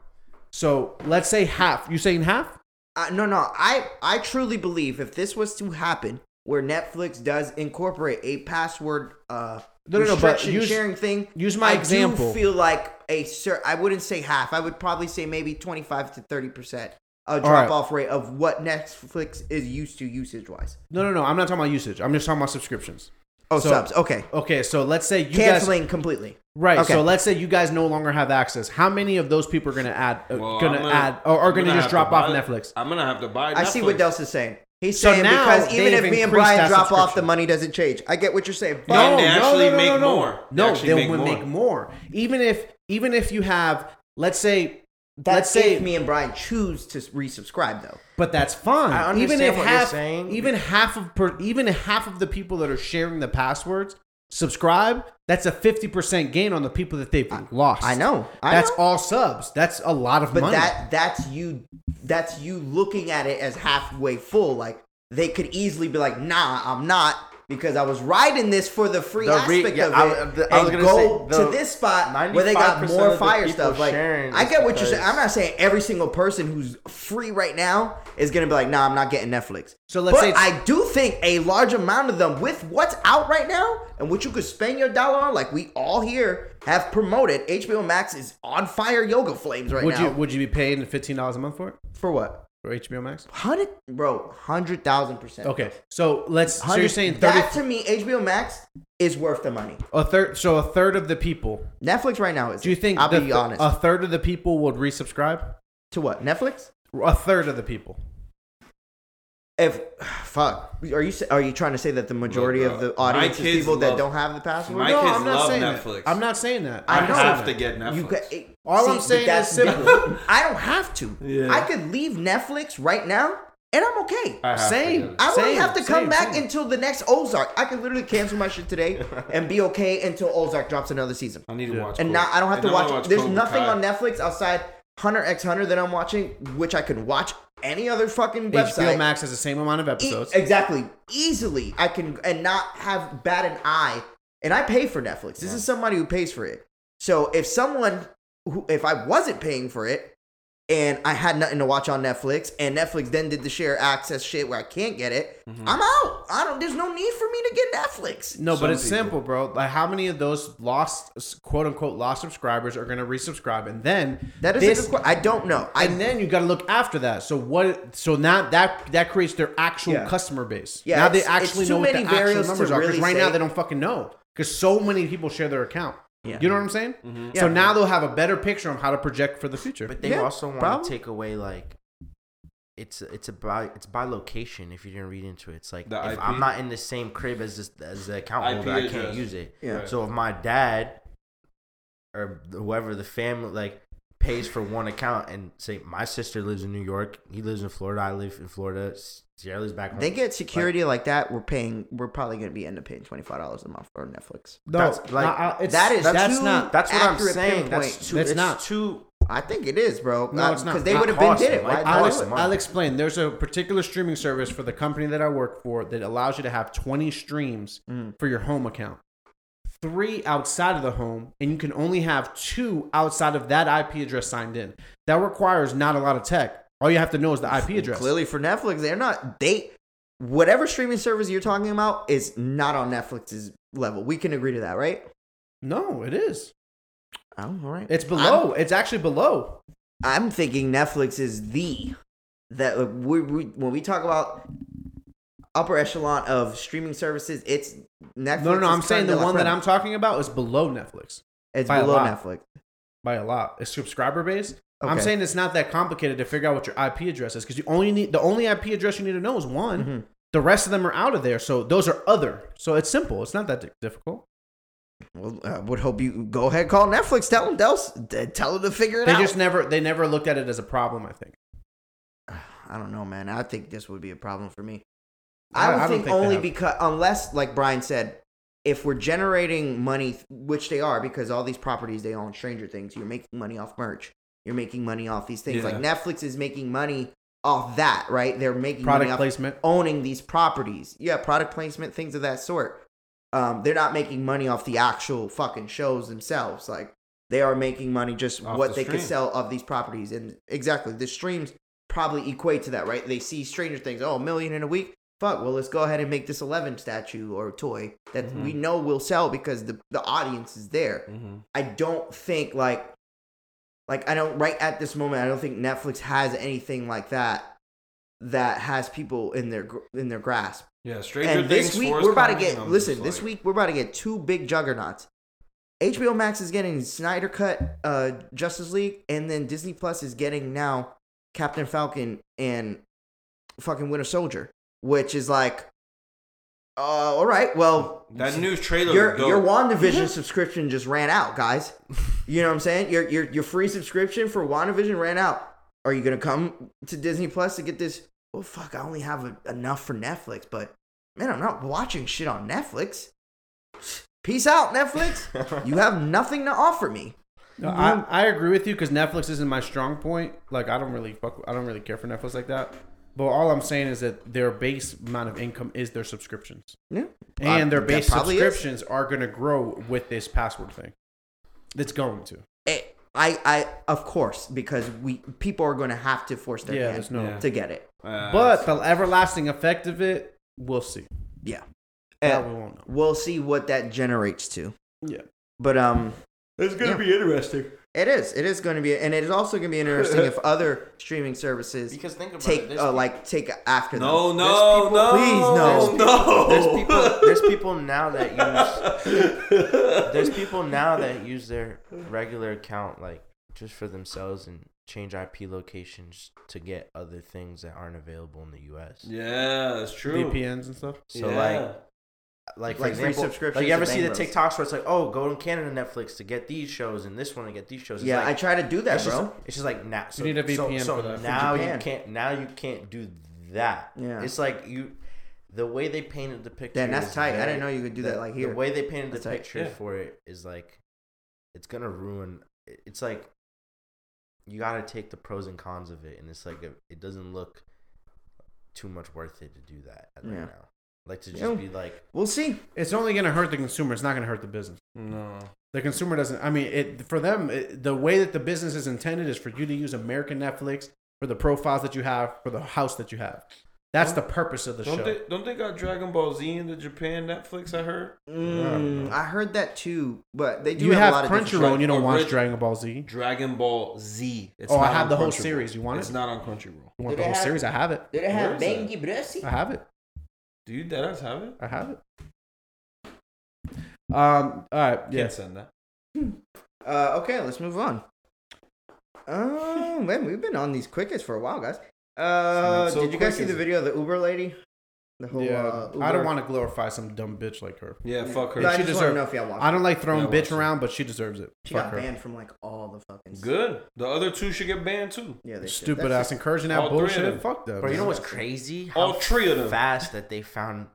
S2: So let's say half. You saying half?
S1: Uh, no, no. I I truly believe if this was to happen, where Netflix does incorporate a password uh
S2: No, no, no, but
S1: restriction
S2: use-
S1: sharing thing,
S2: use my
S1: I
S2: example.
S1: Do feel like a cer- I wouldn't say half. I would probably say maybe twenty five to thirty percent a
S2: All right.
S1: drop off rate of what Netflix is used to usage wise.
S2: No, no, no. I'm not talking about usage. I'm just talking about subscriptions.
S1: Oh,
S2: So-
S1: subs. Okay,
S2: Okay, so let's say you guys
S1: canceling completely.
S2: Right.
S1: Okay.
S2: So let's say you guys no longer have access. How many of those people are going to add? Uh,
S3: Well,
S2: going
S3: I'm
S2: to add or are
S3: I'm
S2: going to
S3: gonna
S2: just
S3: have
S2: drop off
S3: buy-
S2: Netflix?
S3: I'm going to have to buy Netflix.
S1: I see what Dels is saying. He's
S2: So
S1: saying
S2: now
S1: because even
S2: they've
S1: if me and
S2: increased
S1: Brian
S2: that
S1: drop off, the
S2: subscription.
S1: money doesn't change. I get what you're saying.
S3: No, And they actually make more. They
S2: No,
S3: actually
S2: they
S3: make
S2: will
S3: more.
S2: make more. Even if even if you have, let's say,
S1: That's
S2: let's say,
S1: if me and Brian choose to resubscribe though.
S2: but that's fine.
S4: I understand
S2: even if
S4: what you're
S2: half,
S4: saying.
S2: even half of per, even half of the people that are sharing the passwords subscribe. That's a fifty percent gain on the people that they've lost.
S1: I know. I
S2: that's
S1: know.
S2: all subs. That's a lot of
S1: But
S2: money.
S1: that that's you that's you looking at it as halfway full. Like they could easily be like, nah, I'm not because I was riding this for the free
S4: The re-
S1: aspect
S4: yeah,
S1: of it
S4: I was- the- I was
S1: and
S4: gonna
S1: go
S4: say, the
S1: to this spot where they got
S4: 95%
S1: more
S4: of the
S1: fire
S4: people
S1: stuff. Like
S4: sharing
S1: I
S4: is
S1: get what you're saying.
S4: because-
S1: I'm not saying every single person who's free right now is gonna be like, nah, I'm not getting Netflix.
S2: So let's
S1: but
S2: say it's-
S1: I do think a large amount of them with what's out right now and what you could spend your dollar on, like we all here have promoted. HBO Max is on fire yoga flames right
S2: would
S1: now.
S2: you would you be paying fifteen dollars a month for it
S1: For what?
S2: for HBO Max?
S1: Hundred, bro, hundred thousand percent.
S2: Okay, so let's. So
S1: Hundred-
S2: you're saying thirty?
S1: That to me, HBO Max is worth the money.
S2: a third. So a third of the people.
S1: Netflix right now is.
S2: Do you think?
S1: I'll
S2: the- uh,
S1: be honest.
S2: A third of the people would resubscribe.
S1: to what Netflix?
S2: A third of the people.
S1: If fuck, are you sa- are you trying to say that the majority
S3: Look,
S1: of
S3: bro,
S1: the audience
S3: my
S1: is
S3: kids
S1: people that
S3: love-
S1: don't have the password?
S3: My
S2: no,
S3: kids
S2: I'm not
S3: love
S2: saying
S3: Netflix.
S2: That. I'm not saying that.
S1: I
S3: I,
S1: know.
S3: have to get Netflix.
S1: You got, it,
S2: All I'm
S1: but
S2: saying
S1: that's
S2: is
S1: different.
S2: simple.
S1: I don't have to.
S3: Yeah.
S1: I could leave Netflix right now, and I'm okay.
S3: I have to
S2: Same.
S3: get it.
S1: I wouldn't
S2: Same,
S1: have to come
S2: same,
S1: back
S2: same.
S1: until the next Ozark. I could literally cancel my shit today and be okay until Ozark drops another season.
S3: I need to
S2: Yeah.
S3: watch.
S1: and
S3: Cobra-
S1: now I don't have to
S3: and I
S1: watch.
S3: wanna
S1: There's
S3: Cobra
S1: nothing
S3: Kai.
S1: on Netflix outside Hunter X Hunter that I'm watching, which I could watch any other fucking website.
S2: HBO Max has the same amount of
S1: E-
S2: episodes.
S1: exactly, easily I can and not have bat an eye. And I pay for Netflix. This is somebody who pays for it. So if someone, who, if I wasn't paying for it, and I had nothing to watch on Netflix, and Netflix then did the share access shit where I can't get it, I'm out. I don't. There's no need for me to get Netflix.
S2: no,
S3: Some
S2: but it's
S3: people.
S2: simple, bro. Like, how many of those lost, quote unquote, lost subscribers are going to resubscribe? And then
S1: That is
S2: this-
S1: a good question. I don't know. I
S2: and then you got to look after that. So what? So now that that creates their actual
S1: Yeah.
S2: customer base.
S1: Yeah,
S2: Yeah, now they
S1: it's- it's
S2: actually
S1: too
S2: know what the
S1: many
S2: actual
S1: variables to
S2: numbers are because
S1: really
S2: right
S1: say.
S2: now they don't fucking know because so many people share their account.
S1: Yeah. Mm-hmm.
S2: You know what I'm saying?
S1: Yeah.
S2: So now they'll have a better picture on how to project for the future.
S4: But they
S1: Yeah,
S4: also want
S1: problem.
S4: to take away like it's it's about it's by location. If you didn't read into it, it's like
S3: The
S4: if
S3: IP?
S4: I'm not in the same crib as this as the account
S3: IP
S4: holder, I can't
S3: address.
S4: use it.
S1: Yeah.
S4: So if my dad or whoever the family like pays for one account and say my sister lives in New York, he lives in Florida, I live in Florida, Sierra lives back home.
S1: They get security like, that. We're paying. We're probably going to be end up paying twenty five dollars a month for Netflix.
S2: no,
S4: that's like-
S2: no, I- it's,
S1: that is
S2: that's
S1: too-
S2: not.
S4: That's what I'm
S1: accurate
S4: saying.
S1: pinpoint.
S4: That's too.
S2: That's
S4: it's
S2: not-
S4: too.
S1: I think it is, bro.
S2: No, it's not.
S1: because they
S2: Not
S1: would have been
S4: cost,
S1: did it.
S4: like,
S1: Why
S2: I'll,
S1: do
S4: cost.
S1: it?
S4: a month.
S2: I'll explain. There's a particular streaming service for the company that I work for that allows you to have 20 streams
S1: Mm.
S2: for your home account, three outside of the home, and you can only have two outside of that IP address signed in. That requires not a lot of tech. All you have to know is the IP address.
S1: Clearly, for Netflix, they're not. They whatever streaming service you're talking about is not on Netflix's level. We can agree to that, right?
S2: No, it is.
S1: Oh, all right.
S2: It's below. it's actually below.
S1: I'm, I'm thinking Netflix is the that we, we when we talk about upper echelon of streaming services, it's Netflix.
S2: No, no, no.
S1: is
S2: I'm saying
S1: creme de
S2: the
S1: la
S2: one that
S1: creme.
S2: I'm talking about is below Netflix
S1: It's
S2: by a
S1: below
S2: lot.
S1: Netflix.
S2: by a lot. It's subscriber based. I'm
S1: Okay.
S2: saying it's not that complicated to figure out what your IP address is because you only need the only IP address you need to know is one.
S1: Mhm.
S2: The rest of them are out of there, so those are other. So it's simple. It's not that di- difficult.
S1: Well, I would hope you go ahead and call Netflix. Tell them, Dels, tell them to figure it
S2: They
S1: out.
S2: just never they never looked at it as a problem. I think
S1: I don't know, man. I think this would be a problem for me.
S2: I-
S1: I would
S2: I don't
S1: think,
S2: think they
S1: only
S2: have-
S1: because, unless, like Brian said, if we're generating money, which they are, because all these properties they own, Stranger Things, you're making money off merch. You're making money off these things.
S3: Yeah.
S1: Like Netflix is making money off that, right? They're making money
S2: Product
S1: off
S2: placement.
S1: owning these properties. Yeah, product placement, things of that sort. Um, they're not making money off the actual fucking shows themselves. Like they are making money just
S3: Off
S1: what
S3: the
S1: they could
S3: stream.
S1: sell of these properties. And exactly, the streams probably equate to that, right? They see Stranger Things, oh, a million in a week. Fuck, well, let's go ahead and make this 11 statue or toy that
S3: Mhm.
S1: we know will sell because the, the audience is there.
S3: Mm-hmm.
S1: I don't think like like I don't right at this moment I don't think Netflix has anything like that that has people in their gr- in their grasp.
S3: Yeah, Stranger
S1: and
S3: Things.
S1: this week
S3: 4 is
S1: we're about to
S3: coming,
S1: get
S3: and I'm
S1: listen,
S3: just
S1: this
S3: like-
S1: week we're about to get two big juggernauts. HBO Max is getting Snyder Cut uh Justice League and then Disney Plus is getting now Captain Falcon and fucking Winter Soldier, which is like uh all right, well
S3: That new trailer.
S1: your
S3: was dope.
S1: your WandaVision subscription just ran out, guys. You know what I'm saying? Your your your free subscription for WandaVision ran out. Are you gonna come to Disney Plus to get this? Well, fuck, I only have a, enough for Netflix, but man, I'm not watching shit on Netflix. Peace out, Netflix. you have nothing to offer me.
S2: No, I, I agree with you because Netflix isn't my strong point. Like I don't really fuck. I don't really care for Netflix like that. But all I'm saying is that their base amount of income is their subscriptions,
S1: Yeah.
S2: and their
S1: Uh, that
S2: base
S1: probably is.
S2: subscriptions are going to grow with this password thing. It's going to.
S1: Eh, I I of course because we people are gonna have to force their
S2: Yeah,
S1: hand
S2: there's no.
S3: Yeah.
S1: to get it.
S3: Uh,
S2: But the everlasting effect of it, we'll see.
S1: Yeah.
S2: That
S1: Eh,
S2: we won't know.
S1: we'll see what that generates to.
S2: Yeah.
S1: But um.
S3: it's gonna
S1: Yeah.
S3: be interesting.
S1: It is. It is going to be, and it is also going to be interesting if other streaming services
S4: because think about it.
S1: take
S4: there's
S1: uh,
S4: peop-
S1: like take after them.
S3: No, no,
S4: people-
S3: no.
S1: Please, no.
S3: no.
S4: there's people there's people now that use there's people now that use their regular account like just for themselves and change IP locations to get other things that aren't available in the US.
S3: Yeah, that's true.
S2: VPNs E and stuff.
S4: So
S3: Yeah.
S4: like like for
S1: Like free
S4: example,
S1: subscriptions
S4: like you ever
S1: to
S4: see the
S1: Bangros.
S4: TikToks where it's like, oh, go to Canada Netflix to get these shows and this one to get these shows. It's
S1: yeah,
S4: like,
S1: I try to do that,
S4: it's just-
S1: bro.
S4: it's just like now. So,
S2: need a VPN
S4: so, so
S2: for that. For
S4: now you
S1: Japan.
S4: can't. Now you can't do that.
S1: Yeah.
S4: It's like you, the way they painted the picture.
S1: Damn, that's
S4: is
S1: tight. I
S4: very-
S1: didn't know you could do
S4: the-
S1: that like here.
S4: The way they painted
S1: That's
S4: the
S1: tight.
S4: picture
S3: Yeah.
S4: for it is like, it's gonna ruin. It's like, you gotta take the pros and cons of it, and it's like it doesn't look too much worth it to do that right
S1: Yeah.
S4: now. Like to just
S1: Yeah.
S4: be like,
S1: we'll see.
S2: It's only going to hurt the consumer. It's not going to hurt the business.
S3: No.
S2: The consumer doesn't. I mean, it for them. It, the way that the business is intended is for you to use American Netflix for the profiles that you have, for the house that you have. That's the purpose of the
S3: Don't
S2: show.
S3: they, don't they got Dragon Ball Z in the Japan Netflix? I heard.
S1: Mm, I heard that too, but they do
S2: you
S1: have, a
S2: have,
S1: lot of different
S2: Crunchyroll, and you don't watch
S3: Orig-
S2: Dragon Ball Z.
S3: Dragon Ball Z. It's
S2: Oh, I
S3: not
S2: have
S3: on
S2: the whole
S3: Crunchyroll.
S2: series. You want
S3: It's
S2: it?
S3: not on Crunchyroll.
S2: You want
S1: Do
S2: the
S1: they
S2: whole
S1: have-
S2: series? I have it.
S1: Did it
S3: have Where is Bengi
S2: I have it.
S3: Do you that does have it?
S2: I have it. Um. All right.
S3: Can't
S2: Yes.
S3: send that.
S1: Uh, okay, let's move on. Oh man, we've been on these quickest for a while, guys. Uh,
S3: It's not so
S1: did you guys
S3: quick,
S1: see
S3: is
S1: the
S3: it?
S1: video of the Uber lady? The whole
S2: Yeah.
S1: uh, Uber.
S2: um, I don't want to glorify some dumb bitch like her.
S3: Yeah, fuck her.
S1: No, I just want
S2: She
S1: to
S2: deserved-
S1: know if y'all watched.
S2: I don't like throwing
S3: Yeah,
S2: bitch
S3: watch it.
S2: around, but she deserves it.
S1: She
S2: Fuck
S1: got
S2: her.
S1: banned from like all the fucking.
S3: Good. The other two should get banned too.
S1: Yeah, they should.
S2: Stupid
S1: That's
S2: ass encouraging that
S3: All three of them.
S2: bullshit. Fuck them.
S4: bro, you know
S2: man.
S4: what's crazy?
S3: All three of them.
S4: fast that they found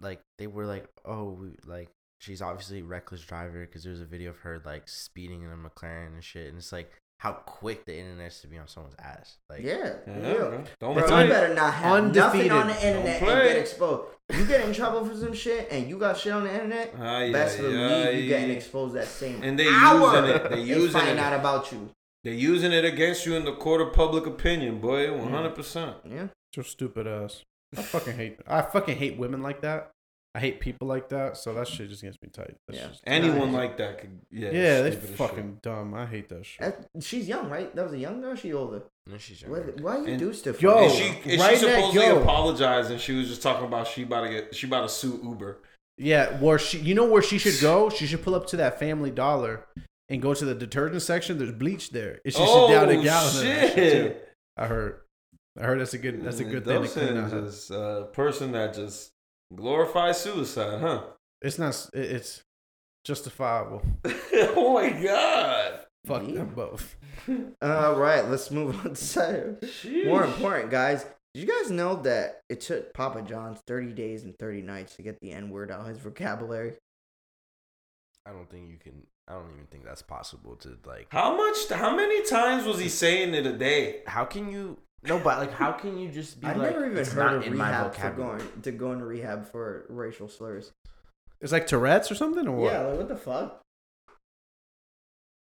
S4: like they were like oh we, like she's obviously a reckless driver because there's a video of her like speeding in a McLaren and shit and it's like how quick the internet's to be on someone's ass like
S1: Yeah.
S3: Yeah,
S1: yeah.
S3: bro. Don't
S1: Bro,
S3: play.
S1: you better not have
S2: Undefeated.
S1: nothing on the internet
S3: Don't
S1: and
S3: play.
S1: get exposed. You get in trouble for some shit and you got shit on the internet,
S3: Aye,
S1: best
S3: aye,
S1: believe
S3: aye.
S1: you getting exposed that same
S3: And they
S1: hour.
S3: using it. They using
S1: find
S3: it.
S1: out about you.
S3: They're using it against you in the court of public opinion, boy. One hundred percent.
S1: Yeah.
S2: Your stupid ass. I fucking hate. I fucking hate women like that. I hate people like that. So that shit just gets me tight. That's
S1: Yeah.
S2: just-
S3: Anyone like that could. Yeah.
S2: yeah, they
S3: stupid as shit.
S2: fucking dumb. I hate that shit.
S1: That- she's young, right? That was a young girl. She older.
S4: no, she's
S1: Why,
S4: younger.
S1: why you
S3: And-
S1: do stuff?
S2: Yo.
S1: like
S3: And
S1: that?
S3: she, and
S2: right
S3: she
S2: now,
S3: supposedly
S2: yo.
S3: apologized, and she was just talking about she about to get she about to sue Uber.
S2: Yeah, where she, you know where she should go? She should pull up to that Family Dollar and go to the detergent section. There's bleach there. And she
S3: oh
S2: should down a gallon. of that
S3: shit!
S2: too. I heard. I heard that's a good. That's a good thing to clean
S3: Dobson
S2: out.
S3: is a person that just glorifies suicide, huh?
S2: It's not. s- it- It's justifiable.
S3: oh my god!
S2: Fuck
S1: Yeah.
S2: them both.
S1: All right, let's move on to
S3: Sheesh.
S1: more important, guys. Did you guys know that it took Papa John's 30 days and 30 nights to get the N word out of his vocabulary?
S4: I don't think you can. I don't even think that's possible to like.
S3: How much? How many times was he saying it a day?
S4: How can you? No, but like, how can you just be
S1: I've
S4: like?
S1: never even
S4: it's
S1: heard
S4: not
S1: of
S4: in my
S1: rehab for
S4: vocabulary?
S1: going to go into rehab for racial slurs.
S2: It's like Tourette's or something, or what?
S1: Yeah, like what the fuck?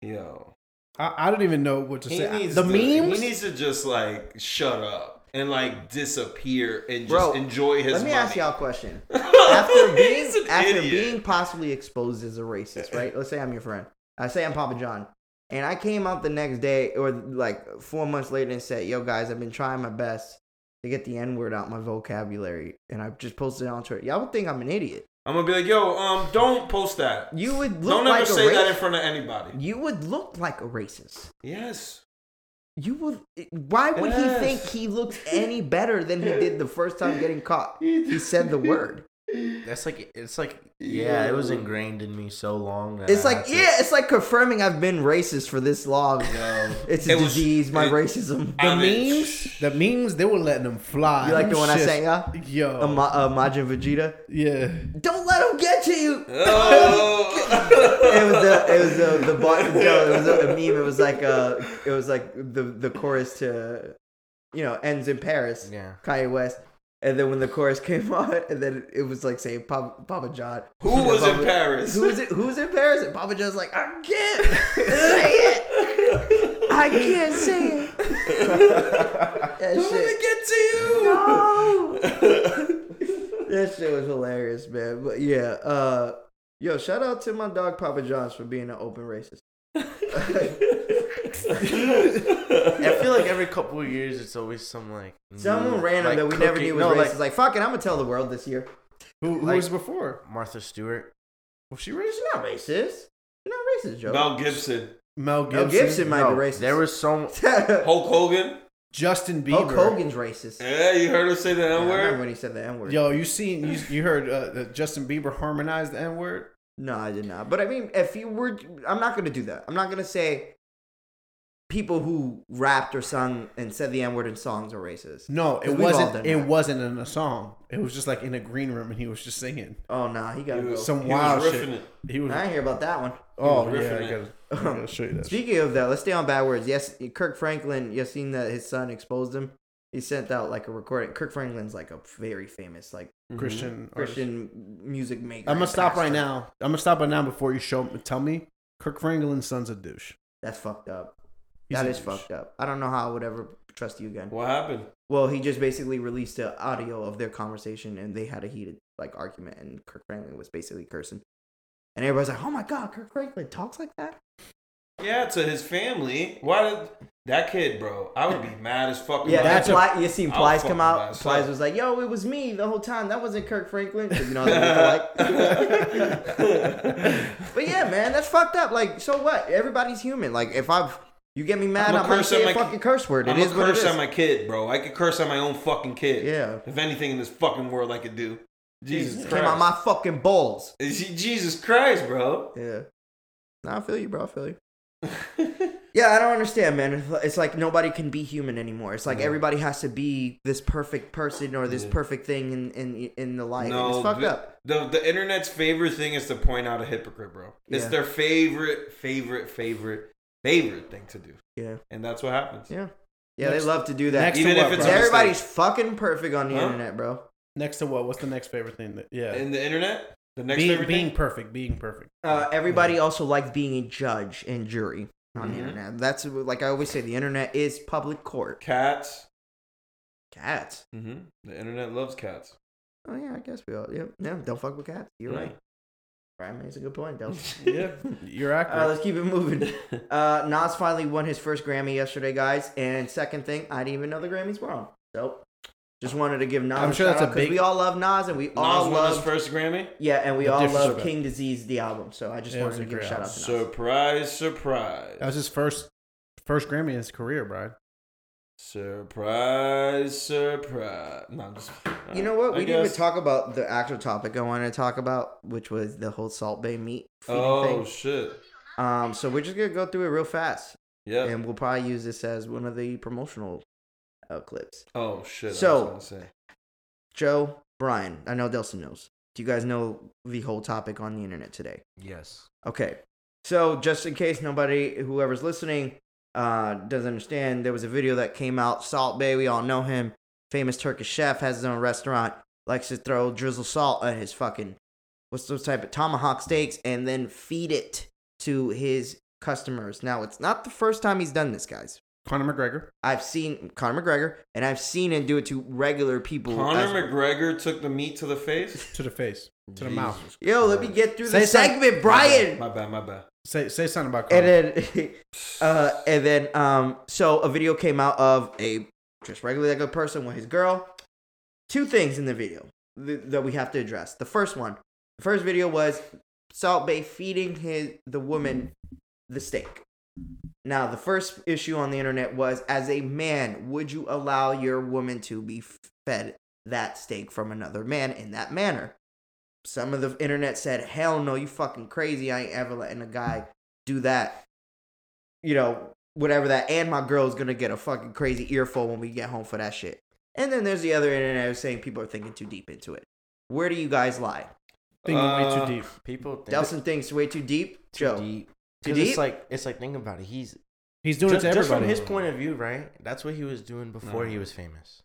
S3: Yo,
S2: I, I don't even know what to
S3: he
S2: say. "Ah,
S3: needs
S2: The
S3: to-
S2: memes.
S3: He needs to just like shut up and like disappear and just
S1: Bro,
S3: enjoy his.
S1: Let me
S3: money.
S1: ask y'all a question. After being
S3: He's an
S1: after
S3: idiot.
S1: being possibly exposed as a racist, right? Let's say I'm your friend. I say I'm Papa John, and I came out the next day or like four months later and said, "Yo, guys, I've been trying my best to get the N word out my vocabulary, and I just posted it on Twitter." Y'all would think I'm an idiot.
S3: I'm gonna be like, yo, um, don't post that.
S1: You would look
S3: Don't
S1: like
S3: ever
S1: a
S3: say
S1: rac-
S3: that in front of anybody.
S1: You would look like a racist.
S3: Yes.
S1: You would. Why would he
S3: Yes.
S1: think he looked any better than he did the first time getting caught? He said the word.
S4: That's like it's like yeah, it was ingrained in me so long that
S1: It's
S4: I
S1: like
S4: have to-
S1: yeah, it's like confirming I've been racist for this long.
S4: Yo,
S1: It's a
S3: It was-
S1: disease, my
S3: it-
S1: racism.
S2: the
S3: I'm in.
S2: memes. The memes. They were letting them fly.
S1: You like the
S2: Them
S1: one I
S2: shits-
S1: sang out?
S2: Yo.
S1: Uh, Ma- uh, Majin Vegeta.
S2: yeah.
S1: Don't let him get to you.
S3: Oh.
S1: It was the it was the the bar, no, it was a, meme. It was like uh it was like the the chorus to, you know, ends in Paris.
S4: yeah.
S1: Kanye West. And then when the chorus came on, and then it was like saying Papa, Papa John.
S3: Who
S1: And
S3: was in
S1: Papa-
S3: Paris?
S1: Who was it? Who's in Paris? And Papa John's like, I can't say it. I can't say it. That
S3: Don't let me
S1: shit,
S3: get to you.
S1: that shit was hilarious, man. But yeah, uh, yo, shout out to my dog Papa John's for being an open racist.
S4: I feel like every couple of years, it's always some like
S1: Someone
S4: new,
S1: random
S4: Mm, like,
S1: that we never
S4: cooking-
S1: knew was
S4: no,
S1: racist. Like, fuck it, I'm gonna tell the world this year.
S2: Who, who
S4: Like-
S2: was before?
S4: Like Martha Stewart.
S2: Was she racist?
S1: You're not racist. You're not racist, Joe.
S3: Mel Gibson,
S2: Mel Gibson.
S1: Mel Gibson might be racist.
S4: There was so
S3: Hulk Hogan.
S2: Justin Bieber.
S1: Hulk Hogan's racist.
S3: Yeah, you heard him say the
S1: Yeah, I
S3: N
S1: remember
S3: word.
S1: when he said the N word.
S2: Yo, you seen you, you heard uh, that Justin Bieber harmonized the N word?
S1: No, I did not. But I mean, if you were, I'm not gonna do that. I'm not gonna say people who rapped or sung and said the N word in songs are racist.
S2: No, it
S1: We've all done
S2: wasn't. It
S1: that.
S2: wasn't in a song. It was just like in a green room, and he was just singing
S1: Oh no, he got to go.
S2: some
S3: He was
S2: wild
S3: riffing
S2: shit.
S3: it.
S2: He was.
S1: I didn't hear about that one.
S2: oh yeah,
S3: was riffing
S2: I gotta, I gotta show you that. shit.
S1: Speaking of that, let's stay on bad words. Yes, Kirk Franklin. You seen that his son exposed him. He sent out like a recording. Kirk Franklin's like a very famous like
S3: Mm-hmm.
S2: Christian. artist.
S1: Christian music maker.
S2: I'm gonna
S1: and
S2: stop
S1: pastor.
S2: right now. I'm gonna stop right now before you show. Tell me, Kirk Franklin's son's a douche.
S1: That's fucked up.
S2: He's
S1: that
S2: a
S1: is
S2: douche.
S1: fucked up. I don't know how I would ever trust you again.
S3: What happened?
S1: Well, he just basically released the audio of their conversation, and they had a heated like argument, and Kirk Franklin was basically cursing, and everybody's like, "Oh my god, Kirk Franklin talks like that."
S3: Yeah, to his family. Why did that kid, bro? I would be mad as fuck.
S1: Yeah,
S2: That's
S1: that's
S2: a-
S1: why you seen
S3: I'll
S1: Plies
S3: fuck
S1: come
S3: with
S1: out.
S3: myself.
S1: Plies was like, "Yo, it was me the whole time. That wasn't Kirk Franklin." 'Cause, you know, they look alike. but yeah, man, that's fucked up. Like, so what? Everybody's human. Like, if I've you get me mad,
S3: I'ma
S1: I might
S3: curse at
S1: say a
S3: my-
S1: fucking curse word.
S3: I'm
S1: It
S3: a
S1: is what it
S3: curse
S1: is.
S3: on my kid, bro. I could curse on my own fucking kid.
S1: Yeah.
S3: If anything in this fucking world, I could do. Jesus
S1: Came out
S3: Christ.
S1: my fucking balls.
S3: Is he- Jesus Christ, bro.
S1: Yeah. Nah, I feel you, bro. I feel you. Yeah, I don't understand, man. It's like nobody can be human anymore. It's like everybody has to be this perfect person or this perfect thing in in in the life. and it's fucked
S3: the,
S1: up.
S3: The the internet's favorite thing is to point out a hypocrite, bro. It's
S1: Yeah.
S3: their favorite, favorite, favorite, favorite thing to do,
S1: Yeah,
S3: and that's what happens.
S1: yeah, yeah.
S2: Next-
S1: they love to do that.
S2: next
S3: Even
S2: to
S3: if
S2: what,
S3: it's
S2: bro?
S3: a mistake.
S1: Everybody's fucking perfect on the
S3: Huh? Uh,
S1: internet, bro. Uh,
S2: Next to what? What's the next favorite thing? That, yeah,
S3: In the internet, the next
S2: being
S3: favorite
S2: being
S3: thing.
S2: perfect, being perfect.
S1: Uh, everybody also likes being a judge and jury on
S3: Mhm.
S1: the internet. That's like I always say, the internet is public court.
S3: Cats.
S1: Cats.
S3: hmm The internet loves cats.
S1: Oh yeah, I guess we all. Yeah, yeah. Don't fuck with cats. You're
S3: Yeah.
S1: right. Brian makes a good point, Del.
S2: Yeah, you're
S1: All right,
S2: accurate.
S1: let's keep it moving. Uh, Nas finally won his first Grammy yesterday, guys. And second thing, I didn't even know the Grammys were on. So, just wanted to give Nas.
S2: I'm
S1: a
S2: sure that's
S1: shout-out
S2: a
S1: 'cause
S2: big-
S1: We all love Nas, and we all
S3: Nas won his
S1: love.
S3: first Grammy.
S1: yeah, and we
S2: The
S1: all love
S2: disrespect.
S1: King Disease, the album. So I just
S2: Yeah, it
S1: wanted
S2: was
S1: to
S2: a
S1: give a
S2: great
S1: shout out
S2: album.
S1: to Nas.
S3: Surprise! Surprise!
S2: that was his first first Grammy in his career, Brian.
S3: Surprise! Surprise! No, I'm just.
S1: you know what? We
S3: I
S1: didn't even
S3: guess-
S1: talk about the actual topic I wanted to talk about, which was the whole Salt Bay meat feeding
S3: Oh
S1: thing.
S3: shit!
S1: Um, so we're just gonna go through it real fast,
S3: Yeah.
S1: and we'll probably use this as one of the promotional uh, clips.
S3: Oh shit!
S1: So-
S3: I was gonna say.
S1: Joe, Brian, I know Delson knows. Do you guys know the whole topic on the internet today?
S4: Yes.
S1: Okay. So just in case nobody, whoever's listening, uh, doesn't understand, there was a video that came out. Salt Bay, we all know him, famous Turkish chef, has his own restaurant. Likes to throw drizzle salt at his fucking what's those type of tomahawk steaks, and then feed it to his customers. Now it's not the first time he's done this, guys.
S2: Conor McGregor.
S1: I've seen Conor McGregor, and I've seen him do it to regular people.
S3: Conor
S1: as-
S3: McGregor took the meat to the face.
S2: To the face. To the mouth.
S1: Yo, let me get through
S2: Say
S1: the
S2: some-
S1: segment, Brian.
S3: My bad. My bad.
S2: Say say something about Conor.
S1: and then uh and then um so a video came out of a just regular like a person with his girl two things in the video th- that we have to address the first one the first video was salt bay feeding his the woman the steak now the first issue on the internet was as a man would you allow your woman to be fed that steak from another man in that manner some of the internet said hell no you fucking crazy i ain't ever letting a guy do that, you know, whatever that. And my girl's gonna get a fucking crazy earful when we get home for that shit. And then there's the other internet saying people are thinking too deep into it. Where do you guys lie?
S2: Thinking way
S3: Uh,
S2: too deep.
S4: People think
S1: Delson thinks way too deep. Joe,
S4: deep.
S1: Too
S4: 'Cause
S1: deep?
S4: It's like it's like think about it. He's
S2: He's doing
S4: just,
S2: it to
S4: just
S2: everybody. Uh-huh.
S4: from his point of view, right? That's what he was doing before
S3: No.
S4: he was famous.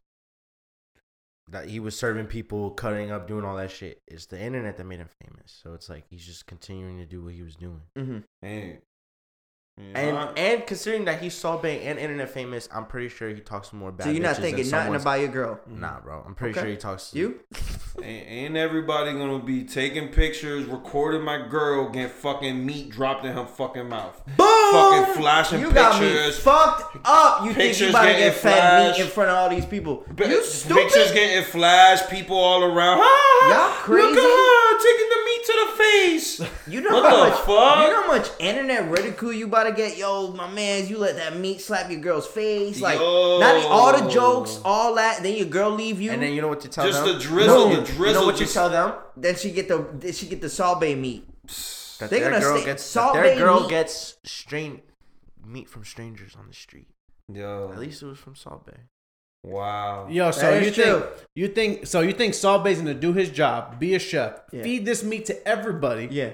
S4: That he was serving people, cutting up, doing all that shit. It's the internet that made him famous. So it's like he's just continuing to do what he was doing.
S1: hmm
S3: Hey.
S4: And
S1: Uh-huh.
S3: Yeah.
S4: and considering that he's Saul Bay and internet famous, I'm pretty sure he talks more bad.
S1: so you're not
S4: bitches than
S1: thinking nothing
S4: someone's-
S1: about your girl.
S4: Nah, bro. I'm pretty
S1: Okay.
S4: sure he talks.
S1: You?
S3: Ain't, ain't everybody gonna be taking pictures, recording my girl getting fucking meat dropped in her fucking mouth?
S1: Boom!
S3: Fucking flashing
S1: you got me
S3: pictures.
S1: fucked up. You think you
S3: Pictures
S1: about to get
S3: getting
S1: fed meat
S3: flashed.
S1: in front of all these people?
S3: Bi-
S1: you
S3: Pictures
S1: stupid.
S3: getting flashed, people all around. Ah,
S1: Y'all crazy.
S3: Look at her taking the meat to the face.
S1: You know
S3: What
S1: how
S3: the
S1: much
S3: fuck?
S1: you know how much internet ridicule you about to get, yo, my man. You let that meat slap your girl's face, like
S3: Yo.
S1: not all the jokes, all that. Then your girl leave you.
S4: And then you know what to tell
S3: Just
S4: them?
S3: the drizzle, the
S1: you know
S3: drizzle.
S1: what you
S3: just-
S1: tell them? Then she get the then she get the sorbet meat.
S4: that
S1: They're
S4: their
S1: gonna
S4: girl
S1: say,
S4: gets
S1: "Salt
S4: that their
S1: Bae
S4: girl
S1: meat."
S4: gets strain meat from strangers on the street.
S3: Yo,
S4: At least it was from Saul Bay.
S3: wow.
S2: Yo, so
S1: That is
S2: you think you think so you think Saul Bay's gonna do his job, be a chef,
S1: Yeah.
S2: feed this meat to everybody,
S1: Yeah,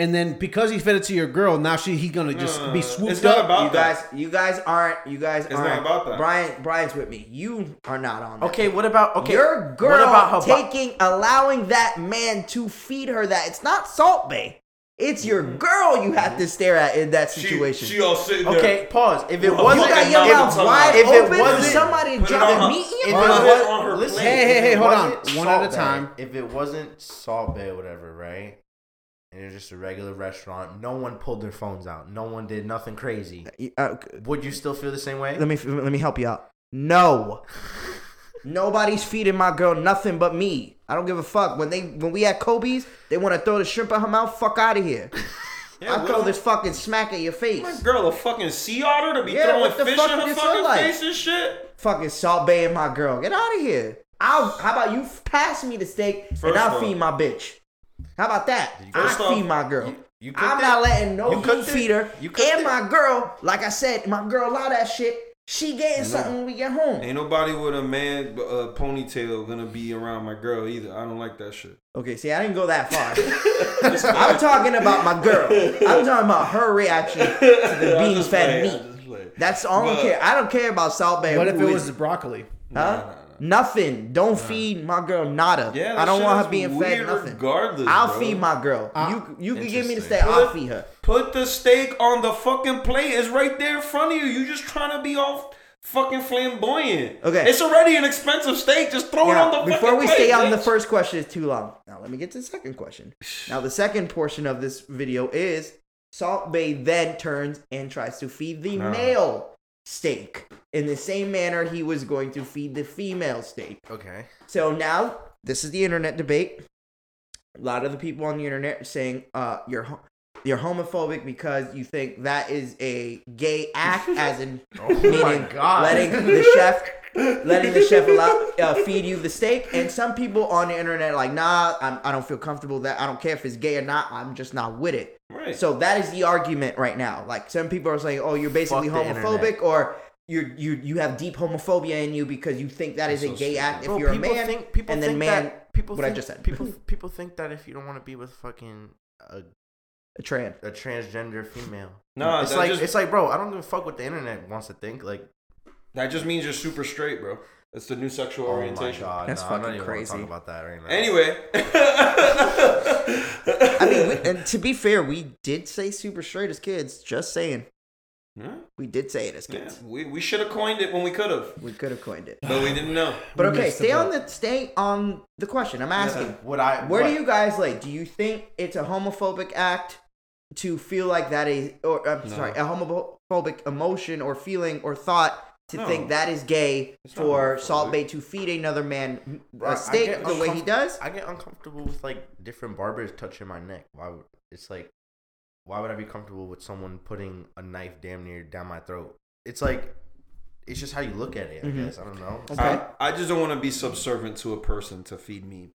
S2: and then because he fed it to your girl, now she he gonna just
S3: Nah,
S1: Uh,
S2: be swooped
S3: it's not
S2: up.
S3: about
S1: you
S3: that.
S1: guys, you guys aren't. You guys
S3: It's not
S1: aren't.
S3: about that.
S1: Brian, Brian's with me. You are not on. That.
S4: Okay, what about okay?
S1: Your girl
S4: what about her bo-
S1: taking allowing that man to feed her that it's not salt bay. It's your girl you have to stare at in that
S3: Mm-hmm. She-
S1: situation.
S3: She, all sitting there.
S4: Okay, pause. If it
S3: Well,
S1: you
S4: wasn't,
S1: got
S3: Like
S1: your
S3: another
S1: mouth
S3: time.
S1: wide
S4: If it
S1: open for
S4: wasn't-
S1: somebody to
S3: Put it
S1: drop
S3: on her-
S1: meat in
S4: if
S1: your
S4: it
S3: Put
S1: mouth.
S3: it on her
S4: listen,
S3: plate.
S2: Hey, hey,
S4: if
S2: hey,
S4: it
S2: hold on.
S4: wasn't
S2: One at a
S4: Salt Bae,
S2: time.
S4: If it wasn't Salt Bay or whatever, right? And it's just a regular restaurant. No one pulled their phones out. No one did nothing crazy.
S1: Uh, okay,
S4: Would you still feel the same way?
S1: let me let me help you out. No, nobody's feeding my girl nothing but me. I don't give a fuck. When they when we at Kobe's, they want to throw the shrimp out her mouth. Fuck out of here.
S3: Yeah,
S1: I'll
S3: what
S1: throw
S3: the-
S1: this fucking smack at your face.
S3: My girl, a fucking sea otter to be
S1: Yeah,
S3: throwing
S1: what the
S3: fish
S1: fuck
S3: in
S1: is
S3: her
S1: this
S3: fucking
S1: like?
S3: face and shit.
S1: fucking salt baying my girl. Get out of here. I'll. How about you f- pass me the steak and
S3: First
S1: I'll
S3: off-
S1: feed my bitch. How about that? I
S3: First off,
S1: feed my girl.
S4: you- you cooked
S1: I'm
S4: it.
S1: not letting no
S4: You
S1: you
S4: cooked it.
S1: feed her.
S4: You cooked
S1: and
S4: it.
S1: my girl, like I said, my girl allow that shit. She getting something when we get home.
S3: Ain't nobody with a man uh, ponytail gonna be around my girl either. I don't like that shit.
S1: Okay, see, I didn't go that far. I'm talking about my girl. I'm talking about her reaction to the being fed meat. That's all I don't
S3: But-
S1: care. I don't care about salt bay.
S2: What if it
S1: who
S2: was
S1: is-
S2: broccoli?
S1: Huh? Nothing. Don't feed my girl nada.
S3: Yeah, that
S1: I don't
S3: shit
S1: want
S3: is
S1: her being fed
S3: weird
S1: nothing.
S3: regardless,
S1: I'll
S3: bro.
S1: feed my girl.
S2: Uh,
S1: you you can give me the
S4: interesting.
S1: steak. I'll feed her.
S3: Put the steak on the fucking plate. It's right there in front of you. You just trying to be all fucking flamboyant.
S1: Okay.
S3: It's already an expensive steak. Just throw it
S1: Now,
S3: on the
S1: before
S3: fucking
S1: we
S3: plate,
S1: stay on the
S3: bitch.
S1: first question, it's too long. Now let me get to the second question. Now the second portion of this video is Salt Bay then turns and tries to feed the male steak in the same manner he was going to feed the female steak.
S4: Okay.
S1: So now this is the internet debate. A lot of the people on the internet are saying uh, you're ho- you're homophobic because you think that is a gay act, as in
S4: Oh
S1: meaning letting the chef letting the chef allow, uh, feed you the steak. And some people on the internet are like, nah, I'm, I don't feel comfortable with that I don't care if it's gay or not. I'm just not with it.
S3: Right.
S1: So that is the argument right now. Like some people are saying, oh, you're basically
S4: Fuck the
S1: homophobic
S4: internet.
S1: or you're you you have deep homophobia in you because you think that is a
S4: so
S1: gay
S4: stupid.
S1: act if
S4: Bro,
S1: you're a
S4: people
S1: man.
S4: think, people
S1: and then
S4: think
S1: man-
S4: that, people
S1: what I
S4: think,
S1: just said.
S4: people people think that if you don't want to be with fucking a,
S1: A trans.
S4: a transgender female,
S3: Nah,
S4: it's
S3: that
S4: like
S3: just-
S4: it's like, bro, I don't give a fuck what the internet wants to think. Like,
S3: That just means you're super straight, bro. That's the new sexual
S4: oh my
S3: orientation.
S4: god,
S1: That's
S4: no,
S1: fucking
S4: I don't even wanna
S1: crazy.
S4: Talk about that right now.
S3: Anyway,
S1: I mean, we, and to be fair, we did say super straight as kids. Just saying,
S3: Huh?
S1: we did say it as
S3: Yeah,
S1: kids.
S3: we, we should have coined it when we could have,
S1: We could have coined it.
S3: but we didn't know.
S1: But
S2: We
S1: okay,
S2: missed the
S1: stay
S2: boat.
S1: on the stay on the question. I'm asking.
S4: Would I?
S1: Where
S4: what-
S1: do you guys like? Do you think it's a homophobic act to feel like that is, or I'm sorry, a homophobic emotion or feeling or thought to
S3: No.
S1: think that is gay
S3: It's not
S1: for
S3: homophobic.
S1: Salt Bay to feed another man
S4: Bro, I
S1: a steak
S4: get
S1: the way he
S4: uncomfort-
S1: does?
S4: I get uncomfortable with like different barbers touching my neck. Why? Would, it's like, why would I be comfortable with someone putting a knife damn near down my throat? It's like, it's just how you look at it. I
S1: Mhm.
S4: guess I don't know.
S1: Okay.
S3: I, Um, I just don't want to be subservient to a person to feed me,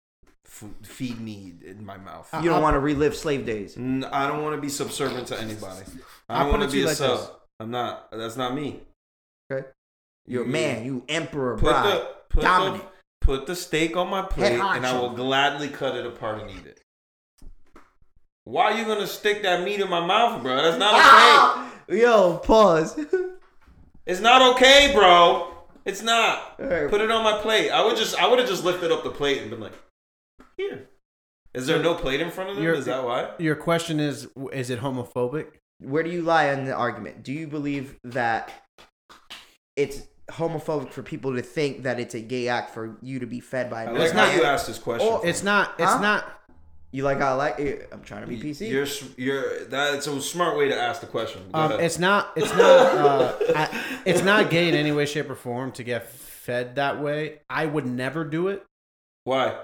S3: fu- feed me in my mouth.
S1: You don't want to relive slave days.
S3: N- I don't want to be subservient to anybody. I
S2: I'll put
S3: don't want
S2: it
S3: to
S2: to
S3: be
S2: you
S3: a
S2: like
S3: sub.
S2: this.
S3: I'm not. That's not me.
S1: Okay. You're a
S3: You-
S1: man. You emperor,
S3: Put
S1: bride,
S3: the put the,
S1: dominant.
S3: put the steak on my plate, and I
S1: honcho.
S3: will gladly cut it apart and eat it. Why are you gonna stick that meat in my mouth, bro? That's not okay.
S1: Ah! Yo, pause.
S3: It's not okay, bro. It's not.
S1: Alright.
S3: Put it on my plate. I would just I would have just lifted up the plate and been like, here. Is there no plate in front of them?
S2: You're-
S3: Is that why?
S2: Your question is: Is it homophobic?
S1: Where do you lie on the argument? Do you believe that it's homophobic for people to think that it's a gay act for you to be fed by a
S3: I
S1: man?
S3: like
S1: It's
S3: how
S1: not-
S3: you asked this question.
S1: Oh,
S2: It's not. It's
S1: Huh?
S2: not.
S1: You like how I like it? I'm trying to be PC.
S3: You're s- you're that's a smart way to ask the question. Go
S2: Um,
S3: ahead.
S2: it's not. It's not. Uh, I, it's not gay in any way, shape, or form to get fed that way. I would never do it.
S3: why?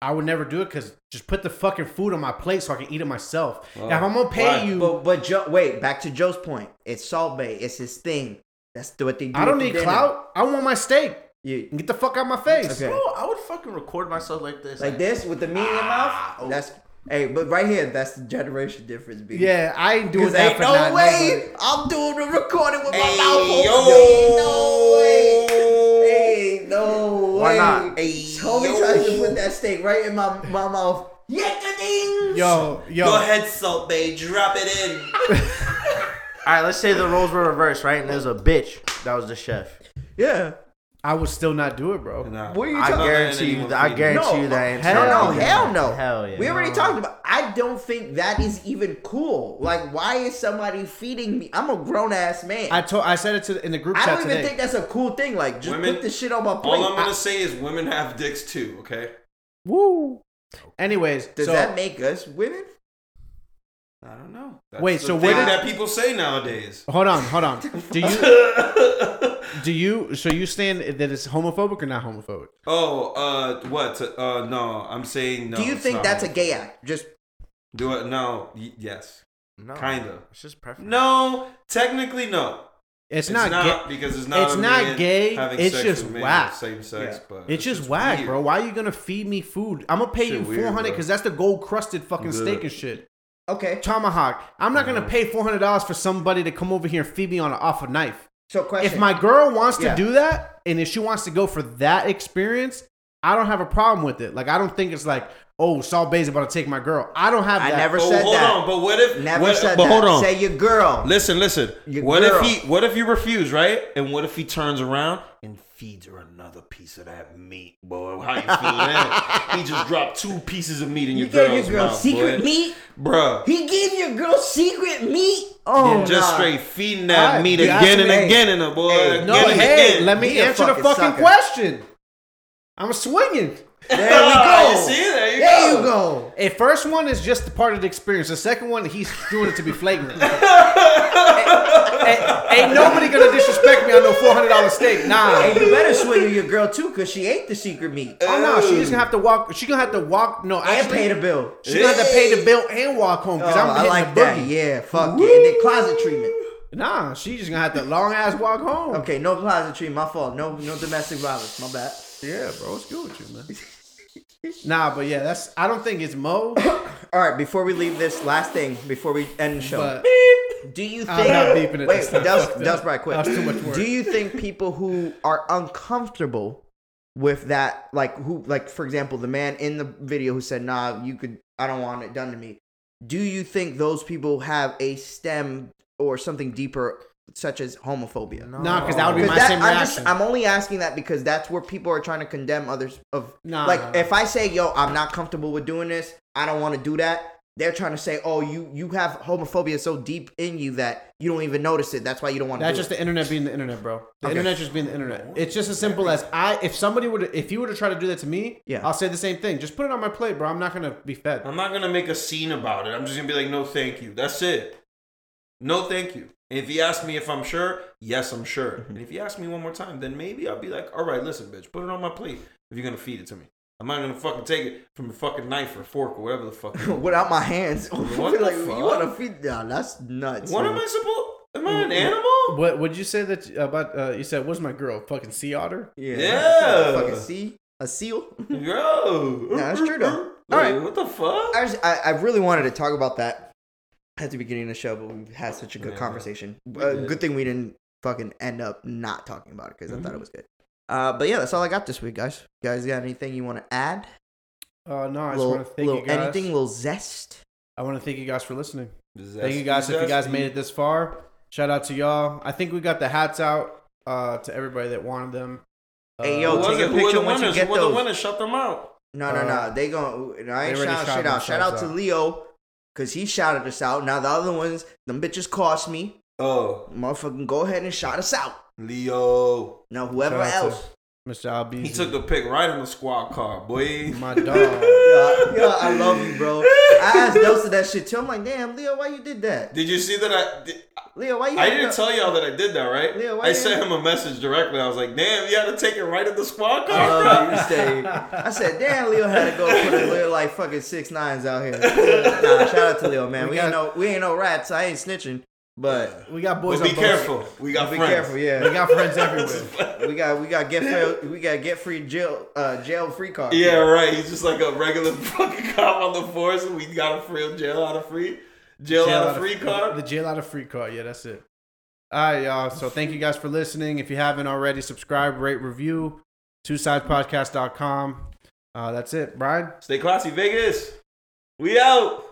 S2: I would never do it because just put the fucking food on my plate so I can eat it myself.
S3: Wow.
S2: Now, if I'm gonna pay
S3: Why?
S2: you,
S1: but but Joe, wait, back to Joe's point. It's Salt Bay. It's his thing. That's the- what they do.
S2: I don't
S1: at the
S2: need
S1: dinner.
S2: clout. I want my steak.
S1: You,
S2: Get the fuck out my face.
S1: Okay.
S4: Bro, I would fucking record myself like this.
S1: like this with the meat in your mouth. That's hey, but right here, that's the generation difference. B.
S2: Yeah, I ain't doing
S1: Cause
S2: that
S1: ain't
S2: for
S1: no
S2: not
S1: way I'm doing the recording with my
S3: Hey,
S1: mouth open.
S3: yo.
S1: Ain't no way. Ain't no way.
S4: Why not?
S1: Hey, Toby tries to put that steak right in my, my mouth.
S2: nobody.
S1: Yakading.
S2: Yo, yo.
S3: Salt Bay. Drop it in.
S4: All right, let's say the roles were reversed, right? And there's a bitch that was the chef.
S1: Yeah.
S2: I would still not do it, bro.
S3: Nah.
S1: What are you
S4: I
S1: talking about?
S4: guarantee you. That, I guarantee
S1: No,
S4: you that. ain't
S2: hell
S1: no,
S4: happening.
S1: hell no.
S4: Hell yeah.
S1: We already talked about. I don't think that is even cool. Like, why is somebody feeding me? I'm a grown ass man.
S2: I
S1: I,
S2: told. I said it to in the group
S1: don't
S2: chat
S1: even
S2: today.
S1: think that's a cool thing. Like, just
S3: Women-
S1: put the shit on my plate.
S3: All I'm
S1: I-
S3: gonna say is women have dicks too. Okay.
S2: Woo. Anyways,
S1: does
S2: so
S1: that make us women?
S3: I don't know. That's
S2: Wait,
S3: the
S2: so
S3: thing
S2: where did-
S3: that people say nowadays?
S2: hold on, hold on. Do you do you so you stand that it's homophobic or not homophobic?
S3: Oh, uh, what? Uh, no, I'm saying no.
S1: Do you
S3: it's
S1: think
S3: not
S1: that's a
S3: homophobic.
S1: gay act? Just
S3: Do it? No. Y- yes.
S4: No,
S3: Kinda.
S4: It's just preference.
S3: No. Technically, no.
S2: It's, not, gay.
S3: because it's not.
S2: it's
S3: a
S2: not
S3: man
S2: gay,
S3: having
S2: it's
S3: sex
S2: just
S3: with men of
S2: whack.
S3: Same sex, but
S2: It's just whack,
S3: weird.
S2: bro. Why are you gonna feed me food? I'm gonna pay
S3: Shit
S2: you
S3: weird,
S2: four hundred
S3: bro.
S2: because that's the gold crusted fucking
S3: Good.
S2: steak and shit.
S1: okay.
S2: Tomahawk. I'm not gonna pay four hundred dollars for somebody to come over here and feed me on a, off a knife.
S1: So, question.
S2: If my girl wants to
S1: Yeah.
S2: do that, and if she wants to go for that experience, I don't have a problem with it. Like I don't think it's like, oh, Saul Bay's about to take my girl. I don't have.
S1: I
S2: that.
S1: never
S3: But
S1: said
S3: hold
S1: that.
S3: on. But what if?
S1: Never
S3: what,
S1: said
S3: but
S1: that.
S3: hold on.
S1: Say your girl.
S3: Listen, listen.
S1: Your
S3: what
S1: girl.
S3: if he? What if you refuse, right? And what if he turns around and feeds her another piece of that meat, boy? How you feel that? he just dropped two pieces of meat in
S1: you
S3: your
S1: gave your
S3: girl's
S1: girl
S3: mouth,
S1: secret
S3: boy.
S1: meat.
S3: bruh.
S1: He gave your girl secret meat. Oh,
S2: Yeah.
S3: Just
S1: nah.
S3: straight feeding that
S2: Alright,
S3: meat
S1: you
S3: again
S1: asking
S3: and
S1: me-
S3: again in her boy.
S1: Hey,
S3: again
S2: No,
S3: and
S2: hey,
S3: again.
S2: let me
S1: He a
S2: answer the
S1: fucking
S2: fucking
S1: sucker.
S2: question. I'm swinging.
S1: There we go.
S3: You see, there you
S1: There
S3: go.
S1: you go.
S2: A first one is just the part of the experience. The second one, he's doing it to be flagrant. ain't, ain't- ain't nobody gonna disrespect me on no four hundred dollar steak.
S1: And
S2: Nah.
S1: you better swing your girl too, cause she ate the secret meat
S2: Oh no, she just gonna have to walk. She gonna have to walk. No,
S1: and
S2: actually,
S1: paid a bill.
S2: She gonna have to pay the bill and walk home
S1: Oh,
S2: because I'm
S1: I
S2: hitting
S1: like
S2: the
S1: that.
S2: boogie.
S1: Yeah, fuck it. And then closet treatment.
S2: Nah, she's just gonna have to long ass walk home.
S1: Okay, no closet treatment. My fault. No, no domestic violence. My bad.
S2: Yeah, bro, what's good with you, man? nah, but yeah, that's. I don't think it's Mo,
S1: All right, before we leave this last thing, before we end the show,
S2: but
S1: Do you
S2: I'm not
S1: think?
S2: deep in it.
S1: Wait,
S2: That's-
S1: that was,
S2: fuck
S1: that was probably quick.
S2: That was too much work.
S1: Do you think people who are uncomfortable with that, like who, like for example, the man in the video who said, "Nah, you could, I don't want it done to me." Do you think those people have a stem or something deeper, such as homophobia?
S2: Nah, 'cause that would be
S1: 'Cause
S2: my
S1: that-
S2: same
S1: I'm, just-
S2: reaction.
S1: I'm only asking that because that's where people are trying to condemn others of
S2: Nah,
S1: like
S2: nah, nah.
S1: if I say yo I'm not comfortable with doing this I don't want to do that they're trying to say oh you you have homophobia so deep in you that you don't even notice it that's why you don't want to
S2: That's
S1: do
S2: just
S1: it.
S2: the internet being the internet, bro. The
S1: Okay.
S2: internet just being the internet. It's just as simple as I. If somebody would, if you were to try to do that to me,
S1: Yeah. Um,
S2: I'll say the same thing. Just put it on my plate, bro. I'm not gonna be fed.
S3: I'm not gonna make a scene about it. I'm just gonna be like, no, thank you. That's it. No, thank you. And if you ask me if I'm sure, yes, I'm sure.
S2: Mm-hmm.
S3: And if you ask me one more time, then maybe I'll be like, all right, listen, bitch, put it on my plate if you're gonna feed it to me. I'm not gonna fucking take it from a fucking knife or fork or whatever the fuck. it is.
S1: without my hands
S3: What the
S1: like you
S3: fuck?
S1: want to feed nah that's nuts
S3: what am I supposed? Am I an animal?
S2: What would you say that about? Uh, you said, "What's my girl? Fucking sea otter."
S1: yeah,
S3: Yeah.
S1: fucking sea a seal
S3: Yo,
S1: Nah, that's true, though.
S3: All
S1: All right.
S3: right, what the fuck?
S1: I, just, I I really wanted to talk about that at the beginning of the show, but we had such a good
S3: Yeah.
S1: conversation.
S3: We
S1: Uh,
S3: did.
S1: good thing we didn't fucking end up not talking about it because
S2: Mm-hmm.
S1: I thought it was good. Uh, but yeah, that's all I got this week, guys. You guys got anything you want to add?
S2: Uh, no, I just
S1: little,
S2: want to thank
S1: little
S2: you guys.
S1: anything, little zest.
S2: I want to thank you guys for listening.
S3: Zesty,
S2: Thank you guys if you guys
S3: zesty.
S2: made it this far. Shout out to y'all. I think we got the hats out uh, to everybody that wanted them. Uh,
S1: Hey,
S3: Who
S1: yo,
S3: was
S1: take a
S3: it? Who were
S1: picture
S3: the
S1: once you
S3: winners?
S1: get
S3: Who were the
S1: those.
S3: winners? Shut them out.
S1: No, no,
S2: Uh,
S1: no. They going I ain't
S2: they already
S1: shouting
S2: shouted
S1: shit out. Shout out
S2: themselves
S1: to
S2: out.
S1: Leo because he shouted us out. Now the other ones, them bitches cost me.
S3: Oh,
S1: Motherfucking go ahead and shout us out.
S3: Leo.
S1: Now whoever
S2: Shout out to
S1: else.
S2: Mr. Albizu.
S3: He took the pick right in the squad car, boy.
S2: my
S1: Yeah,
S2: dog.
S1: yeah, I love you, bro. I asked Nelson that shit too. I'm like, damn, Leo, why you did that?
S3: Did you see that? I did,
S1: Leo, why you?
S3: I
S1: had
S3: didn't
S1: to-
S3: tell y'all that I did that, right?
S1: Leo, why
S3: I
S1: you-
S3: sent him a message directly. I was like, "Damn, you had to take it right in the squad car."
S1: Oh, you stayed. I said, damn, Leo had to go for the Leo like fucking six nines out here. Nah, shout out to Leo, man. We,
S2: We
S1: ain't no
S2: got-
S1: we ain't no rats. I ain't snitching, but
S2: We got boys
S3: but be
S2: on both sides.
S3: careful. We got
S1: be
S3: friends.
S1: careful. Yeah,
S2: We got friends everywhere.
S1: we got we got get free, we got get free jail uh jail free card.
S3: Yeah, right. He's just like a regular fucking cop on the force, and we got a free jail out of free jail, out of free car.
S2: The jail out of free card. Yeah, that's it. All right, y'all. So thank you guys for listening. If you haven't already, subscribe, rate, review, twosidepodcast.com. Uh, that's it. Brian?
S3: Stay classy, Vegas. We out.